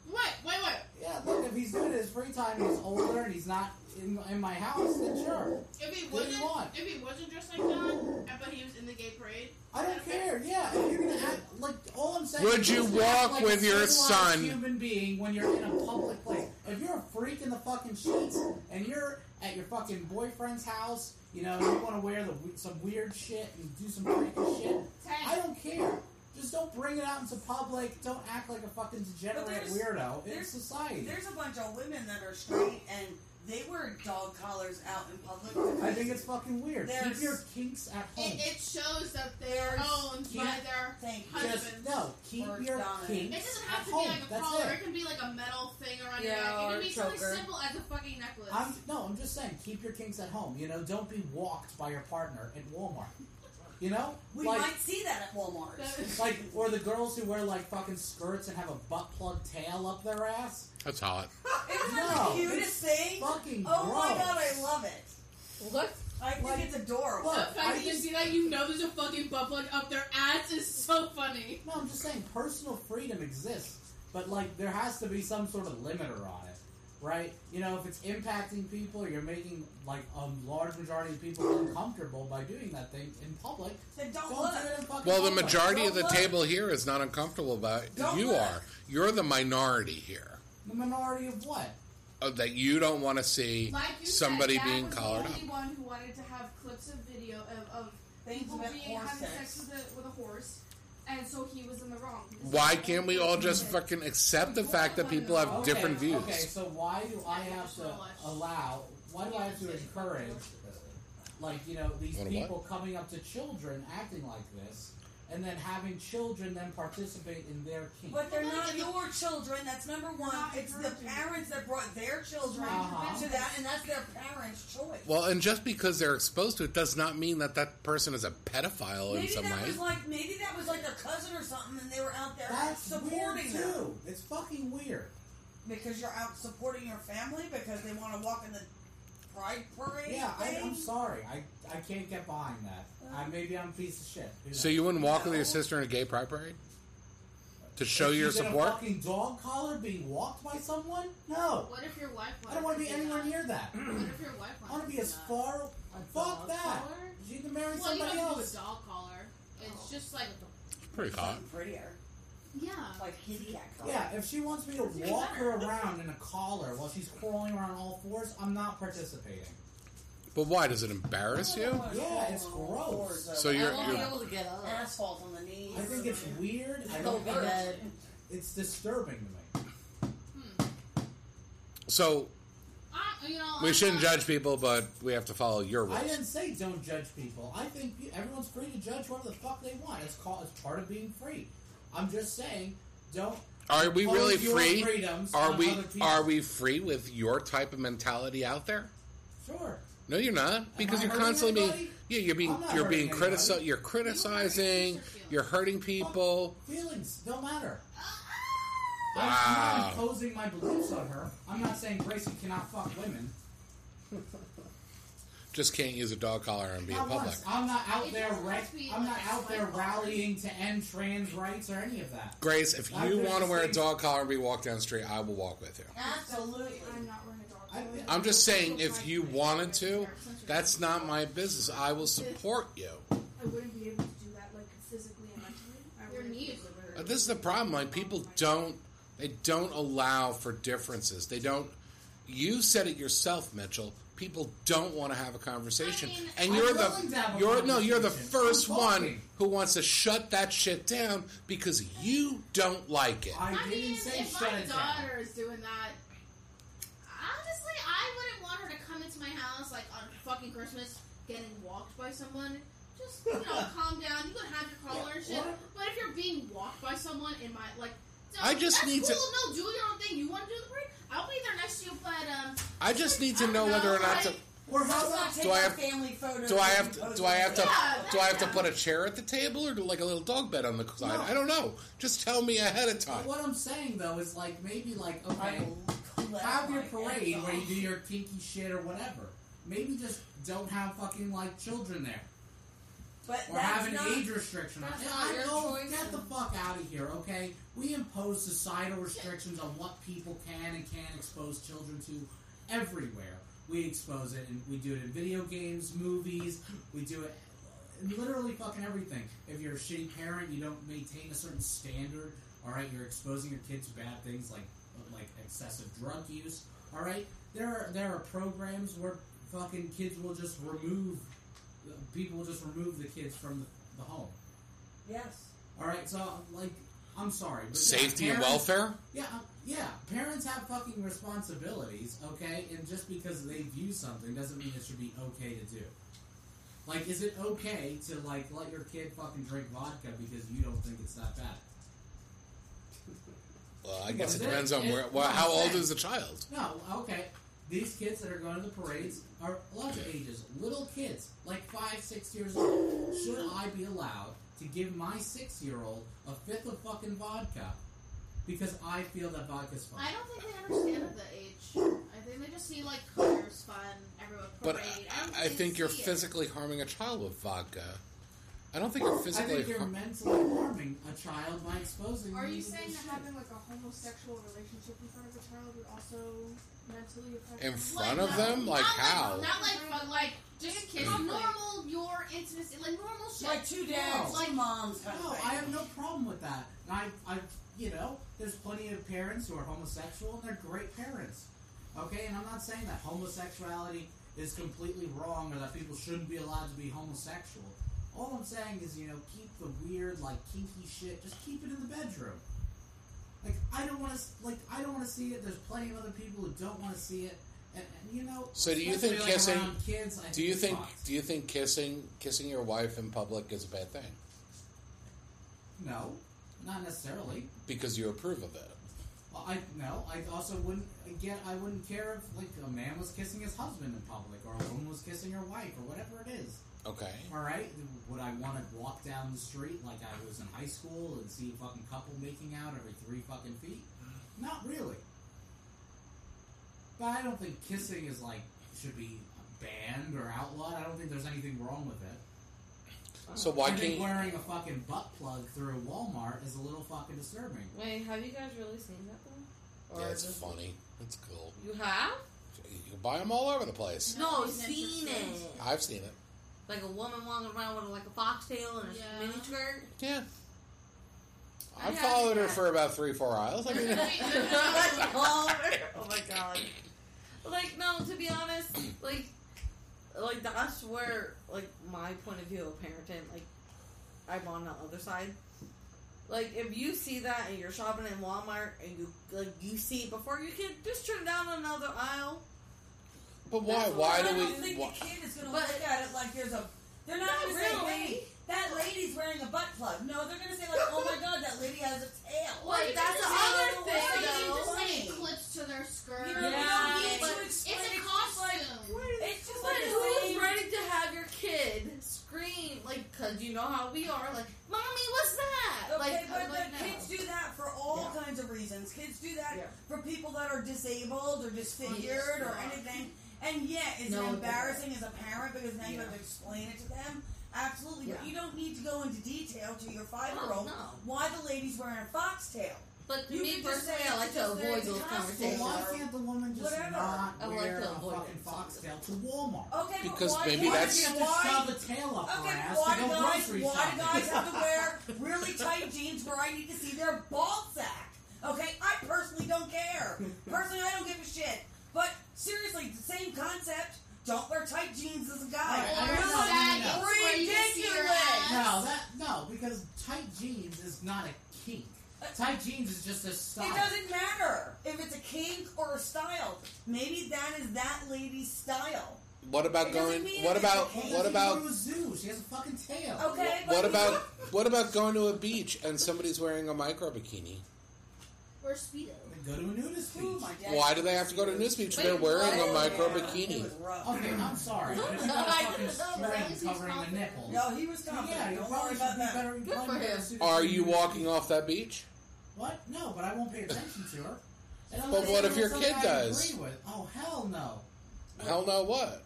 Wait, wait, wait.
Yeah, look, if he's doing it in his free time, he's older and he's not in, in my house, then sure.
If he
What do you
wasn't,
want?
if he wasn't dressed like that, and- but he was in the gay parade.
I don't care. Yeah, if you're gonna act like all I'm saying.
Would
is
you
just act
walk
like
with
a
your
civilized
son?
Human being, when you're in a public place, if you're a freak in the fucking sheets and you're at your fucking boyfriend's house, you know you want to wear the, some weird shit and do some freaky shit. I don't care. Just don't bring it out into public. Don't act like a fucking degenerate
there's-
weirdo in
there's-
society.
There's a bunch of women that are straight and they wear dog collars out in public.
I think it's fucking weird. Keep
There's-
your kinks at home.
It, it shows that they're
There's-
owned by
can't
their.
Thank you.
Husband.
Just no. Keep
Or
your
dominant.
It
kinks
doesn't
at
have to be
home.
like a
That's
collar.
it.
It. can be like a metal thing around your
Yeah,
neck. It
or
can
a
be something
choker.
simple as a fucking necklace.
I'm no, I'm just saying, keep your kinks at home. You know, don't be walked by your partner at Walmart. You know,
We
like
might see that at Walmart.
That-
like or the girls who wear like fucking skirts and have a butt plug tail up their ass.
That's hot.
Isn't
No,
that the cutest thing? Oh
Fucking
my
gross.
god, I love it.
Look,
I think
Like-
it's adorable.
Look,
the fact
I
that you
think-
see that, you know there's a fucking butt plug up their ass is so funny.
No, I'm just saying personal freedom exists, but like there has to be some sort of limiter on it, right? You know, if it's impacting people, you're making like a large majority of people uncomfortable by doing that thing in public.
Then don't,
Don't
look.
do it in fucking
Well, the
public.
majority of the
Don't look.
table here is not uncomfortable about it.
Don't
You
look.
are. You're the minority here.
The minority of what?
Uh, that you don't want to see
Like you
somebody
said, Dad
being
was
collared
the
up.
only one who wanted to have clips of video of, of
Things
people
about
being having sex
horses.
with a, with a horse, and so he was in the wrong. because
Why
he was
can't we all just
it.
fucking accept the fact that people have
Okay,
different
Okay,
views?
so why do I
Thank you
have
so
to
much.
allow? Why do I have to encourage, like you know, these
Wanna what?
people coming up to children acting like this, and then having children then participate in their kink?
But they're not your children. That's number one.
Not
It's the
encouraging.
parents that brought their children
Uh-huh.
to that, and that's their parents' choice.
Well, and just because they're exposed to it does not mean that that person is a pedophile in
maybe
some
that
way.
was like maybe that was like their cousin or something, and they were out there
That's
supporting
weird
them.
too. It's fucking weird.
because you're out supporting your family because they want to walk in the pride parade.
Yeah, I,
thing.
I'm sorry. I, I can't get behind that. I, maybe I'm a piece of shit. Who
So
knows?
you wouldn't walk with your
No.
sister in a gay pride parade to
If
show
you
your
get A
support?
fucking dog collar being walked by someone? No,
What if your wife?
I don't want to be
do
anywhere
that?
near that.
What if your wife?
I want to be as
do that?
far. Fuck
dog
that.
collar?
You can
Well,
marry
you
somebody
don't do a
else.
doll collar. It's just like
Pretty hot.
Something prettier,
yeah.
like kitty cat. Color.
Yeah, if she wants me to
Doesn't
walk her
matter.
around in a collar while she's crawling around all fours, I'm not participating.
But why does it embarrass you?
Yeah, it's gross.
So
I
you're,
won't be
you're
able to get up.
asphalt on the knees.
I think it's weird. I
Go
don't
to
think
bed.
it's disturbing to me.
so
I, you know,
we
I'm
shouldn't
not-
judge people, but we have to follow your
I
rules.
didn't say don't judge people. I think pe- everyone's free to judge whoever the fuck they want. It's called it's part of being free. I'm just saying, don't.
Are we
impose
really
your
free?
freedoms
Are
on
we
other people.
are we free with your type of mentality out there?
Sure.
No, you're not because
I
you're
hurting
constantly being
anybody?
yeah you're being
I'm not
you're
hurting
being critici-
anybody.
you're criticizing you're hurting people.
Feelings don't matter. I'm not
Wow.
imposing my beliefs on her. I'm not saying Gracie cannot fuck women.
Just can't use a dog collar and be in
Not
public.
once. I'm not out
It
there.
doesn't
Ra-
have to be
I'm not
like a
out there
swipe up.
rallying to end trans rights or any of that.
Grace, if
I'm
you
just
want to wear a
saying-
dog collar and be walked down the street, I will walk with you.
Absolutely.
I'm not wearing a dog
I-
collar.
I'm just saying,
Like,
if you
like,
wanted
like,
to,
like,
that's not my business. I will support you.
I wouldn't be able to do that like physically and mentally. I
Your
wouldn't be
knees
able to.
are
But this is the problem. Like people don't, they don't allow for differences. They don't. You said it yourself, Mitchell. People don't want to have a conversation,
I mean,
and
I'm
you're
willing to
the
have a
you're no you're the
conversation. I'm
first one
talking.
who wants to shut that shit down because you don't like it.
I,
I
didn't
mean,
say
if
shut
my
it down.
daughter is doing that, honestly, I wouldn't want her to come into my house like on fucking Christmas getting walked by someone. Just you know, calm down. You can have your collar and shit.
Yeah,
But if you're being walked by someone in my like, no,
I just
that's
need
cool.
to-
No, do your own thing. You want to do the parade? I'll be there next to you. But um,
I just need to
I
know
don't
whether or not to
like,
Or how about
Do
taking
I have-
family photos?
do I
and
have to,
posting
do I have to
Yeah,
do I have to
yeah.
put a chair at the table or do like a little dog bed on the side? I don't know. Just tell me ahead of time.
But what I'm saying though is like maybe like
them? I
okay,
will collect
have your
my
parade
ass
where you
off.
do your kinky shit or whatever. Maybe just don't have fucking like children there.
But
or
that's
have an
not,
age restriction on
that's
it.
not
I
your
know,
choice.
get the fuck out of here, okay? We impose societal restrictions on what people can and can't expose children to everywhere. We expose it, and we do it in video games, movies, we do it in literally fucking everything. If you're a shitty parent, you don't maintain a certain standard, alright? You're exposing your kids to bad things like like excessive drug use, alright? There are, there are programs where fucking kids will just remove people will just remove the kids from the, the home.
Yes.
All right, so like, I'm sorry, but
Safety
yeah,
and
parents-
welfare?
Yeah, uh, yeah. Parents have fucking responsibilities, okay? And just because they view something doesn't mean it should be okay to do. Like, is it okay to like let your kid fucking drink vodka because you don't think it's that bad?
Well, I guess it
Well,
depends
that-
on where.
it-
Well, how old
that-
is the child?
No, okay. These kids that are going to the parades are lots of ages. Little kids, like five, six years old. Should I be allowed to give my six year old a fifth of fucking vodka? Because I feel that vodka's fine.
I don't think they understand at the age. I think they just see like colors, fun, everyone
But
parade. I, don't
I, I think
they
you're
see it.
physically harming a child with vodka. I don't think you're
I
physically.
think you're
har-
mentally harming a child by exposing
Are
them
you
to
saying
this
that
shit.
having like a homosexual relationship in front of a child would also mentally affect
in
them?
front
Like,
of
no,
them? Like
not
how?
Like, not like, but like just
kidding.
kids. Normal, your intimacy, like normal shit.
Like two dads,
No.
two moms. kind of
No,
thing.
I have no problem with that. And I, I, you know, there's plenty of parents who are homosexual and they're great parents. Okay, and I'm not saying that homosexuality is completely wrong or that people shouldn't be allowed to be homosexual. All I'm saying is, you know, keep the weird, like kinky shit. Just keep it in the bedroom. Like I don't want to, like I don't want to see it. There's plenty of other people who don't want to see it, and, and you know.
So do you think
especially, like,
kissing-
around Kids, I
Do you
it's
think?
fucked.
Do you think kissing kissing your wife in public is a bad thing
No, not necessarily.
because you approve of it?
Well, I no. I also wouldn't again. I wouldn't care if like a man was kissing his husband in public, or a woman was kissing her wife, or whatever it is.
Okay.
All right, would I want to walk down the street like I was in high school and see a fucking couple making out every three fucking feet? Not really. But I don't think kissing is like should be banned or outlawed. I don't think there's anything wrong with it.
So why
I
can't?
think wearing a fucking butt plug through Walmart is a little fucking disturbing.
Wait, have you guys really seen that though?
yeah, it's
just-
funny. It's cool.
You have?
You can buy them all over the place.
No,
No, I've
seen
seen it.
it.
I've seen it.
Like a woman walking around with like a foxtail and a
Yeah.
mini skirt.
Yeah. I,
I had
followed her
that.
for about three, four aisles. I mean,
oh my god. Like no, to be honest, like like that's where like my point of view of parenting, like I'm on the other side. Like if you see that and you're shopping in Walmart and you like you see it before your kid, just turn down another aisle.
but why?
That's
Why
what
I
do
don't
we?
think
Why,
the kid is going to
But-
look at it like there's a. They're not,
Not
going to say,
really.
"Hey, that lady's wearing a butt plug." No, they're going to say like, "Oh my god, that lady has a tail."
Well,
Like,
you
that's
just
the
say-
other
or
thing,
You
though.
can just say
Funny.
clips to their skirt.
You know,
you don't need
but
to
it's
explain it.
a
It's
costume.
It's just
But
like the
who's
same-
ready to have your kid scream like? Cause you know how we are. Like, mommy, what's that?
Okay,
like,
but
I'm like, no.
the kids do that for all kinds of reasons. Kids do that
Yeah.
for people that are disabled or disfigured or
yeah.
anything. And yeah, is
No,
it
it's
embarrassing as a parent because now you
Yeah.
have to explain it to them? Absolutely,
Yeah.
but you don't need to go into detail to your five-year-old
no.
why the lady's wearing a foxtail.
But to
You
me
could just
personally,
say
I like to
it's just
avoid
their
those
costume.
conversations.
Well, why can't the woman just
Whatever.
not
I like
wear
to
a
avoid
fucking
it.
foxtail to Walmart?
Okay,
Because
but Oh, why,
maybe
why
that's-
you
do you
have to
why,
shove a tail up her
Okay,
ass
why
to
do
go
guys
grocery
why do
shopping.
guys have to wear really tight jeans where I need to see their ball sack? Okay, I personally don't care. Personally, I don't give a shit. But seriously, the same concept. Don't wear tight jeans as a guy.
Right, I
You're
don't
like
know.
Or a saggy where you see your
ridiculous.
ass.
No, that no, because tight jeans is not a kink. Tight jeans is just a style.
It doesn't matter if it's a kink or a style. Maybe that is that lady's style.
what about
It doesn't
going?
mean
What
it's
about?
okay.
What
She
about?
go to a zoo? She has a fucking tail.
Okay, but
What
we
about?
don't-
What about going to a beach and somebody's wearing a micro bikini?
Or speedo.
Then go to a nudist beach.
Ooh, my dad-
Why do they have to go to news beach? They're
Wait,
wearing a
what?
micro
Yeah, It
bikini.
was rough.
Okay, I'm sorry. There's not a
I
fucking
know,
but at least
string
he's
covering the
confident.
nipple.
No, he was confident.
yeah, you
don't
probably
worry
should
about
be
that.
better.
Good
probably
for
better
him.
suited
Are
to
you
nudist
walking
beach.
off that beach?
What? No, but I won't pay attention to her. And I'm
But
not
what
saying
if your
it's
kid
something I
does?
agree with. Oh hell no!
Hell no! What?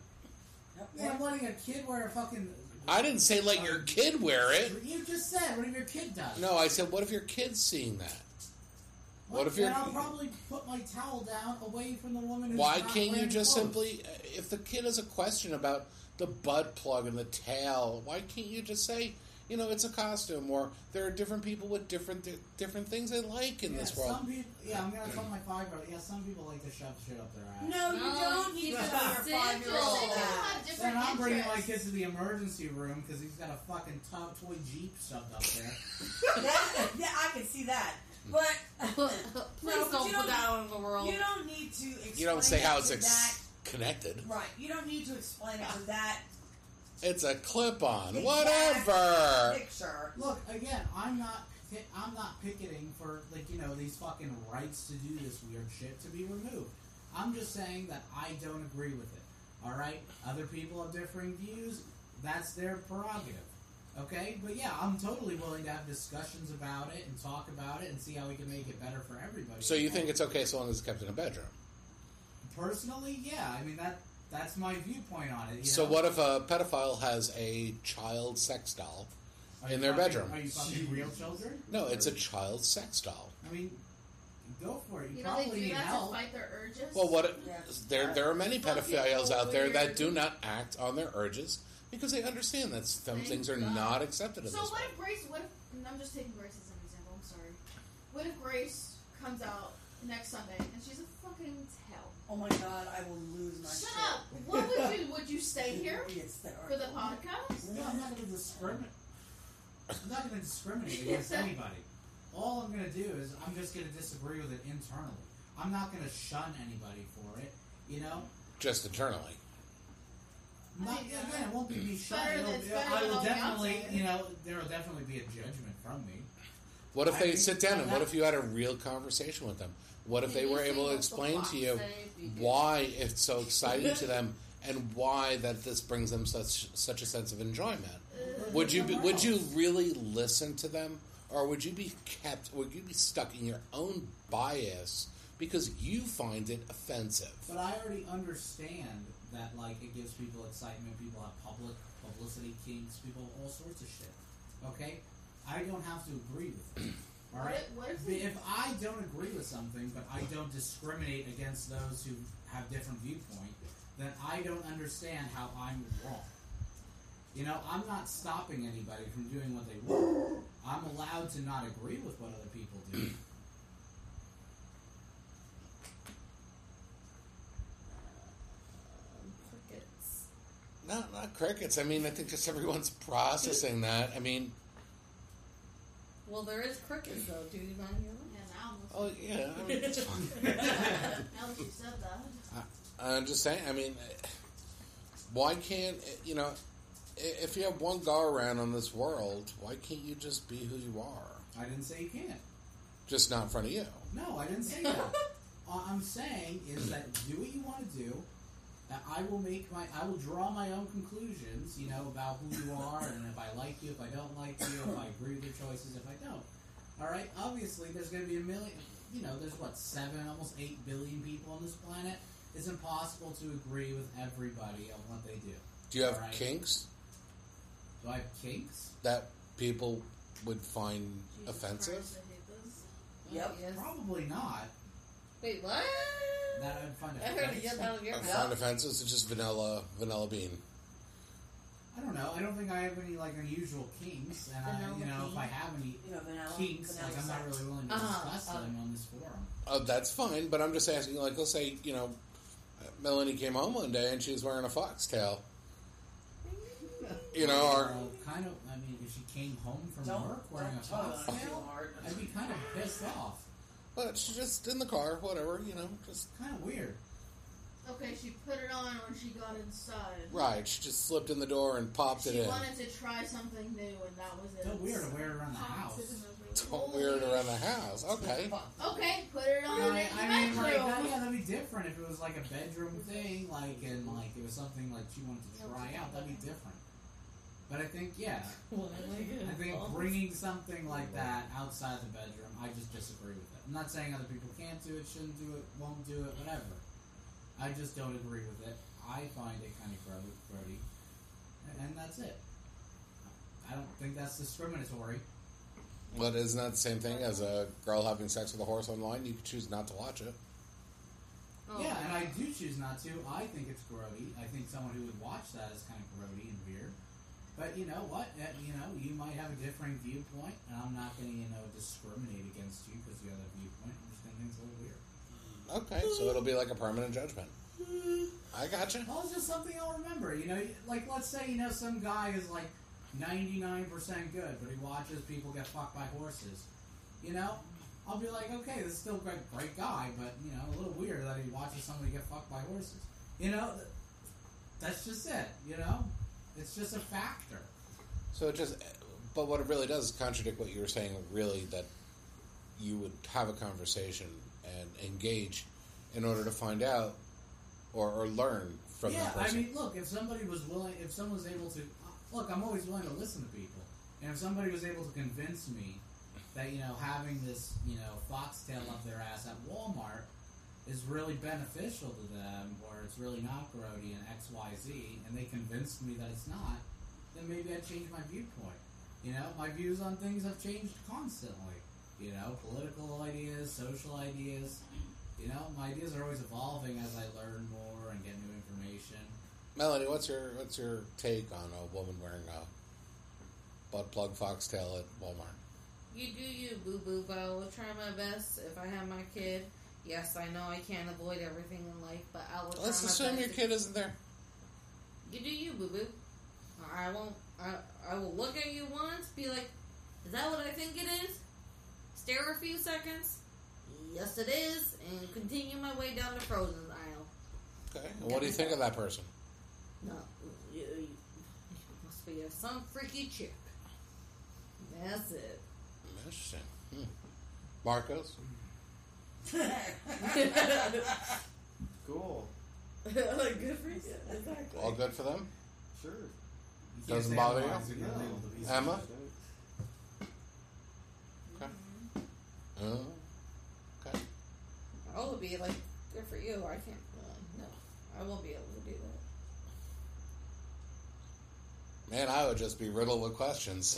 Yep.
Yeah, I'm letting a kid wear a fucking
I didn't say let your kid wear it.
You just said, what if your kid does?
No, I said, what if your kid's seeing that? What if
then
you're-
I'll probably put my towel down away from the woman who's
Why
not
can't you
wearing
just
clothes.
simply, if the kid has a question about the butt plug and the tail, why can't you just say, you know, it's a costume, or there are different people with different different things they like in
yeah,
this world?
Some people, yeah, I'm gonna tell my five brother. Yeah, some people like to shove shit up their ass.
No, you
No,
don't. You
keep
don't.
it
You're five years
simple.
old.
have
Then
different
I'm bringing my
interests.
kids to the emergency room because he's got a fucking top toy jeep shoved up there.
That- yeah, I can see that. But
Please
but
don't
you
put
don't-
that out in the world.
you don't need to explain
you don't say
it
how
to
it's
that.
ex- connected.
Right. You don't need to explain it to that
It's a clip on.
Exact-
Whatever.
picture.
Look again. I'm not. pi- I'm not picketing for like you know these fucking rights to do this weird shit to be removed. I'm just saying that I don't agree with it. All right. Other people have differing views. That's their prerogative. Okay. But yeah, I'm totally willing to have discussions about it and talk about it and see how we can make it better for everybody.
So you think it's okay so long as it's kept in a bedroom?
personally? Yeah. I mean that. That's my viewpoint on it. you
So
know?
what if a pedophile has a child sex doll?
Are you
in their
fucking-
bedroom?
Are you fucking real children?
No, it's a child sex doll.
I mean, go for it. You,
You know
probably
they do
need
that
help.
to fight their urges.
Well, what if-
Yeah.
there there are many
Fucking
pedophiles out there that
weird.
do not act on their urges because they understand that some
Thank
things are
God.
not accepted in
So
this
what
world.
if Grace? What if? And I'm just taking Grace as an example. I'm sorry. What if Grace comes out next Sunday and she's a fucking tell?
Oh my god, I will lose my
Shut
shit.
up! What would you? Would you stay here
It's
for the podcast?
No, I'm not going to discriminate. I'm not going to discriminate against anybody. All I'm going to do is I'm just going to disagree with it internally. I'm not going to shun anybody for it. You know,
Just internally.
not,
yeah.
again, it won't be me shun.
better
It'll
than-
be-
it's better
I
than
will
on the
definitely,
outside.
you know, there will definitely be a judgment from me.
What if
I
they
think
sit down
that-
and what if you had a real conversation with them? What if they
Can you
were
say
able
what
to
the
explain
fox
to you
said?
why it's so exciting to them and why that this brings them such such a sense of enjoyment? Would you be, would you really listen to them, or would you be kept? Would you be stuck in your own bias because you find it offensive?
But I already understand that, like, it gives people excitement. People have public publicity kinks. People have all sorts of shit. Okay, I don't have to agree with it. All
What
right.
if- what if
But
we-
If I don't agree with something, but I don't discriminate against those who have different viewpoint, then I don't understand how I'm wrong. You know, I'm not stopping anybody from doing what they want. I'm allowed to not agree with what other people do.
Crickets.
Not not crickets. I mean, I think just everyone's processing that. I mean,
Well, there is crickets though. Do you not hear them?
Yeah, now,
oh yeah. I mean, it's fine.
now that you said that,
I'm just saying. I mean, why can't you know? i- If you have one go around on this world, why can't you just be who you are?
I didn't say you can't.
Just not in front of you.
No, I didn't say that. All I'm saying is that do what you want to do. That I will make my, I will draw my own conclusions. You know about who you are, and if I like you, if I don't like you, if I agree with your choices, if I don't. All right. Obviously, there's going to be a million. You know, there's what seven, almost eight billion people on this planet. It's impossible to agree with everybody on what they do.
Do you have
Right.
kinks
Do I have kinks?
that people would find
Jesus
offensive?
Christ, I hate this.
Yep.
Yes.
Probably not.
Wait, what?
That I'd find
I heard it
offensive.
get out of your
I
mouth.
found offensive is just vanilla vanilla bean.
I don't know. I don't think I have any like unusual kinks, and I, you
Vanilla
know, if I
kink.
have any
You know, vanilla.
kinks,
vanilla
like I'm not
sex.
really willing to
Uh-huh,
discuss
uh-huh.
them on this forum.
Oh, that's fine, but I'm just asking. Like, let's say you know, Melanie came home one day and she was wearing a foxtail. You know, or
Well, kind of. I mean, if she came home from
Don't,
work wearing
don't
a
tug on it too
foxtail,
hard.
I'd be kind of pissed off.
but she's just in the car, whatever. You know, just
Kind of weird.
Okay, she put it on when she got inside.
right. She just slipped in the door and popped
She
it in.
wanted to try something new, and that was it.
Still weird to wear it around the house.
Don't wear it around the house. Okay,
Okay, put it
Yeah,
on in
I,
the
I mean, like,
bedroom.
that, yeah, that'd be different if it was like a bedroom thing, like, and like it was something like she wanted to try out. That'd be different. But I think, yeah, I think bringing something like that outside the bedroom, I just disagree with it. I'm not saying other people can't do it, shouldn't do it, won't do it, whatever. I just don't agree with it. I find it kind of grody, grody and that's it. don't think that's discriminatory.
But isn't that the same thing as a girl having sex with a horse online? You could choose not to watch it.
Oh,
Yeah, and I do choose not to. I think it's grody. I think someone who would watch that is kind of grody and weird. But you know what? Uh, You know, you might have a differing viewpoint, and I'm not going to, you know, discriminate against you because you have a viewpoint. I'm just going to think it's a little weird.
Okay, so it'll be like a permanent judgment. I gotcha.
Well, it's just something I'll remember. You know, like let's say you know some guy is like 99% good, but he watches people get fucked by horses. You know, I'll be like, okay, this is still a great, great guy, but you know, a little weird that he watches somebody get fucked by horses. You know, th- that's just it. You know, it's just a factor.
So it just, but what it really does is contradict what you were saying. Really, that you would have a conversation and engage in order to find out or, or learn from
yeah,
that person.
I mean, look, if somebody was willing, if someone was able to, look, I'm always willing to listen to people. And if somebody was able to convince me that, you know, having this, you know, foxtail up their ass at Walmart is really beneficial to them or it's really not grody and XYZ, and they convinced me that it's not, then maybe I'd change my viewpoint. You know, my views on things have changed constantly. You know, political ideas, social ideas. You know, my ideas are always evolving as I learn more and get new information.
Melanie, what's your what's your take on a woman wearing a butt plug foxtail at Walmart?
You do you, boo boo bo. I'll try my best if I have my kid. Yes, I know I can't avoid everything in life, but I will. Try
Let's
my
assume
best
your
to-
kid isn't there.
You do you, boo boo. I won't. I, I will look at you once, be like, "Is that what I think it is?" Stare a few seconds. Yes, it is, and continue my way down the frozen aisle.
Okay. And what do you think of that person?
No, you, you must be some freaky chick. That's it.
Interesting. Hmm. Marcos.
Cool.
Good for you. Exactly.
All good for them.
Sure.
You can't
Doesn't
say
bother Um,
otherwise,
you?
you're gonna
No.
label the piece of
Emma?
shit.
Okay. Oh. Okay.
I will be like, good for you. I can't. Uh, no, I won't be able to do that.
Man, I would just be riddled with questions.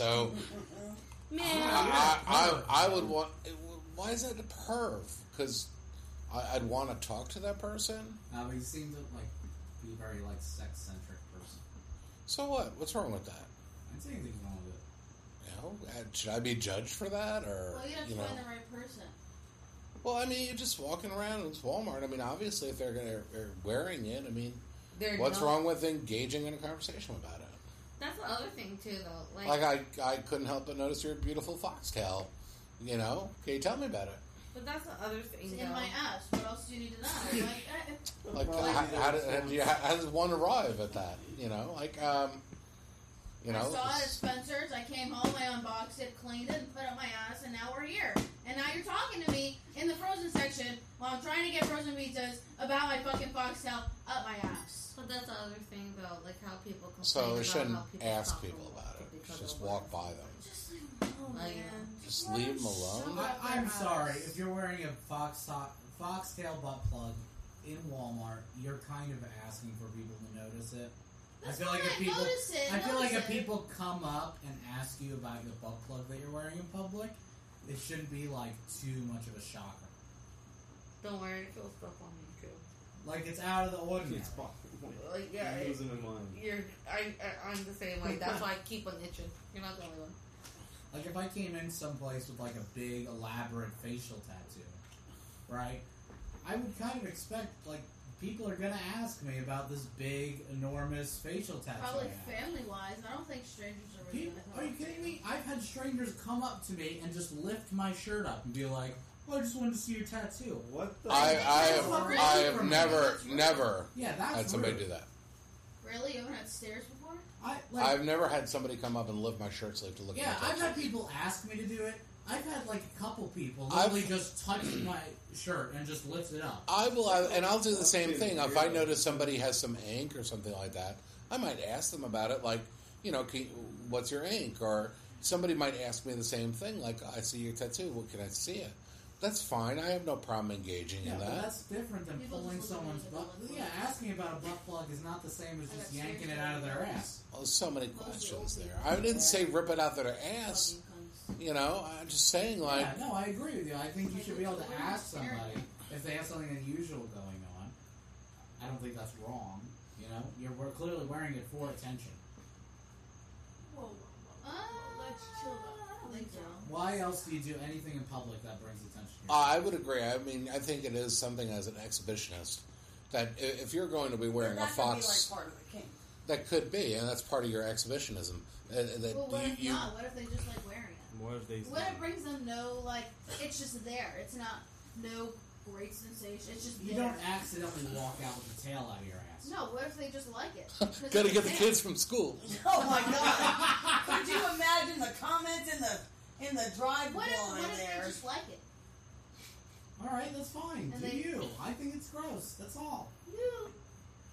So
Man,
I, I, I would want. it would- Why is that a perv? Because I'd want to talk to that person.
Uh, but you seem to like be a very like sex centric person.
So what? What's wrong with that?
I'd say anything's wrong with it.
You know, uh, should I be judged for that, or
Well, you have to
you know?
find the right person.
Well, I mean, you're just walking around. It's Walmart. I mean, obviously, if they're gonna they're wearing it, I mean,
They're
what's
not-
wrong with engaging in a conversation about it?
That's the other thing too, though. Like,
Like, I I couldn't help but notice your beautiful foxtail. You know, can you tell me about it?
but that's the other thing.
It's
though.
in my ass. What else do you need to know? Like, eh,
Like,
Probably
how,
do
how,
that
did, how, do you, how does one arrive at that? You know, like, um, you know,
I saw it at
it's-
Spencer's. I came home. I unboxed it, cleaned it, and put it up my ass, and now we're here. And now you're talking to me in the frozen section while I'm trying to get frozen pizzas about my fucking foxtail up my ass.
But that's the other thing, though. Like how people complain
so
about
you shouldn't
how people
ask
stop
people
them
about it.
because
Just
of
walk
work.
by them.
Just leave them alone,
I know.
man.
Just
let
leave 'em
suck
alone?
up
I, I'm
their
sorry
ass.
if you're wearing a fox foxtail butt plug in Walmart. You're kind of asking for people to notice it.
That's
I feel like
fine,
if people,
notice it,
I feel like
notice
if
it.
people come up and ask you about your butt plug that you're wearing in public, it shouldn't be like too much of a shocker.
Don't worry, it feels stuff on me too.
Like it's out of the ordinary.
It's fucking
Like yeah,
I'm
it,
losing my mind.
you're. I, I I'm the same. Like that's why I keep on itching. You're not the only one.
Like if I came in someplace with like a big elaborate facial tattoo, right? I would kind of expect like people are gonna ask me about this big enormous facial tattoo.
Probably
I have.
family wise, I don't think strangers are really
People,
gonna
are you
talk to
kidding me? I've had strangers come up to me and just lift my shirt up and be like, "Well, I just wanted to see your tattoo."
What the?
I, I
That's
have,
what really
I have
for me.
never, never
Yeah, that's
had somebody do
rude.
that.
Really? You haven't had stairs before?
I like,
I've never had somebody come up and lift my shirt sleeve to look
yeah,
at my
I've
tattoo.
had people ask me to do it. I've had like a couple people
I've-
literally just touch my shirt and just lift it up.
I will, I, and I'll do the same
Dude,
thing. If I
weirdo.
notice somebody has some ink or something like that, I might ask them about it. Like, you know, can, what's your ink? Or somebody might ask me the same thing. Like, I see your tattoo. What can I see it? That's fine. I have no problem engaging
Yeah,
in
but
that.
that's different than
People
pulling
just look at
someone's
it
butt.
and they're
Yeah,
like-
asking about a butt plug is not the same as
I
just
got
yanking it
serious
out of their
problems.
ass.
Oh, so many
Mostly
questions
old
there.
people.
I didn't say rip it out their ass. You know, I'm just saying, like,
yeah, no, I agree with you. I think you
Like,
should be able to
we're
ask
scared.
somebody if they have something unusual going on. I don't think that's wrong. You know, you're we're clearly wearing it for attention.
Whoa, whoa, whoa.
Uh,
Let's chill out.
Ah,
I don't think so.
Why else do you do anything in public that brings attention? to
I would agree. I mean, I think it is something as an exhibitionist that i- if you're going to be wearing a
that could be like
fox,
part of the king.
that could be, and that's part of your exhibitionism. Uh, uh, that
Well, what
you-
if
you-
not? What if they just like wearing it?
What if they?
What if it brings them no like? It's just there. It's not no great sensation. It's just
You
there.
don't accidentally walk out with the tail out of your ass.
No. What if they just like it? 'Cause
Gotta
it's
get the
there.
kids from school.
Oh my god! Could you imagine the comments in the in the drive
What if
line
what if
there?
they just like it?
All right, that's fine.
And
do
they-
you? I think it's gross. That's all.
You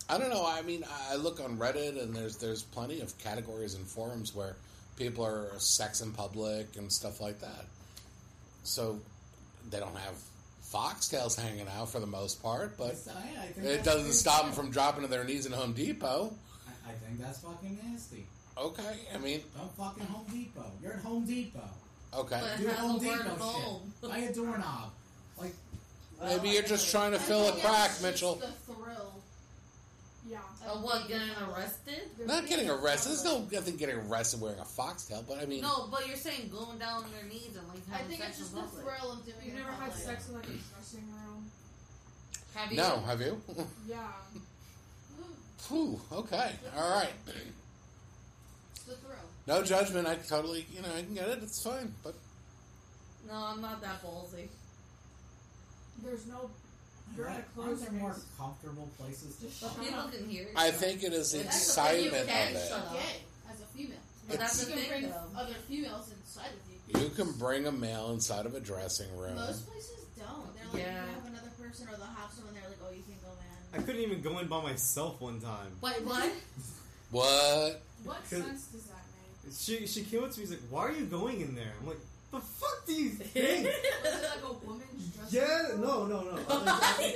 I don't know. I mean, I I look on Reddit, and there's there's plenty of categories and forums where people are sex in public and stuff like that. So they don't have foxtails hanging out for the most part, but
It's- uh, I- I think
it
that's
doesn't
pretty
stop them
gross.
from dropping to their knees in Home Depot.
I, I think that's fucking nasty.
Okay, I mean,
Don't fucking Home Depot. You're at Home Depot.
okay.
But-
Do
Has
Home
the word
Depot
home.
shit. Buy a doorknob. Like,
Maybe you're just trying to
Oh, I
fill a
think
crack,
it's just
Mitchell.
The thrill.
Yeah.
Of Uh, what, getting arrested?
Not getting arrested. There's no nothing getting arrested wearing a foxtail, but I mean,
No, but you're saying going down on your knees and like
I
having
think it's
sex
just
in
the
public.
thrill of doing
You
it.
never
in
had
public.
sex in like a dressing room?
Have you?
no, have you?
Yeah.
Phew, okay, all right.
It's the thrill.
No judgment. I totally, you know, I can get it. It's fine, but
No, I'm not that ballsy.
There's no. You're at a
aren't
closed
there more
space.
comfortable places to
Just
shut
shut
People can hear.
I think it is the
That's
the thing, you
excitement
can
of it.
shut up.
Gay as a female.
But that's
you
the
can
thing,
bring
though.
other females inside with you.
You can bring a male inside of a dressing room.
Most places don't. They're like,
Yeah.
you have another person, or they'll have someone there, like, oh, you can go
I
in.
couldn't even go in by myself one time.
Wait, what?
What?
What
Could-
sense does that make?
She she came up to me she's like, "Why are you going in there?" I'm like, "The fuck do you think?"
Was it like a woman's dressing
yeah,
room?
no, no, no. I think-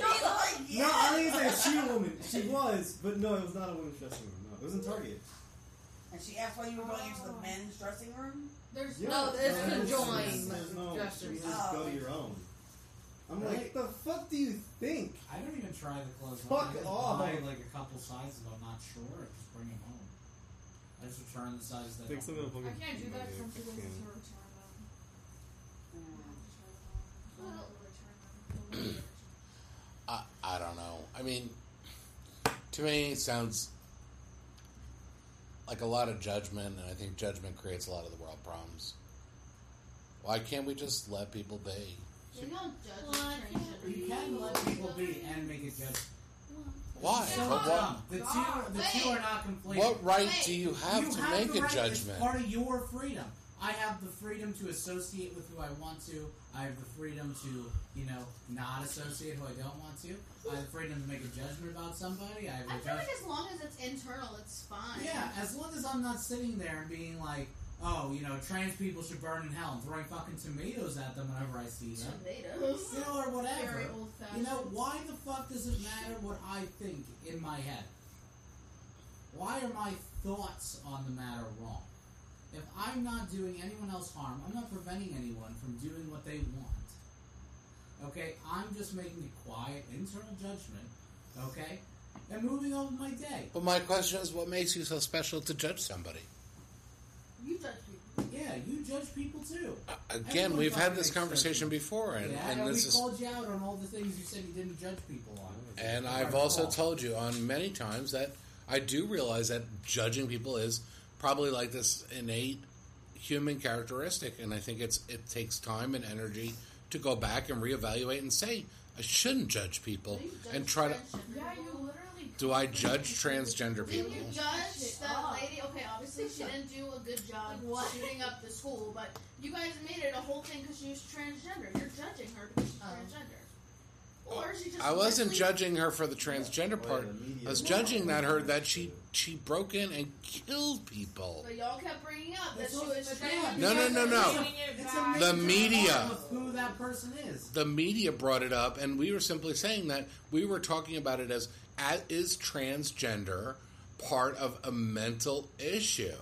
No, I think it's like she a woman. She was, but no, it was not a woman's dressing room. No, it was in Target.
And she asked why you were going into the men's dressing room.
There's
Yeah,
No, Oh, it's
it was-
conjoined
there's No,
dressing
you
room.
just go your own. I'm like,
Right.
the fuck do you think?
I don't even try the clothes. on.
Fuck
I just
off.
buy like a couple sizes. if I'm not sure. I just bring them home. I just return the size that.
Think
don't
something
work.
will
I can't do that because I'm too lazy to
Yeah.
return them.
Mm.
I
Well-
have to try them on. I will return them. I will return them.
I, I don't know. I mean, to me, it sounds like a lot of judgment, and I think judgment creates a lot of the world problems. Why can't we just let people be?
You don't judge
Well, I
the transition.
can't
You can let people be and make a judgment.
Why?
So
But what,
dumb. The two, the two
Wait.
are not complete.
what right
Wait.
do you have
you
to
have
make
the
a
right,
judgment?
It's part of your freedom. I have the freedom to associate with who I want to. I have the freedom to, you know, not associate who I don't want to. I have the freedom to make a judgment about somebody. I have
I
the
feel
judgment.
like as long as it's internal, it's fine.
Yeah, as long as I'm not sitting there and being like, oh, you know, trans people should burn in hell and throwing fucking tomatoes at them whenever I see them.
Tomatoes.
You know, or
Very
whatever.
old fashioned.
You know, why the fuck does it matter what I think in my head? Why are my thoughts on the matter wrong? If I'm not doing anyone else harm, I'm not preventing anyone from doing what they want. Okay? I'm just making a quiet internal judgment, okay? And moving on with my day.
But my question is, what makes you so special to judge somebody?
You judge people.
Yeah, you judge people too.
Uh, Again,
Everyone's
we've had
on
this
the next
conversation
session.
before, and,
yeah,
and this
we
is
called you out on all the things you said you didn't judge people on.
And
Right
I've
or
also
wrong.
told you on many times that I do realize that judging people is probably like this innate human characteristic, and I think it's it takes time and energy to go back and reevaluate and say I shouldn't judge people
You judge
and try to.
transgender
Yeah, you
people.
literally.
Do I judge transgender
Did
people?
you
Shit
judge that
up.
lady? Okay, obviously she didn't do a good job
Like what?
shooting up the school, but
Um,
you guys made it a whole thing because she was transgender. You're judging her because she's
Oh.
transgender. Or she just
I wasn't
literally-
judging her for the transgender
Oh, yeah,
part.
the media.
I was judging that her that she she broke in and killed people.
But y'all kept bringing up that
That's
she
what
was
it's
trans.
been.
No, no, no, no.
It's
back.
The media.
Of who that person is.
The media brought it up, and we were simply saying that we were talking about it as, as is transgender part of a mental issue.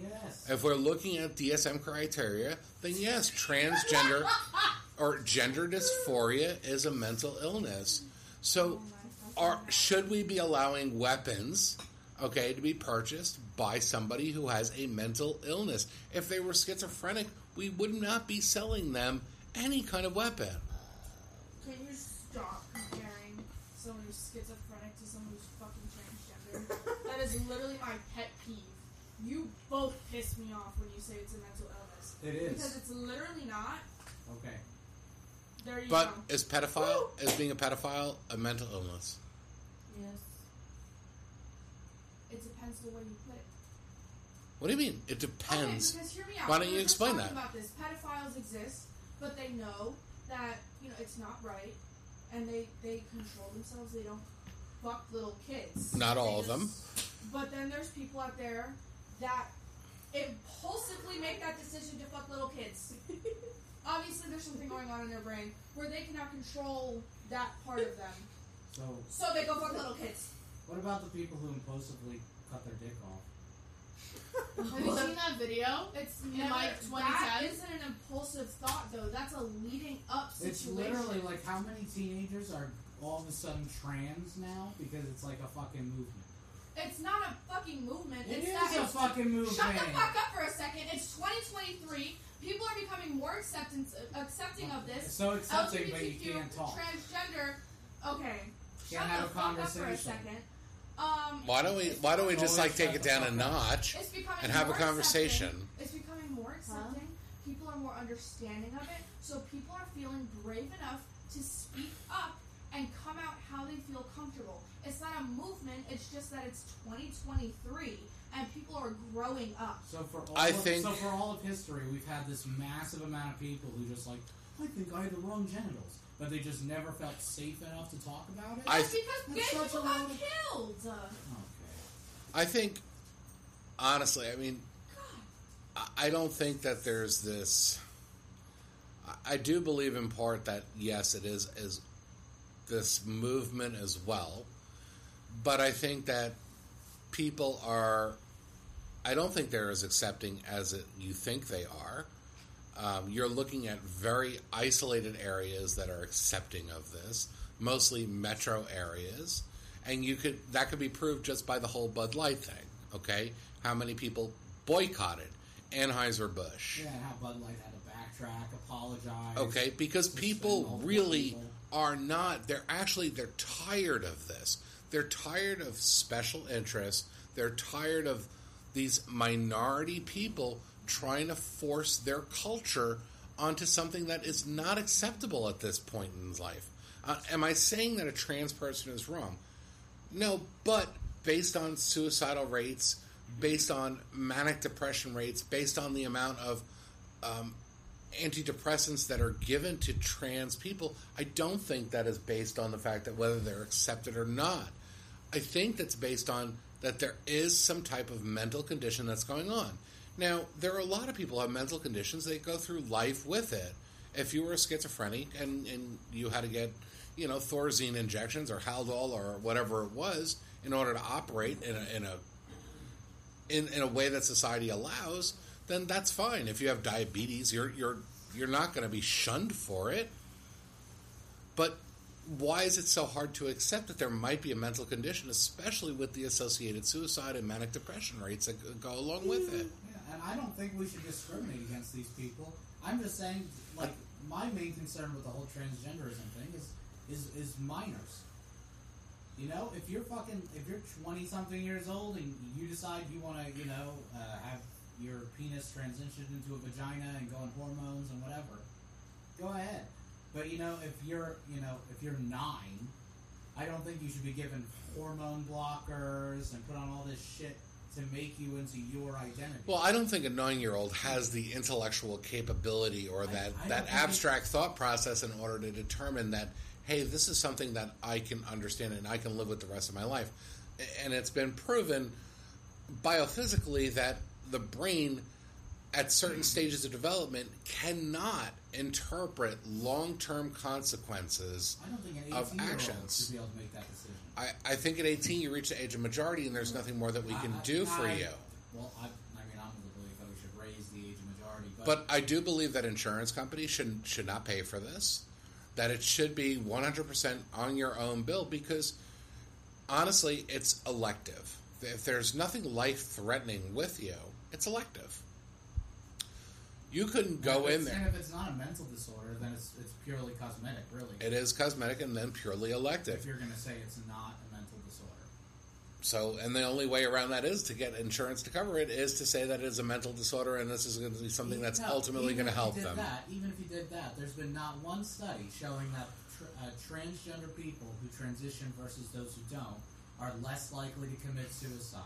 Yes.
If we're looking at DSM criteria, then yes, transgender or gender dysphoria is a mental illness.
Oh
So, are, should we be allowing weapons, okay, to be purchased by somebody who has a mental illness? If they were schizophrenic, we would not be selling them any kind of weapon.
Can you stop comparing someone who's schizophrenic to someone who's fucking transgender? that is literally my pet peeve. You both piss me off when you say it's a mental illness.
It
Because
is.
it's literally not.
Okay.
There you
But
go.
is pedophile, is being a pedophile a mental illness?
Yes.
It depends the way you put it.
What do you mean? It
Okay,
depends.
because hear me out.
Why don't
We
you
were just
explain
talking
that?
About this, pedophiles exist, but they know that you know it's not right, and they they control themselves. They don't fuck little kids.
Not
They
all of them.
just- But then there's people out there that impulsively make that decision to fuck little kids. Obviously, there's something going on in their brain where they cannot control that part of them,
So,
so they go fuck little kids.
what about the people who impulsively cut their dick off?
Have you seen that video?
It's
In
never,
like
that
2010?
isn't an impulsive thought though. That's a leading up situation.
It's literally like how many teenagers are all of a sudden trans now because it's like a fucking movement.
It's not a fucking movement.
It
it's
is
that,
a
it's,
fucking movement.
Shut the fuck up for a second. It's 2023. People are becoming more acceptance accepting of this.
So accepting, but you
LGBTQ,
can't talk.
Transgender. Okay.
Can't
shut
have
the
a
fuck up for a
conversation.
second. Um,
Why don't we? Why don't we just like
Always
take
shut
it
the
down a
fuck up.
notch?
it's becoming
and have a
more accepting.
conversation.
It's becoming more accepting. People are more understanding of it. So people are feeling brave enough to speak up and come out how they feel comfortable. It's not a movement, it's just that it's 2023 and people are growing up.
So for all
I
of,
think-
so for all of history, we've had this massive amount of people who just like I think I had the wrong genitals, but they just never felt safe enough to talk about it.
I
That's because
That's
gay
such
people
a Mm.
got
lot of-
killed.
okay.
I think, honestly, I mean, I- I don't think that there's this. I- I do believe in part that yes, it is is this movement as well, but I think that people are. I don't think they're as accepting as it, you think they are. Um, you're looking at very isolated areas that are accepting of this, mostly metro areas, and you could that could be proved just by the whole Bud Light thing. Okay, how many people boycotted Anheuser Busch?
Yeah, and how Bud Light had to backtrack, apologize.
Okay, because
Suspend
people
multiple
really
people.
are not. They're actually they're tired of this. They're tired of special interests. They're tired of these minority people trying to force their culture onto something that is not acceptable at this point in life. Uh, am I saying that a trans person is wrong? No, but based on suicidal rates, based on manic depression rates, based on the amount of um, antidepressants that are given to trans people, I don't think that is based on the fact that whether they're accepted or not. I think that's based on that there is some type of mental condition that's going on. Now, there are a lot of people who have mental conditions, they go through life with it. If you were a schizophrenic and, and you had to get, you know, Thorazine injections or Haldol or whatever it was in order to operate in a, in a in, in a way that society allows, then that's fine. If you have diabetes, you're you're you're not going to be shunned for it. But why is it so hard to accept that there might be a mental condition, especially with the associated suicide and manic depression rates that go along with it?
Yeah, and I don't think we should discriminate against these people. I'm just saying, like, my main concern with the whole transgenderism thing is is is minors. You know, if you're fucking, if you're 20 something years old and you decide you want to, you know, uh, have your penis transitioned into a vagina and go on hormones and whatever, go ahead. But you know, if you're, you know, if you're nine, I don't think you should be given hormone blockers and put on all this shit to make you into your identity.
Well, I don't think a nine-year-old has the intellectual capability or
I-
that
I don't
that
think it-
abstract thought process in order to determine that hey, this is something that I can understand and I can live with the rest of my life. A- And it's been proven biophysically that the brain at certain stages of development cannot interpret long-term consequences
I don't think an 18
Of
year old
actions.
should be able to make that decision.
I, I think at 18 you reach the age of majority and there's nothing more that we can
I- I-
do for
I-
you.
Well, I, I mean, I'm of the belief that we should raise the age of majority, but,
But I do believe that insurance companies should should not pay for this. That it should be 100% on your own bill because honestly, it's elective. If there's nothing life threatening with you, it's elective. You couldn't go
if
in
it's-
there.
And if it's not a mental disorder, then it's, it's purely cosmetic, really.
It is cosmetic and then purely
if
elective.
you're going to say it's not a mental disorder,
So, and the only way around that is to get insurance to cover it is to say that it is a mental disorder and this is going to be something
Even-
that's
no,
ultimately going
even
to
if you
help
did
them.
That, even if you did that, there's been not one study showing that tr- uh, transgender people who transition versus those who don't are less likely to commit suicide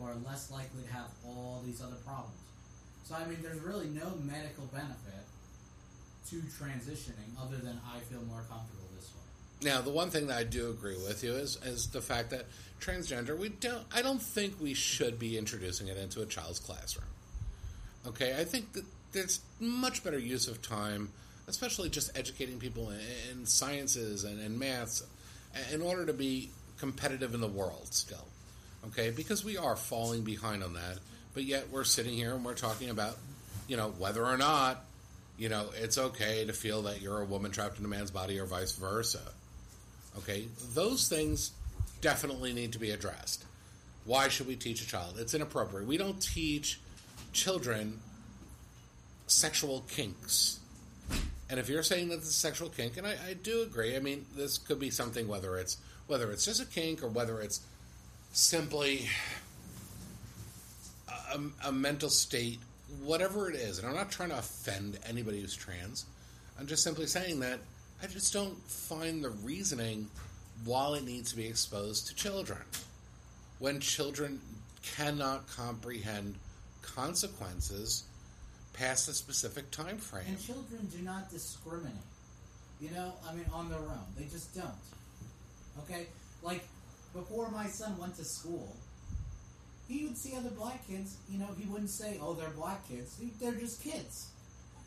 or are less likely to have all these other problems. So I mean, there's really no medical benefit to transitioning other than I feel more comfortable this way.
Now, the one thing that I do agree with you is is the fact that transgender we don't I don't think we should be introducing it into a child's classroom. Okay, I think that there's much better use of time, especially just educating people in, in sciences and in maths, in order to be competitive in the world still. Okay, because we are falling behind on that, but yet we're sitting here and we're talking about, you know, whether or not, you know, it's okay to feel that you're a woman trapped in a man's body or vice versa. Okay, those things definitely need to be addressed. Why should we teach a child? It's inappropriate. We don't teach children sexual kinks. And if you're saying that it's a sexual kink, and I, I do agree, I mean, this could be something whether it's whether it's just a kink or whether it's simply a, a mental state, whatever it is. And I'm not trying to offend anybody who's trans. I'm just simply saying that I just don't find the reasoning while it needs to be exposed to children. When children cannot comprehend consequences past a specific time frame.
And children do not discriminate. You know, I mean, on their own. They just don't. Okay? Like, before my son went to school, he would see other black kids. You know, he wouldn't say, oh, they're black kids. He- They're just kids.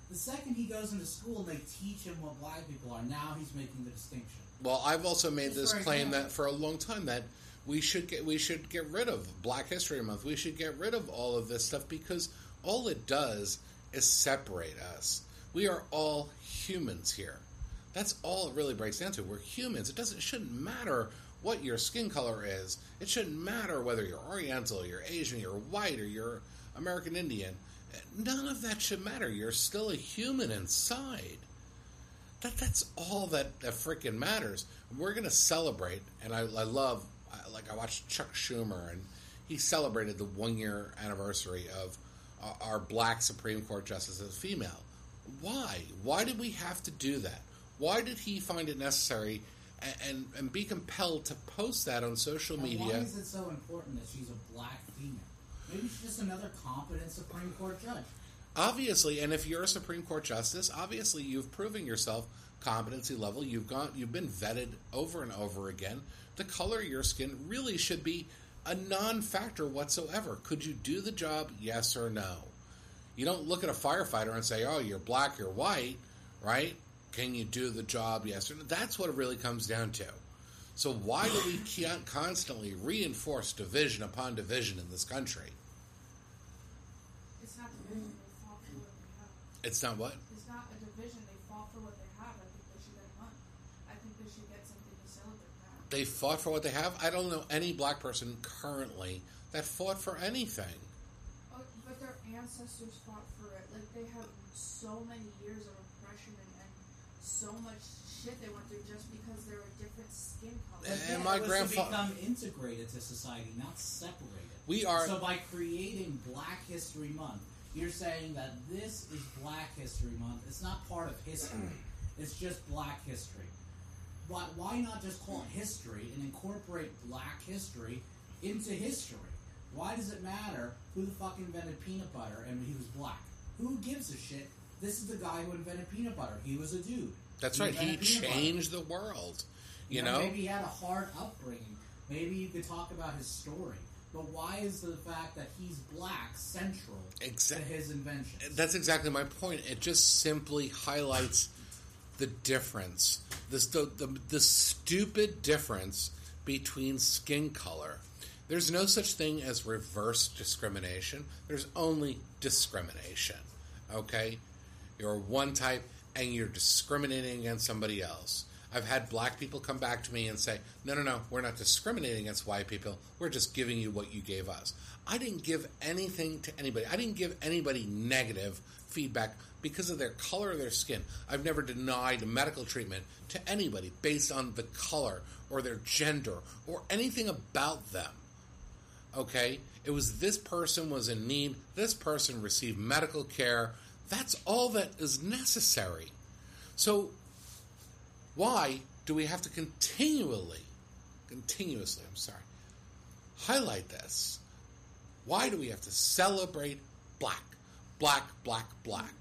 The second he goes into school and they teach him what black people are, now he's making the distinction.
Well, I've also made
Just
this
for
claim
example.
that for a long time that we should get we should get rid of Black History Month. We should get rid of all of this stuff because all it does is separate us. We are all humans here. That's all it really breaks down to. We're humans. It doesn't it shouldn't matter what your skin color is. It shouldn't matter whether you're Oriental, you're Asian, you're white, or you're American Indian. None of that should matter. You're still a human inside. That that's all that that freaking matters. We're gonna celebrate, and I, I love I, like I watched Chuck Schumer, and he celebrated the one year anniversary of uh, our black Supreme Court justice as female. Why? Why did we have to do that? Why did he find it necessary and and, and be compelled to post that on social
And
media?
Why is it so important that she's a black female? Maybe she's just another competent Supreme Court judge.
obviously and if you're a supreme court justice obviously you've proven yourself competency level you've gone you've been vetted over and over again the color of your skin really should be a non-factor whatsoever could you do the job yes or no you don't look at a firefighter and say oh you're black you're white right can you do the job yes or no that's what it really comes down to so why do we can't constantly reinforce division upon division in this country
It's not division, they fall for what they have.
it's not what
It's not a division, they fall for what they have. I think they should get one. I think they should get something to celebrate that.
they fought for what they have. I don't know any black person currently that fought for anything.
Oh, but their ancestors fought for it. Like they have so many years of oppression and, and so much shit they went through just because they're a different skin color.
And
Again,
my
it was
grandfa-
to become integrated to society, not separated.
We are
So by creating Black History Month, you're saying that this is Black History Month. It's not part of history. It's just Black History. Why, why not just call it history and incorporate Black history into history? Why does it matter who the fuck invented peanut butter and he was black? Who gives a shit? This is the guy who invented peanut butter. He was a dude.
That's
You
right.
gotta
He
be a
changed the world. You know?
maybe he had a hard upbringing. Maybe you could talk about his story. But why is the fact that he's black central to
Exactly.
his inventions?
That's exactly my point. It just simply highlights the difference, this the, the the stupid difference between skin color. There's no such thing as reverse discrimination. There's only discrimination. Okay, you're one type, and you're discriminating against somebody else. I've had black people come back to me and say, "No, no, no, we're not discriminating against white people. We're just giving you what you gave us." I didn't give anything to anybody. I didn't give anybody negative feedback because of their color of their skin. I've never denied medical treatment to anybody based on the color or their gender or anything about them. Okay? It was this person was in need, this person received medical care. That's all that is necessary. So why do we have to continually continuously, I'm sorry, highlight this? Why do we have to celebrate black? Black, black, black.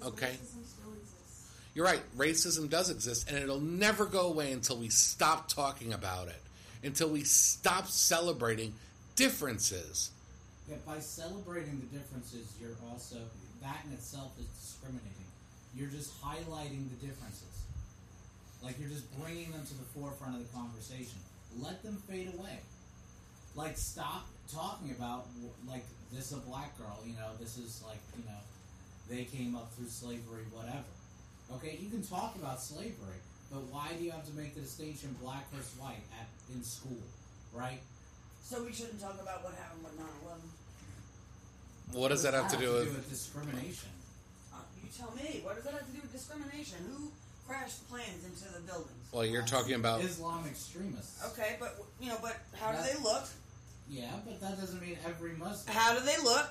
'Cause
Okay.
racism still exists.
You're right, racism does exist, and it'll never go away until we stop talking about it, until we stop celebrating differences.
Yeah, by celebrating the differences, you're also that in itself is discriminating. You're just highlighting the differences. Like you're just bringing them to the forefront of the conversation. Let them fade away. Like stop talking about wh- like this is a black girl, you know, this is like, you know, they came up through slavery, whatever. Okay, you can talk about slavery, but why do you have to make the distinction black versus white at in school, right?
So we shouldn't talk about what happened with 9 11.
What does that have to do with?
discrimination?
Uh, you tell me, what does that have to do with discrimination? Who crashed the planes into the buildings?
Well, you're talking about
Islam extremists.
Okay, but, you know, but how do
That-
they look?
Yeah, but that doesn't mean every Muslim.
How do they look?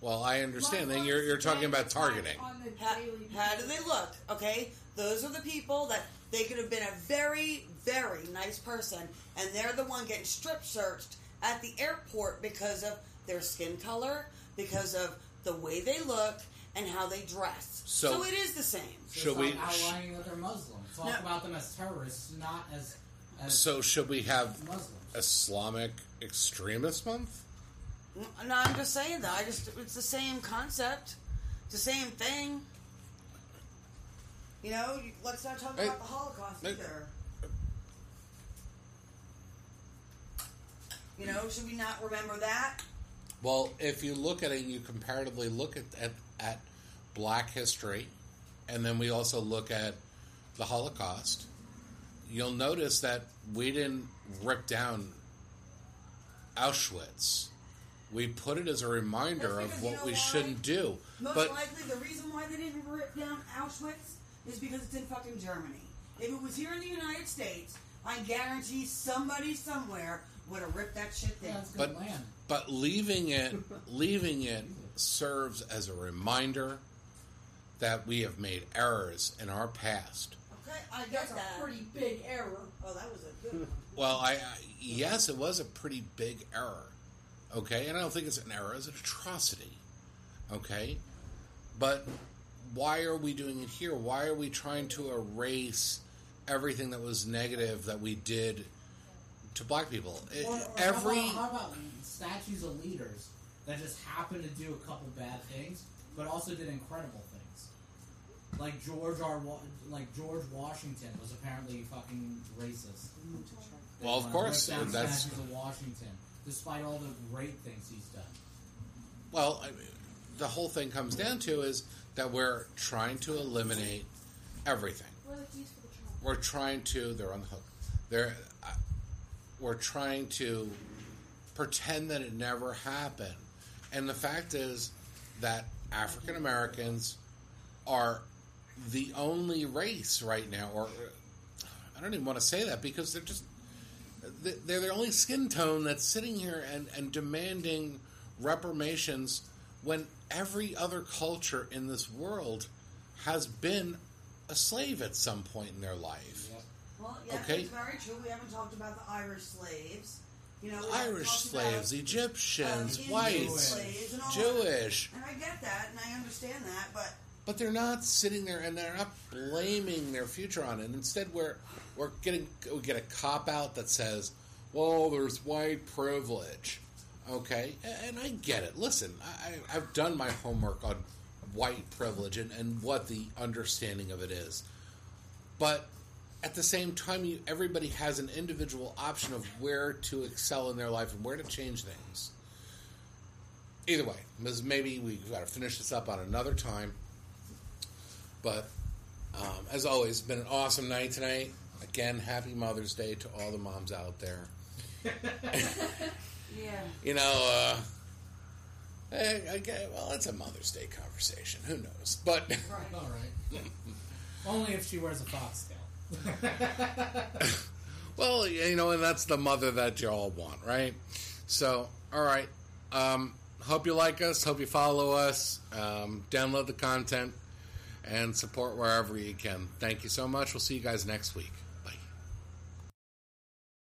well, I understand. Then
Muslims
you're you're talking
get
about
attacked
targeting.
on a
How,
daily
how do they
basis.
look? Okay, those are the people that they could have been a very, very nice person, and they're the one getting strip searched at the airport because of their skin color, because of the way they look, and how they dress.
So-
it is the same.
So
Should we-
stop outlining that they're Muslim? Talk
No.
about them as terrorists, not as as
So should we have
Muslims.
Islamic Extremist Month?
No, I'm just saying that. I just it's the same concept, it's the same thing. You know, you, let's not talk
Hey.
about the Holocaust
Hey.
either. You know, should we not remember that?
Well, if you look at it, you comparatively look at, at, at black history, and then we also look at the Holocaust, you'll notice that we didn't rip down Auschwitz. We put it as a reminder
That's
of
because
what
you know
we
why?
shouldn't do.
Most
but
likely, the reason why they didn't rip down Auschwitz is because it's in fucking Germany. If it was here in the United States, I guarantee somebody somewhere would have ripped that shit
yeah,
down.
it's good
but
land.
but leaving it leaving it serves as a reminder that we have made errors in our past.
Okay, I get
That's
that.
a pretty big error.
oh, that was a good one.
Well, I, I yes, it was a pretty big error. Okay, and I don't think it's an error; it's an atrocity. Okay, but why are we doing it here? Why are we trying to erase everything that was negative that we did to black people? It-
Or- or
every
how about, how about statues of leaders that just happen to do a couple bad things, but also did incredible things. Like George R. Wa- like George Washington was apparently fucking racist. They
Well, of
wanna
course,
rip down
that's-
statues of Washington, despite all the great things he's done.
well, I, the whole thing comes down to is that we're trying to eliminate everything.
We're like used for the trauma.
we're trying to they're on the hook they're uh, we're trying to pretend that it never happened and the fact is that african americans are the only race right now or i don't even want to say that because they're just th- they're the only skin tone that's sitting here and, and demanding reprimations when every other culture in this world has been a slave at some point in their life.
Yep.
Well, yeah,
Okay.
it's very true. We haven't talked about the Irish slaves. You know, we haven't
Irish
talked about,
slaves,
uh,
Egyptians,
Indian
whites,
slaves and all that.
Jewish.
And I get that, and I understand that, but
But they're not sitting there and they're not blaming their future on it. Instead, we're we're getting we get a cop out that says, "Well, there's white privilege." Okay, A- and I get it. Listen, I, I- I've done my homework on white privilege and, and what the understanding of it is. But at the same time, you, everybody has an individual option of where to excel in their life and where to change things. Either way, this- maybe we've got to finish this up on another time. But um, as always, been an awesome night tonight. Again, happy Mother's Day to all the moms out there.
Yeah.
You know, uh, eh, I, get- well, it's a Mother's Day conversation. Who knows? But
Right.
All right. Only if she wears a foxtail.
Well, you know, and that's the mother that you all want, right? So, all right. Um, hope you like us. Hope you follow us. Um, download the content and support wherever you can. Thank you so much. We'll see you guys next week.